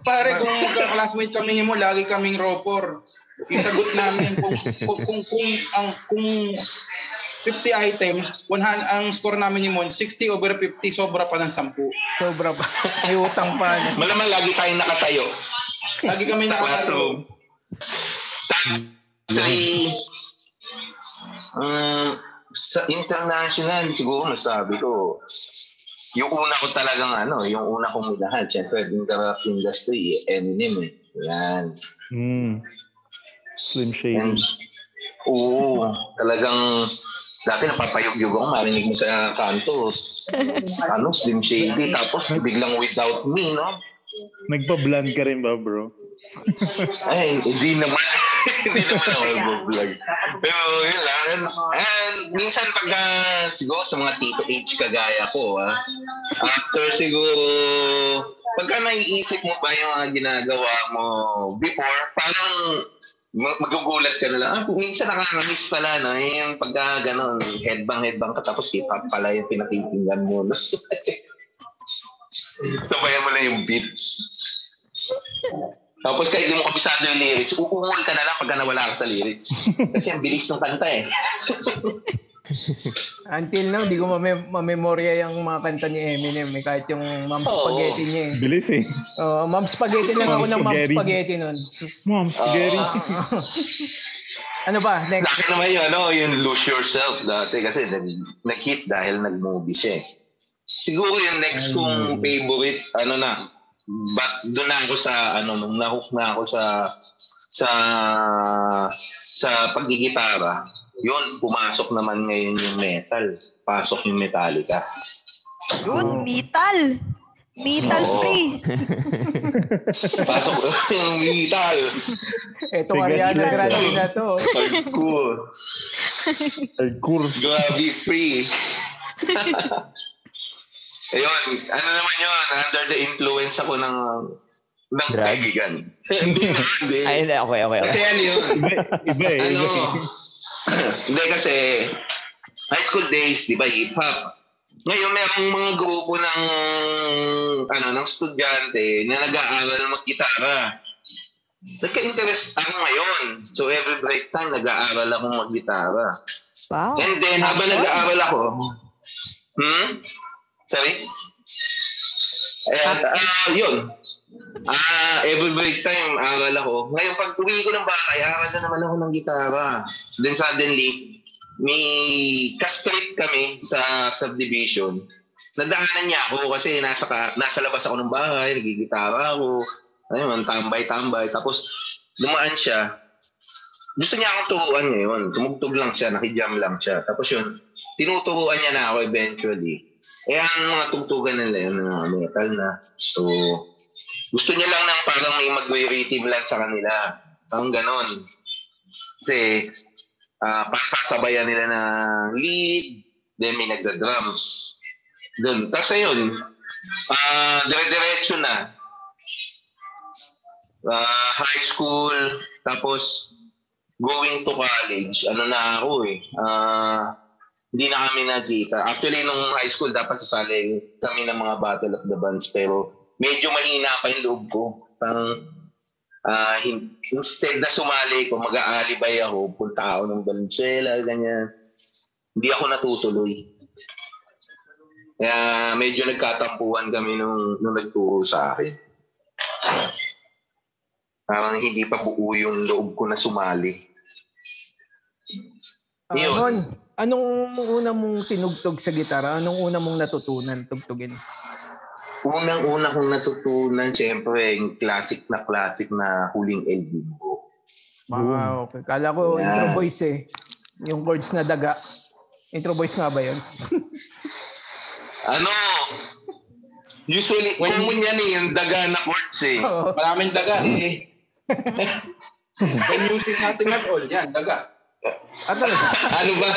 E: Pare, kung magka-classmate kami ni mo, lagi kaming ropor. Yung sagot namin, kung, kung, kung, kung, ang, kung 50 items, 100, ang score namin ni Mon, 60 over 50, sobra pa ng 10.
B: Sobra pa. May utang pa. ano.
H: Malamang lagi tayong nakatayo
E: Lagi kami
H: sa
E: nakakatawa.
H: classroom. Top three. Um, sa international, siguro masabi ko, yung una ko talagang ano, yung una kong minahan, syempre, yung the rap industry, Eminem eh. Yan.
C: Hmm. Slim
H: And,
C: Shady.
H: oo, talagang dati napapayog-yog ako, marinig mo sa kanto. Ano, Slim Shady, tapos biglang without me, no?
C: Nagpa-bland ka rin ba, bro?
H: Ay, hindi naman. hindi naman ako nag-vlog. Pero yun lang. And, and minsan pag ah, siguro sa mga tito age kagaya ko, ah, after siguro, pagka naiisip mo ba yung mga ginagawa mo before, parang mag- magugulat ka na lang. Ah, minsan nakakamiss pala, no? Eh, Yung pagka ganun, headbang-headbang ka, tapos hip-hop pala yung pinakikinggan mo. No? Sabayan mo lang yung beat. Tapos kahit di mo kabisado yung lyrics, uungol ka na lang pagka nawala ka sa lyrics. Kasi ang bilis ng kanta eh.
B: Until now, di ko mame- mamemorya yung mga kanta ni Eminem. Eh. Kahit yung Mom
H: Oo.
B: Spaghetti niya eh.
C: Bilis eh.
B: Oh, Mom Spaghetti lang ako ng Mom
C: Spaghetti.
B: Spaghetti nun.
H: Ah.
C: Mom, scary.
B: ano ba?
H: Sa
B: Next.
H: akin naman yun, ano, yung lose yourself dati kasi nag- nag-hit dahil nag-movie siya eh. Siguro yung next kong favorite, ano na, ba, doon na ako sa, ano, nung nahook na ako sa, sa, sa pagigitara, yun, pumasok naman ngayon yung metal. Pasok yung Metallica.
D: Yun, metal. Metal
H: Oo.
D: free.
H: Pasok yung metal.
B: Ito,
C: Bigas
B: Ariana
C: lang.
B: Grande na to.
H: Hardcore.
C: Hardcore.
H: Grabe, free. Ayun, ano naman yun, under the influence ako ng ng
I: Drugs?
H: kaibigan. Hindi, hindi.
I: ay, hindi, okay, okay,
H: Kasi
I: okay.
H: ano yun,
C: Iba eh.
H: ano,
C: iba eh.
H: hindi kasi, high school days, di ba, hip-hop. Ngayon, merong mga grupo ng, ano, ng estudyante na nag-aaral mag-gitara. Nagka-interest ako ngayon. So, every break time, nag-aaral akong mag-gitara.
D: Wow.
H: And then, habang nag-aaral ako, hmm? Sorry? Ayan, ah, yun. Ah, every break time, aral ako. Ngayon, pag uwi ko ng bahay, aral na naman ako ng gitara. Then suddenly, may castrate kami sa subdivision. Nadaanan niya ako kasi nasa, ka- nasa labas ako ng bahay, nagigitara ako. Ayun, tambay-tambay. Tapos, dumaan siya, gusto niya akong turuan ngayon. Tumugtog lang siya, nakijam lang siya. Tapos yun, tinuturuan niya na ako eventually. Eh, ang mga tugtugan nila yun, mga metal na. So, gusto niya lang ng parang may mag-creative lang sa kanila. Ang ganon. Kasi, ah pasasabayan nila ng lead, then may nagda-drums. Doon. Tapos ayun, ah dire-diretso na. Ah, high school, tapos going to college, ano na ako eh, ah, hindi na kami nagkita. Actually, nung high school, dapat sasali kami ng mga Battle of the Bands, pero medyo mahina pa yung loob ko. Parang, ah, hin- instead na sumali ko, mag-aalibay ako, punta ako ng Valenzuela, ganyan. Hindi ako natutuloy. Kaya medyo nagkatampuan kami nung, nung nagturo sa akin. Parang hindi pa buo yung loob ko na sumali.
B: Ah,
H: Yun.
B: Mon, Anong una mong tinugtog sa gitara? Anong una mong natutunan tugtugin?
H: Unang-una kong natutunan, syempre, yung classic na classic na huling El Bimbo.
B: Wow, okay. Kala ko
H: Yeah.
B: intro voice eh. Yung chords na daga. Intro voice nga ba yun?
H: Ano? Usually, common yan eh, yung daga na chords eh.
E: Oh.
B: Oo.
E: Maraming daga eh. When using nothing at all, yan, daga.
B: At Ah, talaga.
H: Ano ba?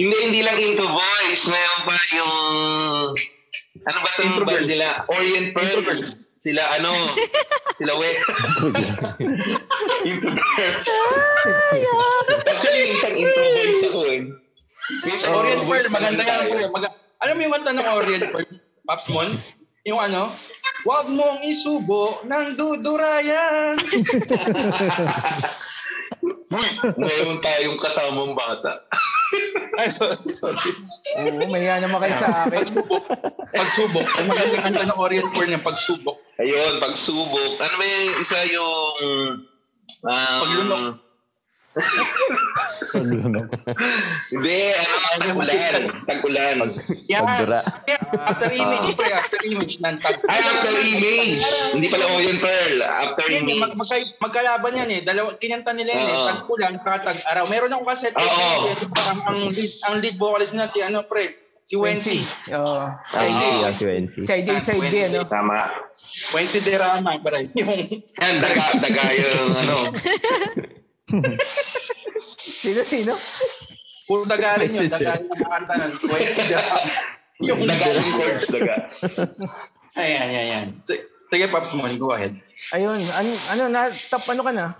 H: Hindi, hindi lang into voice. Mayroon pa yung... Ano ba itong
E: Intro
H: band
E: girls.
H: nila? Orient Pearls. Sila ano? sila we. into Pearls. Actually, isang intro voice ako eh. Miss
E: Sa Orient Pearl, maganda yan. Pre. Mag- Alam mo yung kanta ng Orient Pearl, Pops Mon? Yung ano? Huwag mong isubo ng dudurayan.
H: Ngayon tayong kasamang bata.
E: Ay, sorry, sorry.
B: Oo, mahiya naman kayo sa akin.
E: Pagsubok. Pagsubok. Ang magandang kanta ng Orient Pearl niya, pagsubok.
H: Ayun, pagsubok. Ano ba yung isa yung... Um,
E: Paglunok.
H: Ano? Hindi, ano ang ulan. Tag-ulan.
E: Yan.
I: Pagdura.
E: Yan. After image, pre. After image ng tag.
H: Ay, after image. Hindi pala Orient Pearl. After
E: Yan,
H: image.
E: mag magkay- magkalaban yan eh. Dalawa, kinanta nila yan eh.
H: Oo.
E: Tag kulang, tag araw. Meron akong kaset.
H: Oo.
E: Ang, ang, lead, ang lead vocalist na si ano, pre. Si Wency.
B: Oo.
H: Ah,
I: Wensi,
B: ano?
H: ah,
I: ah, si Wensi.
B: Side A, side B, ano?
H: Tama.
E: Wency Derama, pre. Yung
H: Yan, daga, daga yung ano.
B: Sino, sino?
E: puro dagarin yun. Dagarin ang kanta ng Wency Derama. Yung
H: Daga yung chords, daga.
E: Ayan, ayan, ayan. S- Sige, Pops Money, go ahead.
B: Ayun, ano, ano, na, top, ano ka na?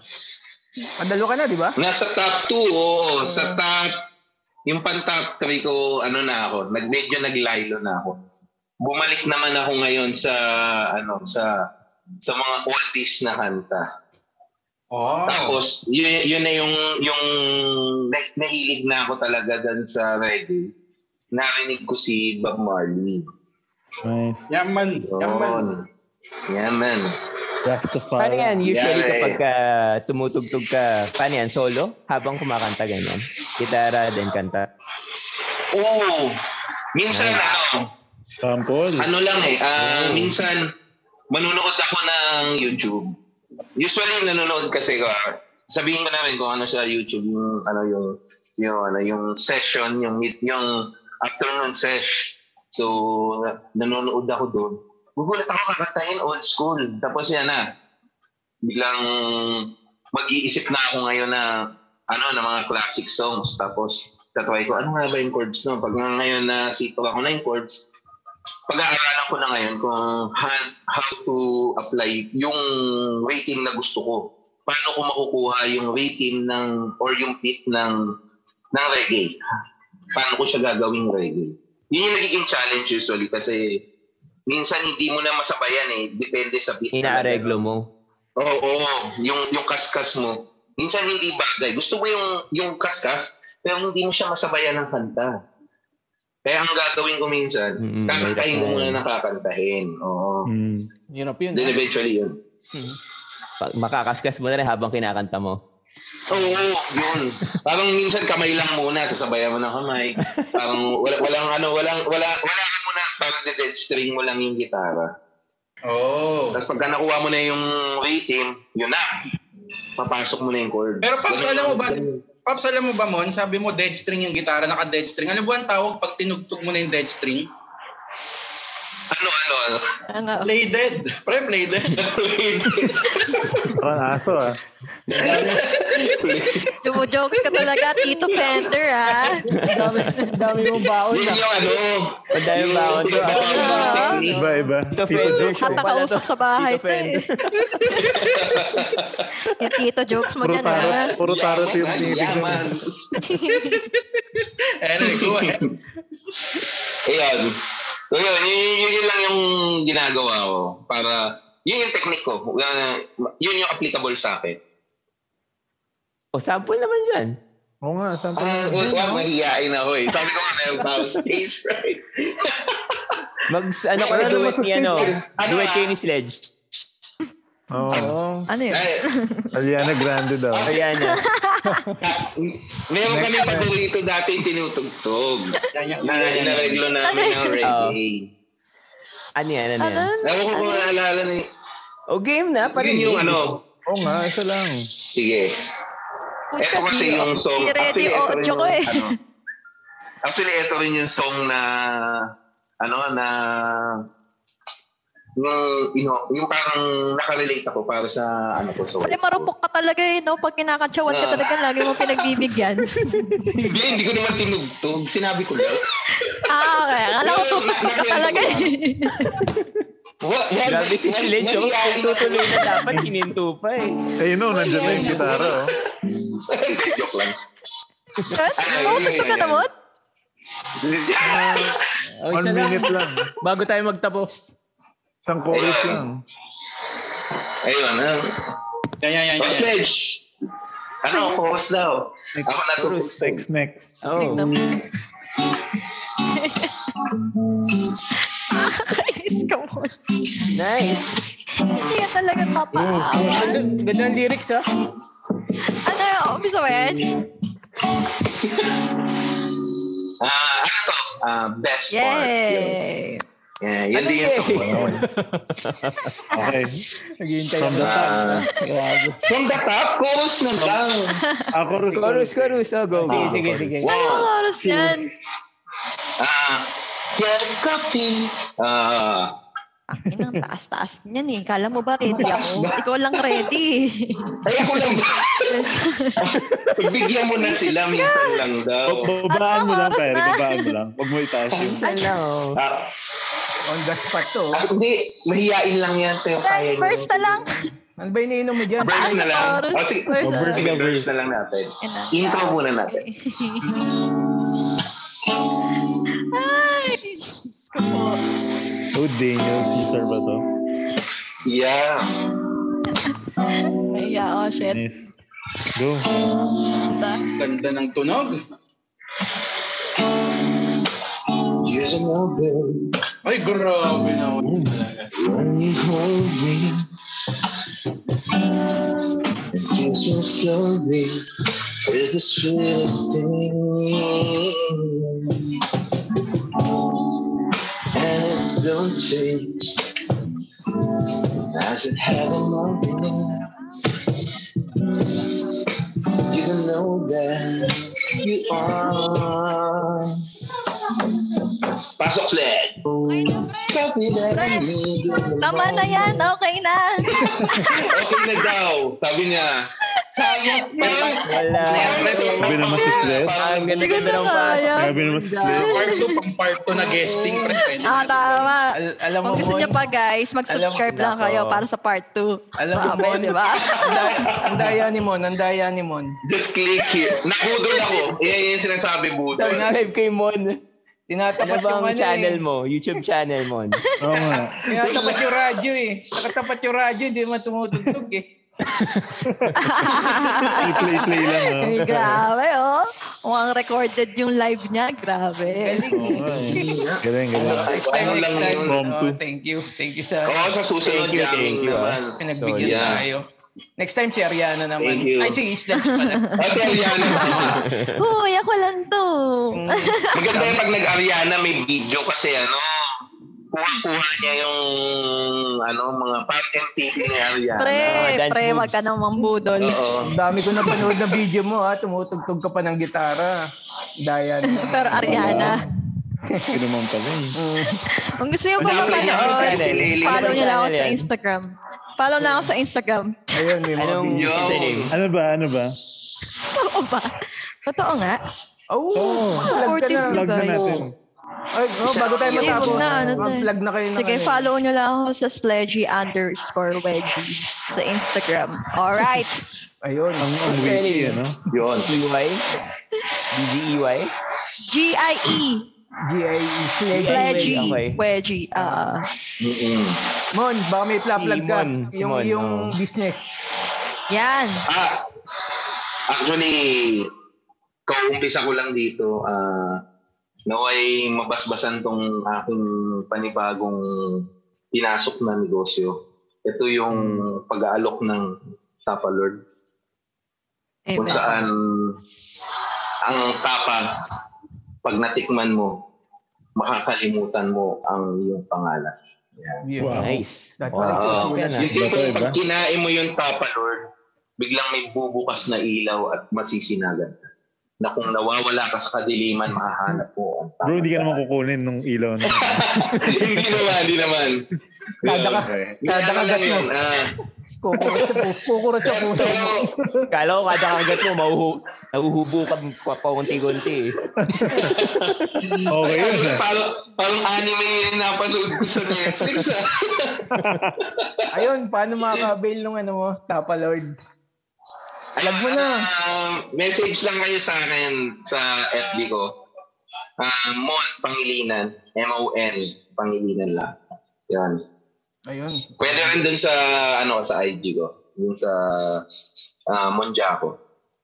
B: Padalo ka na, di ba?
H: Nasa top 2, oo. Sa top, yung pan-top 3 ko, ano na ako, nag, medyo naglilo na ako. Bumalik naman ako ngayon sa, ano, sa, sa mga oldies na kanta.
E: Oh.
H: Tapos, yun, yun na yung, yung na- nahilig na ako talaga dun sa reggae. Narinig ko si Bob Marley.
C: Nice.
E: Yaman, yaman.
H: Yun. Yaman.
C: Rastafari.
I: Paano yan? Usually
H: Yeah, eh.
I: kapag ka tumutugtog ka, paano yan? Solo? Habang kumakanta ganyan? Gitara, then kanta.
H: Oo. Minsan, ano,
C: Sample.
H: ano lang eh, ah, minsan manunood ako ng YouTube. Usually nanonood kasi ko, ah, sabihin ko na rin kung ano sa YouTube yung ano yung yung ano yung session, yung yung afternoon sesh. So nanonood ako doon. Gugulat ako kakantahin old school. Tapos yan na. Biglang mag-iisip na ako ngayon na ano na mga classic songs. Tapos tatry ko, ano nga ba yung chords no? Pag ngayon na sito ako na yung chords, pag-aaralan ko na ngayon kung how, how to apply yung rating na gusto ko. Paano ko makukuha yung rating ng or yung pitch ng ng reggae? Paano ko siya gagawing reggae? Yun yung nagiging challenge usually kasi minsan hindi mo na masabayan eh. Depende sa beat.
I: Inaareglo mo.
H: Oo, oo. yung, yung kaskas mo. Minsan hindi bagay. Gusto mo yung, yung kaskas, pero hindi mo siya masabayan ng kanta. Kaya ang gagawin ko minsan,
I: Mm,
H: Kakantahin ko
I: mahirap
H: muna
I: na
H: ng kakantahin. Oo.
C: Mm.
G: Hirap
B: Mm-hmm.
G: yun.
H: Then eventually yun.
I: Pag- Makakaskas mo na rin habang kinakanta mo.
H: Oo, yun. Parang minsan kamay lang muna, sasabayan mo ng kamay. Parang wala, walang ano, walang, wala, wala ka muna, parang dead string mo lang yung gitara.
E: Oh.
H: Tapos pagka nakuha mo na yung rhythm, yun na. Papasok mo na yung chord.
E: Pero Pops, alam mo ba, Pops, alam mo ba, Mon, sabi mo dead string yung gitara, naka-dead string. Alam mo ba ang tawag pag tinugtog mo na yung dead string?
H: Ano, ano, ano?
D: Ano?
E: Play dead. Pre, play dead.
C: Parang aso ah.
D: Jumujokes ka talaga, Tito Fender, ha?
B: Ang dami, ang dami mong baon ah.
H: Yun
B: na.
H: yung ano.
I: Ang dami ba ako?
H: Yung
I: Ano?
H: pinagbabago ng technique.
C: Iba, iba.
I: Tito Fender.
D: At
I: show pala to.
D: nakausap sa bahay
I: Tito
D: pa eh.
I: Fender.
D: Yung Tito jokes mo
C: Puro
D: dyan,
C: tarot.
D: ha?
C: Puro tarot yung
H: Yaman, yaman.
C: tinitignan.
E: Anyway, go ahead.
H: Ayun. So, yun, yun, yun, yun lang yung ginagawa ko para yun yung technique ko. Uh, yun yung applicable sa akin.
I: O, sample naman dyan.
C: Oo nga, sample.
H: Ah, uh, wag mahihiyain ako eh. Sabi ko nga meron pa ako stage fright.
I: Mag, ano ka na
C: Ano
I: duet
C: naman sa
I: ni ano?
C: stage?
I: Duet kayo ni Sledge.
C: Oo.
B: Oo.
D: Ano yun?
H: Ay,
C: Aliana Grande daw.
I: Ayan na.
H: Meron kami paborito dati tinutugtog. na inareglo namin ng
I: Oh.
H: reggae.
I: Ano yan? Ano
D: Ano?
I: yan?
H: Ewan ko kung naalala na
I: O
B: Oh,
I: game na,
H: yun
I: parinig.
H: yung ano.
C: Oo nga, isa lang.
H: Sige. Ito kasi yung song.
D: I-ready
H: ito rin
D: audio ko
H: yung,
D: eh.
H: ano, actually, ito rin yung song na ano na yung, you know, yung parang nakarelate ako para sa ano ko. So,
D: Pare marupok ka talaga eh, no? Pag kinakantsawan
H: Ah.
D: ka talaga, lagi mo pinagbibigyan.
H: hindi, hindi ko naman tinugtog. Sinabi ko lang.
D: ah, okay. Akala ko
H: Yun,
D: supasok ka
H: nakakilala
D: talaga
H: ko
D: eh.
H: What? What?
I: Grabe si Lech, oh. Tutuloy na dapat, hininto pa eh.
C: Eh, no, nandiyan na yung gitara. Oh.
H: Joke lang.
D: Ano? Supasok ka naman?
B: O, Oh,
C: One
B: isa lang.
C: minute lang.
B: Bago tayo magtapos.
C: Isang chorus lang.
H: Ayun, ah.
E: Yan, yan, yan.
H: Oh,
E: yan, yan.
H: Sledge! Ano, focus daw. Ako natutugtog.
C: Next, next.
I: Oh.
D: Nakakainis ka mo.
I: Nice.
D: Hindi ka talaga papaawa.
B: Ganda,
H: Mm.
B: ganda ng lyrics ah. ha.
D: Ano? Umpisa ba yan?
H: Ah, ano to? Ah, best part. Yun.
D: Yay!
H: Yeah, yun din yung
I: Ano
H: song. ko.
C: Okay.
B: Naghihintay
C: From the
B: ako.
C: top.
H: Ah,
B: Grabe.
H: from the top, chorus na lang.
C: Ah, chorus,
I: Chorus, chorus. Oh, go.
B: Sige,
I: go.
B: sige, sige.
D: Ano
H: Wow.
D: ang oras yan?
H: Ah, get a coffee. Ah,
D: Akin ang taas-taas niyan eh. Kala mo ba ready ako? Ikaw lang ready.
H: ay ako lang ba? Bigyan mo na sila, minsan lang
C: Ba-
H: daw.
C: Babaan mo lang,
D: Ano,
C: pare.
D: oras na?
C: Babaan mo lang. Huwag mo itaas yun.
I: Hello.
H: Ah,
B: On the spot to. oh.
H: ah, hindi, mahiyain lang yan. Pero kaya
D: Then, first na lang.
B: Ano ba iniinom mo dyan?
H: Verse na lang.
D: Oras,
H: O, sige,
D: verse na lang.
H: sige, verse na lang natin. Intro muna natin.
D: Ay, Jesus ko po.
C: Oh, Daniel Caesar ba to?
H: Yeah.
D: Ay, yeah, oh shit.
C: Nice. Go.
D: Ta.
E: Ganda ng tunog.
H: Yes, I'm all good.
E: Ay, grabe na. Talaga.
H: When you hold me and kiss me slowly is the sweetest thing. And it don't change as it haven't all been. You don't know that you are. Pasok, Sled! Copy that I need.
D: Tama na yan, okay na.
H: Okay na daw. Sabi niya. Sayang pa.
I: Wala.
C: Sabi naman si Sled.
B: Ang ganda-ganda ng
D: Hindi ko na
B: pasok.
D: kaya.
C: Sabi naman si Sled.
E: Part 2, pang part 2 na guesting. Pre, pwede
D: Ah,
E: na.
D: tama.
B: Al- alam mo,
D: Kung gusto
B: Bon,
D: niyo pa guys, mag-subscribe
I: Alam mo,
D: lang kayo
I: nako.
D: para sa part 2.
B: Alam mo,
D: Sabi,
B: Bon.
D: di ba?
B: ang daya- ang daya ni Mon, ang daya ni Mon.
H: Just click here. Nabudol ako. Iyan yung sinasabi budol.
B: Tinatapos
I: Subscribe kay Mon. Ano
B: tinatapat yung
I: bang
B: ano
I: channel
B: eh.
I: mo? YouTube channel, Mon.
C: Oo nga.
B: Tinatapat yung radyo eh. Nakatapat yung radyo, hindi man tumutugtog eh.
C: Play, play lang. ah.
D: Ay, grabe, oh. Mukhang recorded yung live niya. Grabe.
B: Galing eh.
C: Oo nga eh. Galing, galing.
H: Ano lang
B: Next time.
H: yun.
C: Prompt
B: Oh,
C: two.
B: thank you. Thank you sa
H: Oo, sa susunod
I: Thank you, thank
H: jamming
I: you, ah.
H: naman.
B: pinagbigyan
H: so, yeah.
B: tayo. Next time si Ariana naman.
H: Thank you.
B: Ay, si Isla pala.
H: Kasi Ah, Ariana.
D: Uy, ako lang to.
B: Yung
H: Maganda yung pag nag-Ariana may video kasi ano. Kuha-kuha niya yung ano mga part MTV ni Ariana.
D: Pre,
I: Ah, dance
D: pre,
I: moves.
D: wag ka nang mambudol.
H: Oo.
B: Ang dami ko napanood na video mo ha. Tumutugtog ka pa ng gitara. Dayan.
D: Pero Ariana,
C: Kinuman pala eh.
B: Mm.
D: kung gusto niyo pa
H: Wala pa rin yung
D: mapanood,
H: channel.
D: follow niyo lang ako
I: Channel
D: sa
I: yan.
D: Instagram. Follow na ako sa Instagram.
B: Ayun, may mga
I: Anong
B: video.
H: Yo.
I: isa name?
C: Ano ba, ano ba?
D: Totoo ba? Totoo nga.
B: Oh, plug ka na.
C: Vlog na
D: Guys.
C: natin.
B: Ay, oh, bago tayo
D: Hindi,
B: matapos.
D: huwag na, ano to eh.
B: Mag-plug na kayo ano na
D: Sige, follow niyo lang ako sa sledgy underscore wedgie sa Instagram. Alright.
B: Ayun. Ang
C: Ang wiki, ano?
H: Yun.
I: EY? DGEY?
D: G-I-E.
B: G.I.E. Sledge.
D: E. Sledgy.
I: okay.
D: Wedgie. Ah.
H: Mm-mm.
B: Mon, baka may pla-plug
I: Si
B: ka.
I: Mon, si
B: Yung,
I: Mon,
B: yung
I: oh.
B: business.
D: yan.
H: Ah, actually, kauumpisa ko lang dito. Ah, naway mabasbasan tong aking panibagong pinasok na negosyo. Ito yung pag-aalok ng Tapa Lord. kung
D: Diba?
H: saan ang tapa pag natikman mo makakalimutan mo ang iyong pangalan.
B: Yun.
C: Wow.
I: Nice.
B: That's
I: Wow.
B: what
H: Oo.
B: I said.
H: Yung
C: Iba to,
H: tipong
C: iba.
H: pag kinain mo yung tapa, Lord, biglang may bubukas na ilaw at masisinagan ka. Na kung nawawala ka sa kadiliman, mahahanap mo ang tapa.
C: Bro, hindi ka naman kukunin nung ilaw na.
H: hindi naman, hindi naman.
B: Kada ka,
C: Okay.
B: kada
H: Kada
B: kagat
H: lang
B: mo.
H: yun. ah.
B: Kukurot sa puso. Kukurot sa puso.
H: Pero,
I: Kala ko kada kagat mo, mauhu, nauhubo ka pa paunti-unti. eh.
C: Okay yun.
H: ano,
C: ah.
H: parang, parang anime yung napanood ko sa Netflix. ah.
B: Ayun, paano makaka-avail nung ano mo? Tapa Lord. Alam mo na.
H: Ah, message lang kayo sa akin sa FB ko. Ah, Mon Pangilinan. M-O-N. Pangilinan lang. Yan.
B: Ayun.
H: Pwede rin dun sa, ano, sa IG ko. Dun sa ah, Monjaco.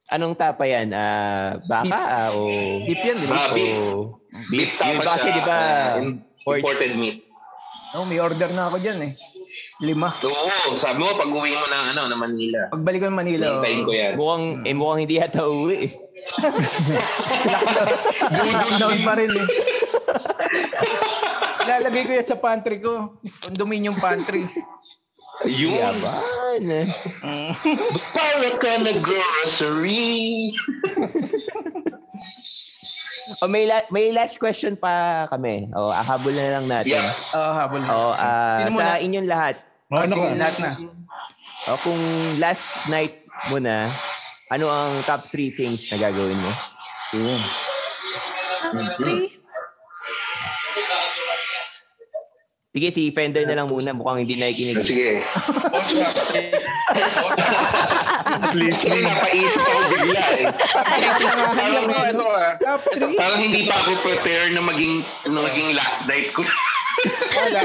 I: Anong tapa yan? Ah, baka ah, o...
B: Deep yan, di ba?
H: Ah, beef.
I: o-
H: Beef
I: Beef.
H: tapa
I: Yung
H: siya.
I: kasi di ba...
H: ah, im-
I: pork.
H: imported meat.
B: Oh, may order na ako dyan eh. Lima.
H: Oo, sabi mo pag uwi mo ng, ano, ng Manila.
B: Pagbalik ko ng Manila. oh.
H: Hintayin ko yan.
I: Mukhang, eh, mukhang hindi yata uwi eh.
B: Lockdown pa rin eh. Lalagay ko yan sa pantry ko. Condominium pantry.
H: Yun.
I: Yaman. eh.
B: Mm.
H: Para ka na grocery.
I: O Oh, may, la- may last question pa kami. O, ahabol na lang natin.
H: Yeah.
B: Ah, habol na.
I: O, ah,
B: Sino muna?
I: sa inyong lahat,
B: Oh,
C: Ano
B: sige,
C: ka?
B: lahat na.
I: o kung last night mo na, ano ang top 3 things na gagawin mo?
C: Yun.
D: Three.
I: Sige, si Fender na lang muna. Mukhang hindi nakikinig.
H: Sige.
C: At least,
H: Kasi napaisip ako bigla eh.
E: Alam mo,
H: Ano
E: ito ah.
B: Top 3.
H: Parang hindi pa ako prepare na maging na maging last night ko.
I: Diba,
E: Wala.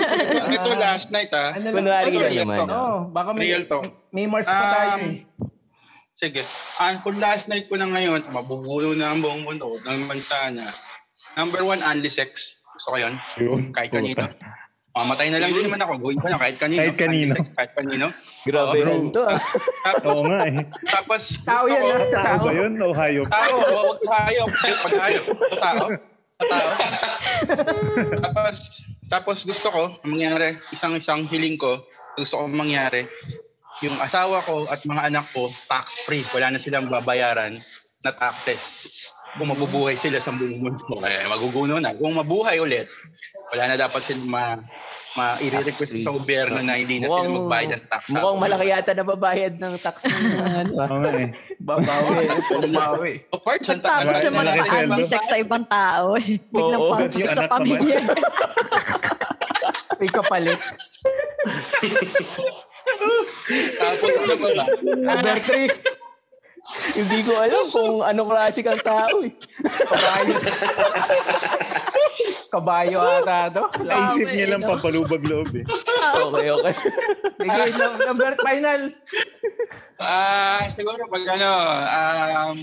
E: Ito last night ah.
B: Ano lang?
I: Kunwari lang
E: Ano,
I: naman.
E: laptop?
I: o.
B: Oh, baka may,
E: Real talk.
B: may Mars pa tayo
E: Um,
B: eh.
E: Sige. Ang kung last night ko na ngayon, mabubulo na ang buong mundo ng bansa na. Number one, only sex. Gusto ko yun.
C: yun.
E: Kahit kanino. Mamatay na lang din naman ako. Gawin ko na kahit kanino.
C: Kahit kanino.
E: Only sex, kahit kanino.
I: Grabe
C: bro.
I: lang to ah.
C: Oo nga eh.
E: Tapos,
B: Tao
E: gusto
B: yan ah.
E: ko,
C: Tao
B: Tao.
C: ba yun? O hayop?
E: Tao, huwag tayo. Pag tayo. Tao. Tao. tapos, tapos gusto ko, ang mangyari, isang-isang hiling ko, gusto ko mangyari, yung asawa ko at mga anak ko, tax-free. Wala na silang babayaran na taxes. Kung mabubuhay sila sa buong mundo, eh, maguguno na. Kung mabuhay ulit, wala na dapat silang ma, ma request
I: Tax-free.
E: sa gobyerno na hindi na sila
I: Mukhang-
E: magbayad ng tax.
I: Mukhang malaki yata na babayad ng tax ng mga ano ah.
C: Oo nga eh.
B: Babawi. Babawi.
E: Apart sa tax.
D: Tapos
C: Malaki-
D: naman
C: malaki
D: ang
C: sweldo.
D: anti-sex sa ibang tao eh. Biglang
I: Oo,
D: pang
C: yung
D: sa
C: anak naman.
D: pamilya.
B: May kapalit.
E: Tapos ano pa ba?
B: Number 3.
I: Hindi ko alam kung anong klase kang tao eh.
B: Kabayo. Kabayo ata to.
D: Oh,
C: Naisip niya lang
D: ano.
C: pampalubag loob eh.
I: Okay, okay.
B: Sige, num- number final.
E: Ah, siguro pag ano, um,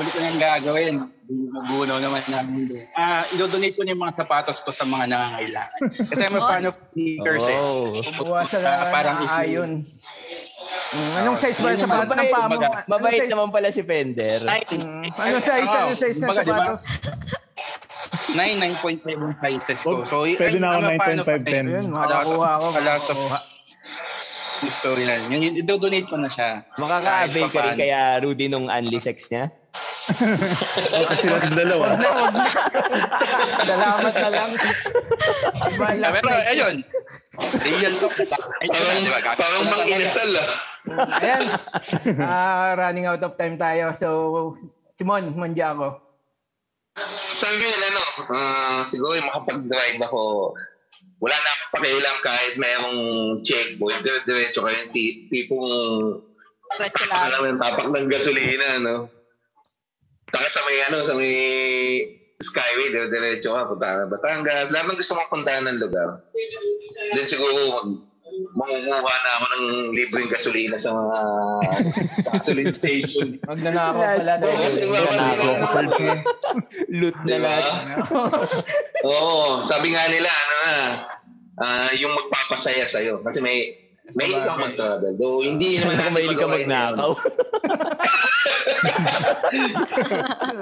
E: ulit ko nang gagawin. Magunaw naman ng mundo. Ah, idodonate ko na yung mga sapatos ko sa mga nangangailangan. Kasi I'm a fan of sneakers eh.
I: Oh.
B: Buwasan na
E: Ah, parang issue.
B: ayon. Mm, anong size ba yung sapatos ng
I: Mabait,
B: paa mo?
E: kumbaga.
B: Anong
I: Mabait
B: size?
I: naman pala si Fender.
E: Nine.
B: Mm, Anong size? Anong size ng
E: Kumbaga, di ba?
B: sapatos?
E: Nine, 9.7 sizes ko. So,
C: Oh, Pwede
E: I'm-
C: na ako
E: I'm a fan of
C: 9.5, 10.
E: it.
B: Ayun, makakakuha ako.
E: A lot of gusto yan. Yun, yun, idodonate ko na siya.
I: Makaka-avail ka rin kaya Rudy nung only sex niya.
C: Tapos sila sa dalawa.
B: Salamat na lang. Diba,
E: Ah,
B: last
E: Pero,
B: night.
E: ayun. Real talk. Ay,
H: Parang,
I: diba?
E: di ba? Gagawin
H: parang
E: ko na
H: mang
E: talaga.
H: inasal ah.
E: eh.
B: Ayan. Ah, running out of time tayo. So, Simon, mandya ako.
H: Sabi yun, ano, ah, siguro yung makapag-drive ako, wala na akong pakialam kahit mayroong checkpoint, dire-diretso kayo, ti- tipong
D: Diretso lang.
H: alam mo yung tapak ng gasolina, ano. Taka sa may, ano, sa may skyway, dire-diretso ka, punta ka ng Batangas, lahat ng gusto mong puntahan ng lugar. Then siguro, mag, mangunguha na ako ng libreng gasolina sa mga gasoline station.
B: Magnanakaw pala.
I: Last
B: tayo.
I: night. Loot na
H: Diba?
I: lahat.
H: ano Oo, sabi nga nila, ano na, ah, yung magpapasaya sa'yo. Kasi may, Mahilig ako mag-travel. Though, hindi naman
I: Kung mahilig ka
H: magawa yun
I: magnakaw.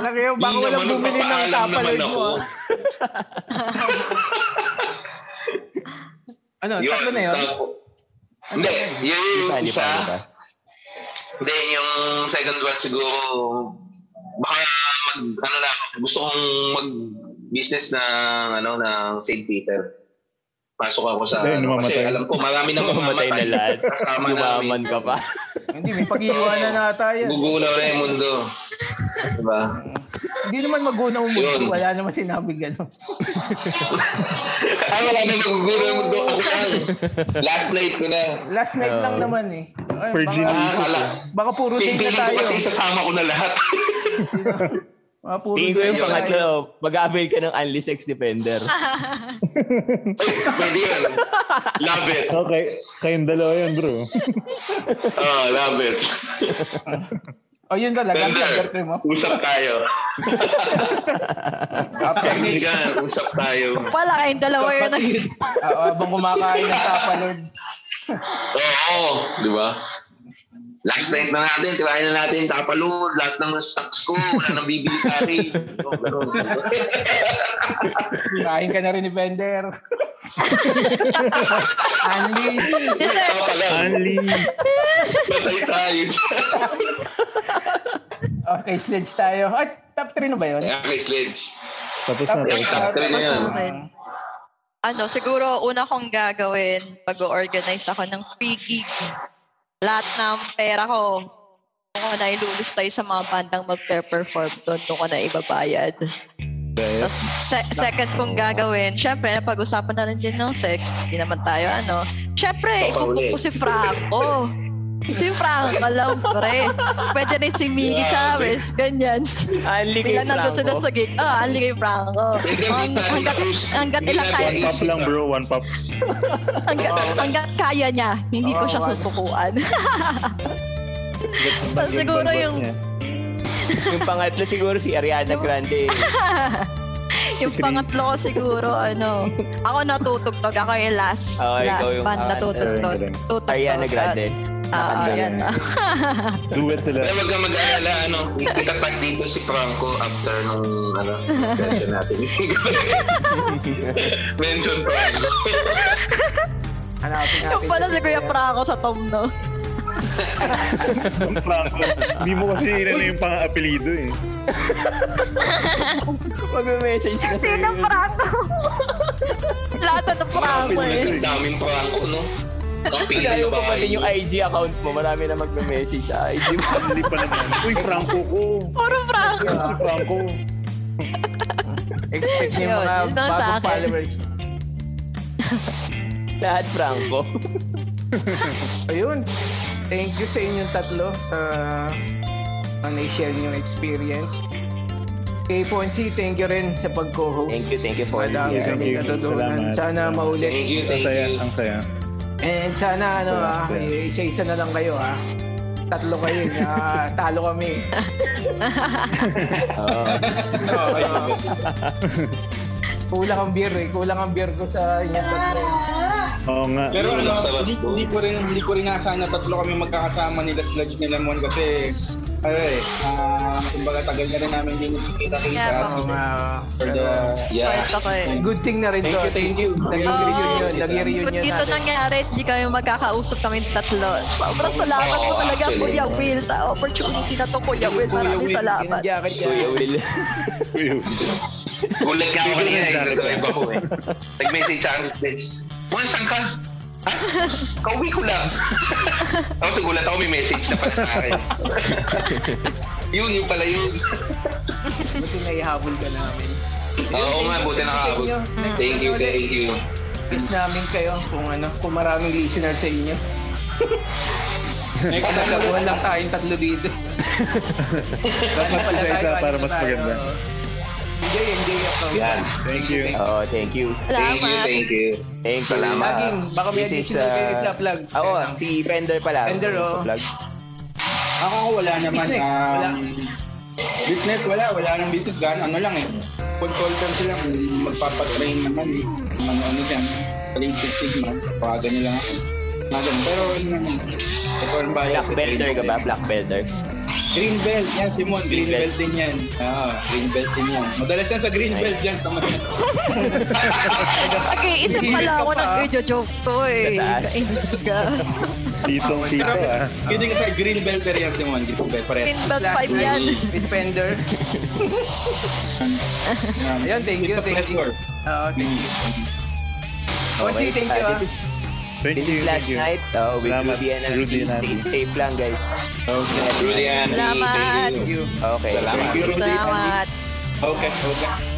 B: Laki yun, baka
H: Hindi
B: walang
H: naman
B: bumili ng
H: nagpapaalam
B: tapaloy
H: naman
B: mo.
H: ako.
B: ah. Ano,
H: Yun,
B: tatlo na yun? Ano
H: tapo- Hindi, yun yung
I: Itali
H: isa.
I: pa, di ba?
H: Then yung second one siguro, baka mag, ano na, gusto kong mag-business ng, ano, ng St. Peter. Pasok ako sa,
C: Dahil
H: ano, kasi
C: namamatay.
H: alam ko, marami na
I: Mamatay na lahat.
H: Kasama namin.
I: Yumaman ka pa.
B: Hindi, may pag-iwanan na ata yan.
H: Gugulaw na yung mundo. Diba?
B: Hindi naman magunaw mo.
H: Yun.
B: Wala naman sinabi gano'n.
H: Ay, Ah, wala na nagugulaw yung mundo. Ako lang. Last night ko na.
B: Last night lang
I: Oo.
B: naman eh. Ay,
C: Per Jimmy.
B: baka,
H: Ah, kala.
B: baka puro date na
H: Pipiling ko
B: tayo.
H: kasi isasama ko na lahat.
B: Baka puro
I: Tingin ko
B: date
I: yung
B: na
I: pangatlo,
B: tayo.
I: mag-avail ka ng Unli Sex Defender.
H: Pwede yun. Love it.
C: Okay, kayong dalawa yun, bro.
H: Oh, love it.
B: O Oh, yun talaga,
H: Bender,
B: Tinder cream oh. mo.
H: usap tayo. Kaibigan, usap tayo.
D: Wala kayong dalawa yun.
B: Oo, abang Ah, oh, kumakain ng tapalord.
H: Oo, di ba? Last night na natin, tirahin na natin, tapalod, lahat ng stocks ko, wala nang bibili sa akin. Oo, ganun.
B: Kain ka na rin ni Bender. Anli.
D: Dessert.
H: Tapalan,
C: Only.
H: patay tayo.
B: Okay, sledge tayo. Ay, top 3 na ba yun?
H: Eh,
B: Ah,
H: Okay, Sledge.
C: Tapos
B: Top
C: na to.
B: three.
H: Top three na yun.
D: Sa akin. Ano, siguro una kong gagawin pag organize ako ng free gig. Lahat ng pera ko, kung ko na ilulustay sa mga bandang magpe-perform doon, doon ko na ibabayad. Tapos se- second kong gagawin, syempre, napag-usapan na rin din ng sex. Hindi naman tayo, ano. Syempre, ikukupo ko si Franco. Si Franco lang, pre. Pwede rin si Miggy Chavez, ganyan.
I: Unli kay
D: Bilang nandun sila
I: Franco.
D: sa gig. Ah, oh, kay Franco. Hang, hanggat, hanggat, ilang kaya,
C: One pop lang, bro. One pop.
D: hanggat, hanggat kaya niya, hindi ko siya
B: Oo, wag.
D: susukuan.
C: Ang
D: Tapos
C: bagay
D: siguro
C: boss
D: yung-
C: niya.
I: Yung pangatlo siguro si Ariana Grande. eh.
D: yung pangatlo ko siguro, ano, ako natutugtog. Ako yung last,
I: Oo,
D: last
I: ikaw yung,
D: band
I: ah,
D: natutugtog.
C: galing, galing.
D: Tutugtog.
I: Ariana Grande.
D: Ah,
I: Nakanda
D: ayan.
I: na.
C: Duet sila.
H: Pero Eh, wag kang mag-alala, ano, itatag dito si Franco after nung, ano, session natin. Mention Franco.
B: Hanapin natin.
D: Yung pala si Kuya Franco sa Tom, no?
C: Franco. Hindi mo kasi yun na yung pang-apelido eh.
I: Mag-message na sa'yo.
D: Sino Franco? Lahat na Franco eh.
H: Ang daming Franco, no? Kapila
I: Kaya
H: sa
I: yung
H: bahay.
I: kapatid yung IG account mo, marami na magme-message sa IG mo.
C: Only pa naman. Uy, Franco ko.
D: Puro Franco.
C: Si Franco.
B: Expect niyo yung mga
D: Yun, yun ang sa
B: bagong
D: akin.
B: followers.
I: Lahat Franco.
B: Ayun. Thank you sa inyong tatlo sa na na-share niyong experience. Kay Fonzie, thank you rin sa pag-co-host.
I: Thank you, thank you for
B: Madami
I: your
B: kami
C: Thank you.
B: natutunan.
C: Salamat.
B: Sana
H: Thank
B: maulit.
H: you,
C: Ang
H: thank
C: saya,
H: you.
C: ang saya.
B: And sana ano ah,
C: Salamat.
B: isa-isa na lang kayo ah. Tatlo kayo na talo kami.
I: Oo.
B: Oo, oo. kulang ang beer eh. Kulang ang beer ko sa inyong tatlo.
C: Oo nga.
E: Pero ano,
H: sarap
E: hindi,
H: ko.
E: hindi ko rin hindi ko rin nasana tatlo kami magkakasama nila Sludge ni Lemon kasi ano eh, ah, kumbaga tagal na rin namin hindi
D: Yeah,
E: nagkikita-kita
D: box.
B: Oo nga, oo.
E: for the
H: Yeah.
D: Part ako eh.
B: Good thing na rin
E: Thank
B: to.
E: you, thank you. Oh.
B: Naging
D: Oo.
B: reunion, naging reunion
D: Kung dito
B: natin.
D: nangyari, hindi kami magkakausap kami tatlo. Sobrang salamat po
H: Oo,
D: talaga,
H: actually.
D: Kuya Will, sa opportunity na to, Kuya Will.
B: Kuya
D: Maraming
B: Will,
D: salamat.
B: kinadyakan ka.
I: Kuya Will.
H: Gulat ka ako kanina eh.
C: Sorry.
H: Ito iba ko eh. Nag-message sa akin si Sledge. Muna, saan ka? Ah, Kauwi ko lang. Tapos gulat ako may message na pala sa akin. yun, yun pala yun.
B: Buti na ihabol ka namin.
H: Oo nga, buti nakaabot. Thank you, thank you.
B: Miss namin kayo kung ano, kung maraming listener sa inyo.
E: Next na
B: Nagkabuhan lang tayong tatlo dito. Dapat
C: isa-isa para mas maganda.
B: Enjoy, enjoy ako.
H: Yan.
C: Thank you.
I: Oo, Oh, thank you.
H: Thank you,
D: Salamat.
H: thank you.
I: Thank you.
H: Salamat.
B: Laging, baka may
I: This is,
B: additional kayo
I: ah,
B: i-plug.
I: Ako, si Bender pala.
B: Bender, oo.
I: Plug.
E: Ako wala naman.
B: Business,
E: um,
B: wala.
E: Business, wala. Wala nang business. Gan, ano lang eh. Consultant sila. Ano, Magpapatrain naman. eh. Ano-ano dyan. Lean Six Sigma. Paga nila ako. Mga ganun. Pero yun naman. Ito ang bahala
I: Black
E: sa
I: belter ka ba? Black belter?
E: Green belt. Yan, Simon. Green,
I: Green belt.
E: belt. din yan. Ah, green belt din yan. Madalas yan sa green
I: Ay.
E: belt yan. Sa mga...
D: Okay, isip pala ako ng video joke to eh.
I: Tataas.
D: Kainis ka.
C: Titong tito ah.
E: Yun yung sa green belter yan, Simon. Green belt. Pares.
D: Pinbelt 5 yan.
J: Defender. Ayun, thank you,
E: It's a
J: thank you.
E: pleasure.
J: Oo,
B: Ah,
J: thank you. Onchi, thank you. ah.
I: ah, this is,
C: Thank
I: this
C: you,
I: is
C: thank
I: last
C: you.
I: night oh, with
C: Salamat,
I: Rudy and
C: Rudy
I: Rudy.
C: and
I: Stay
C: Andy.
I: safe lang, guys.
H: Julian,
D: Salamat.
H: thank you.
I: Okay.
H: Salamat.
E: Thank you, Rudy.
D: Salamat.
E: Okay, okay.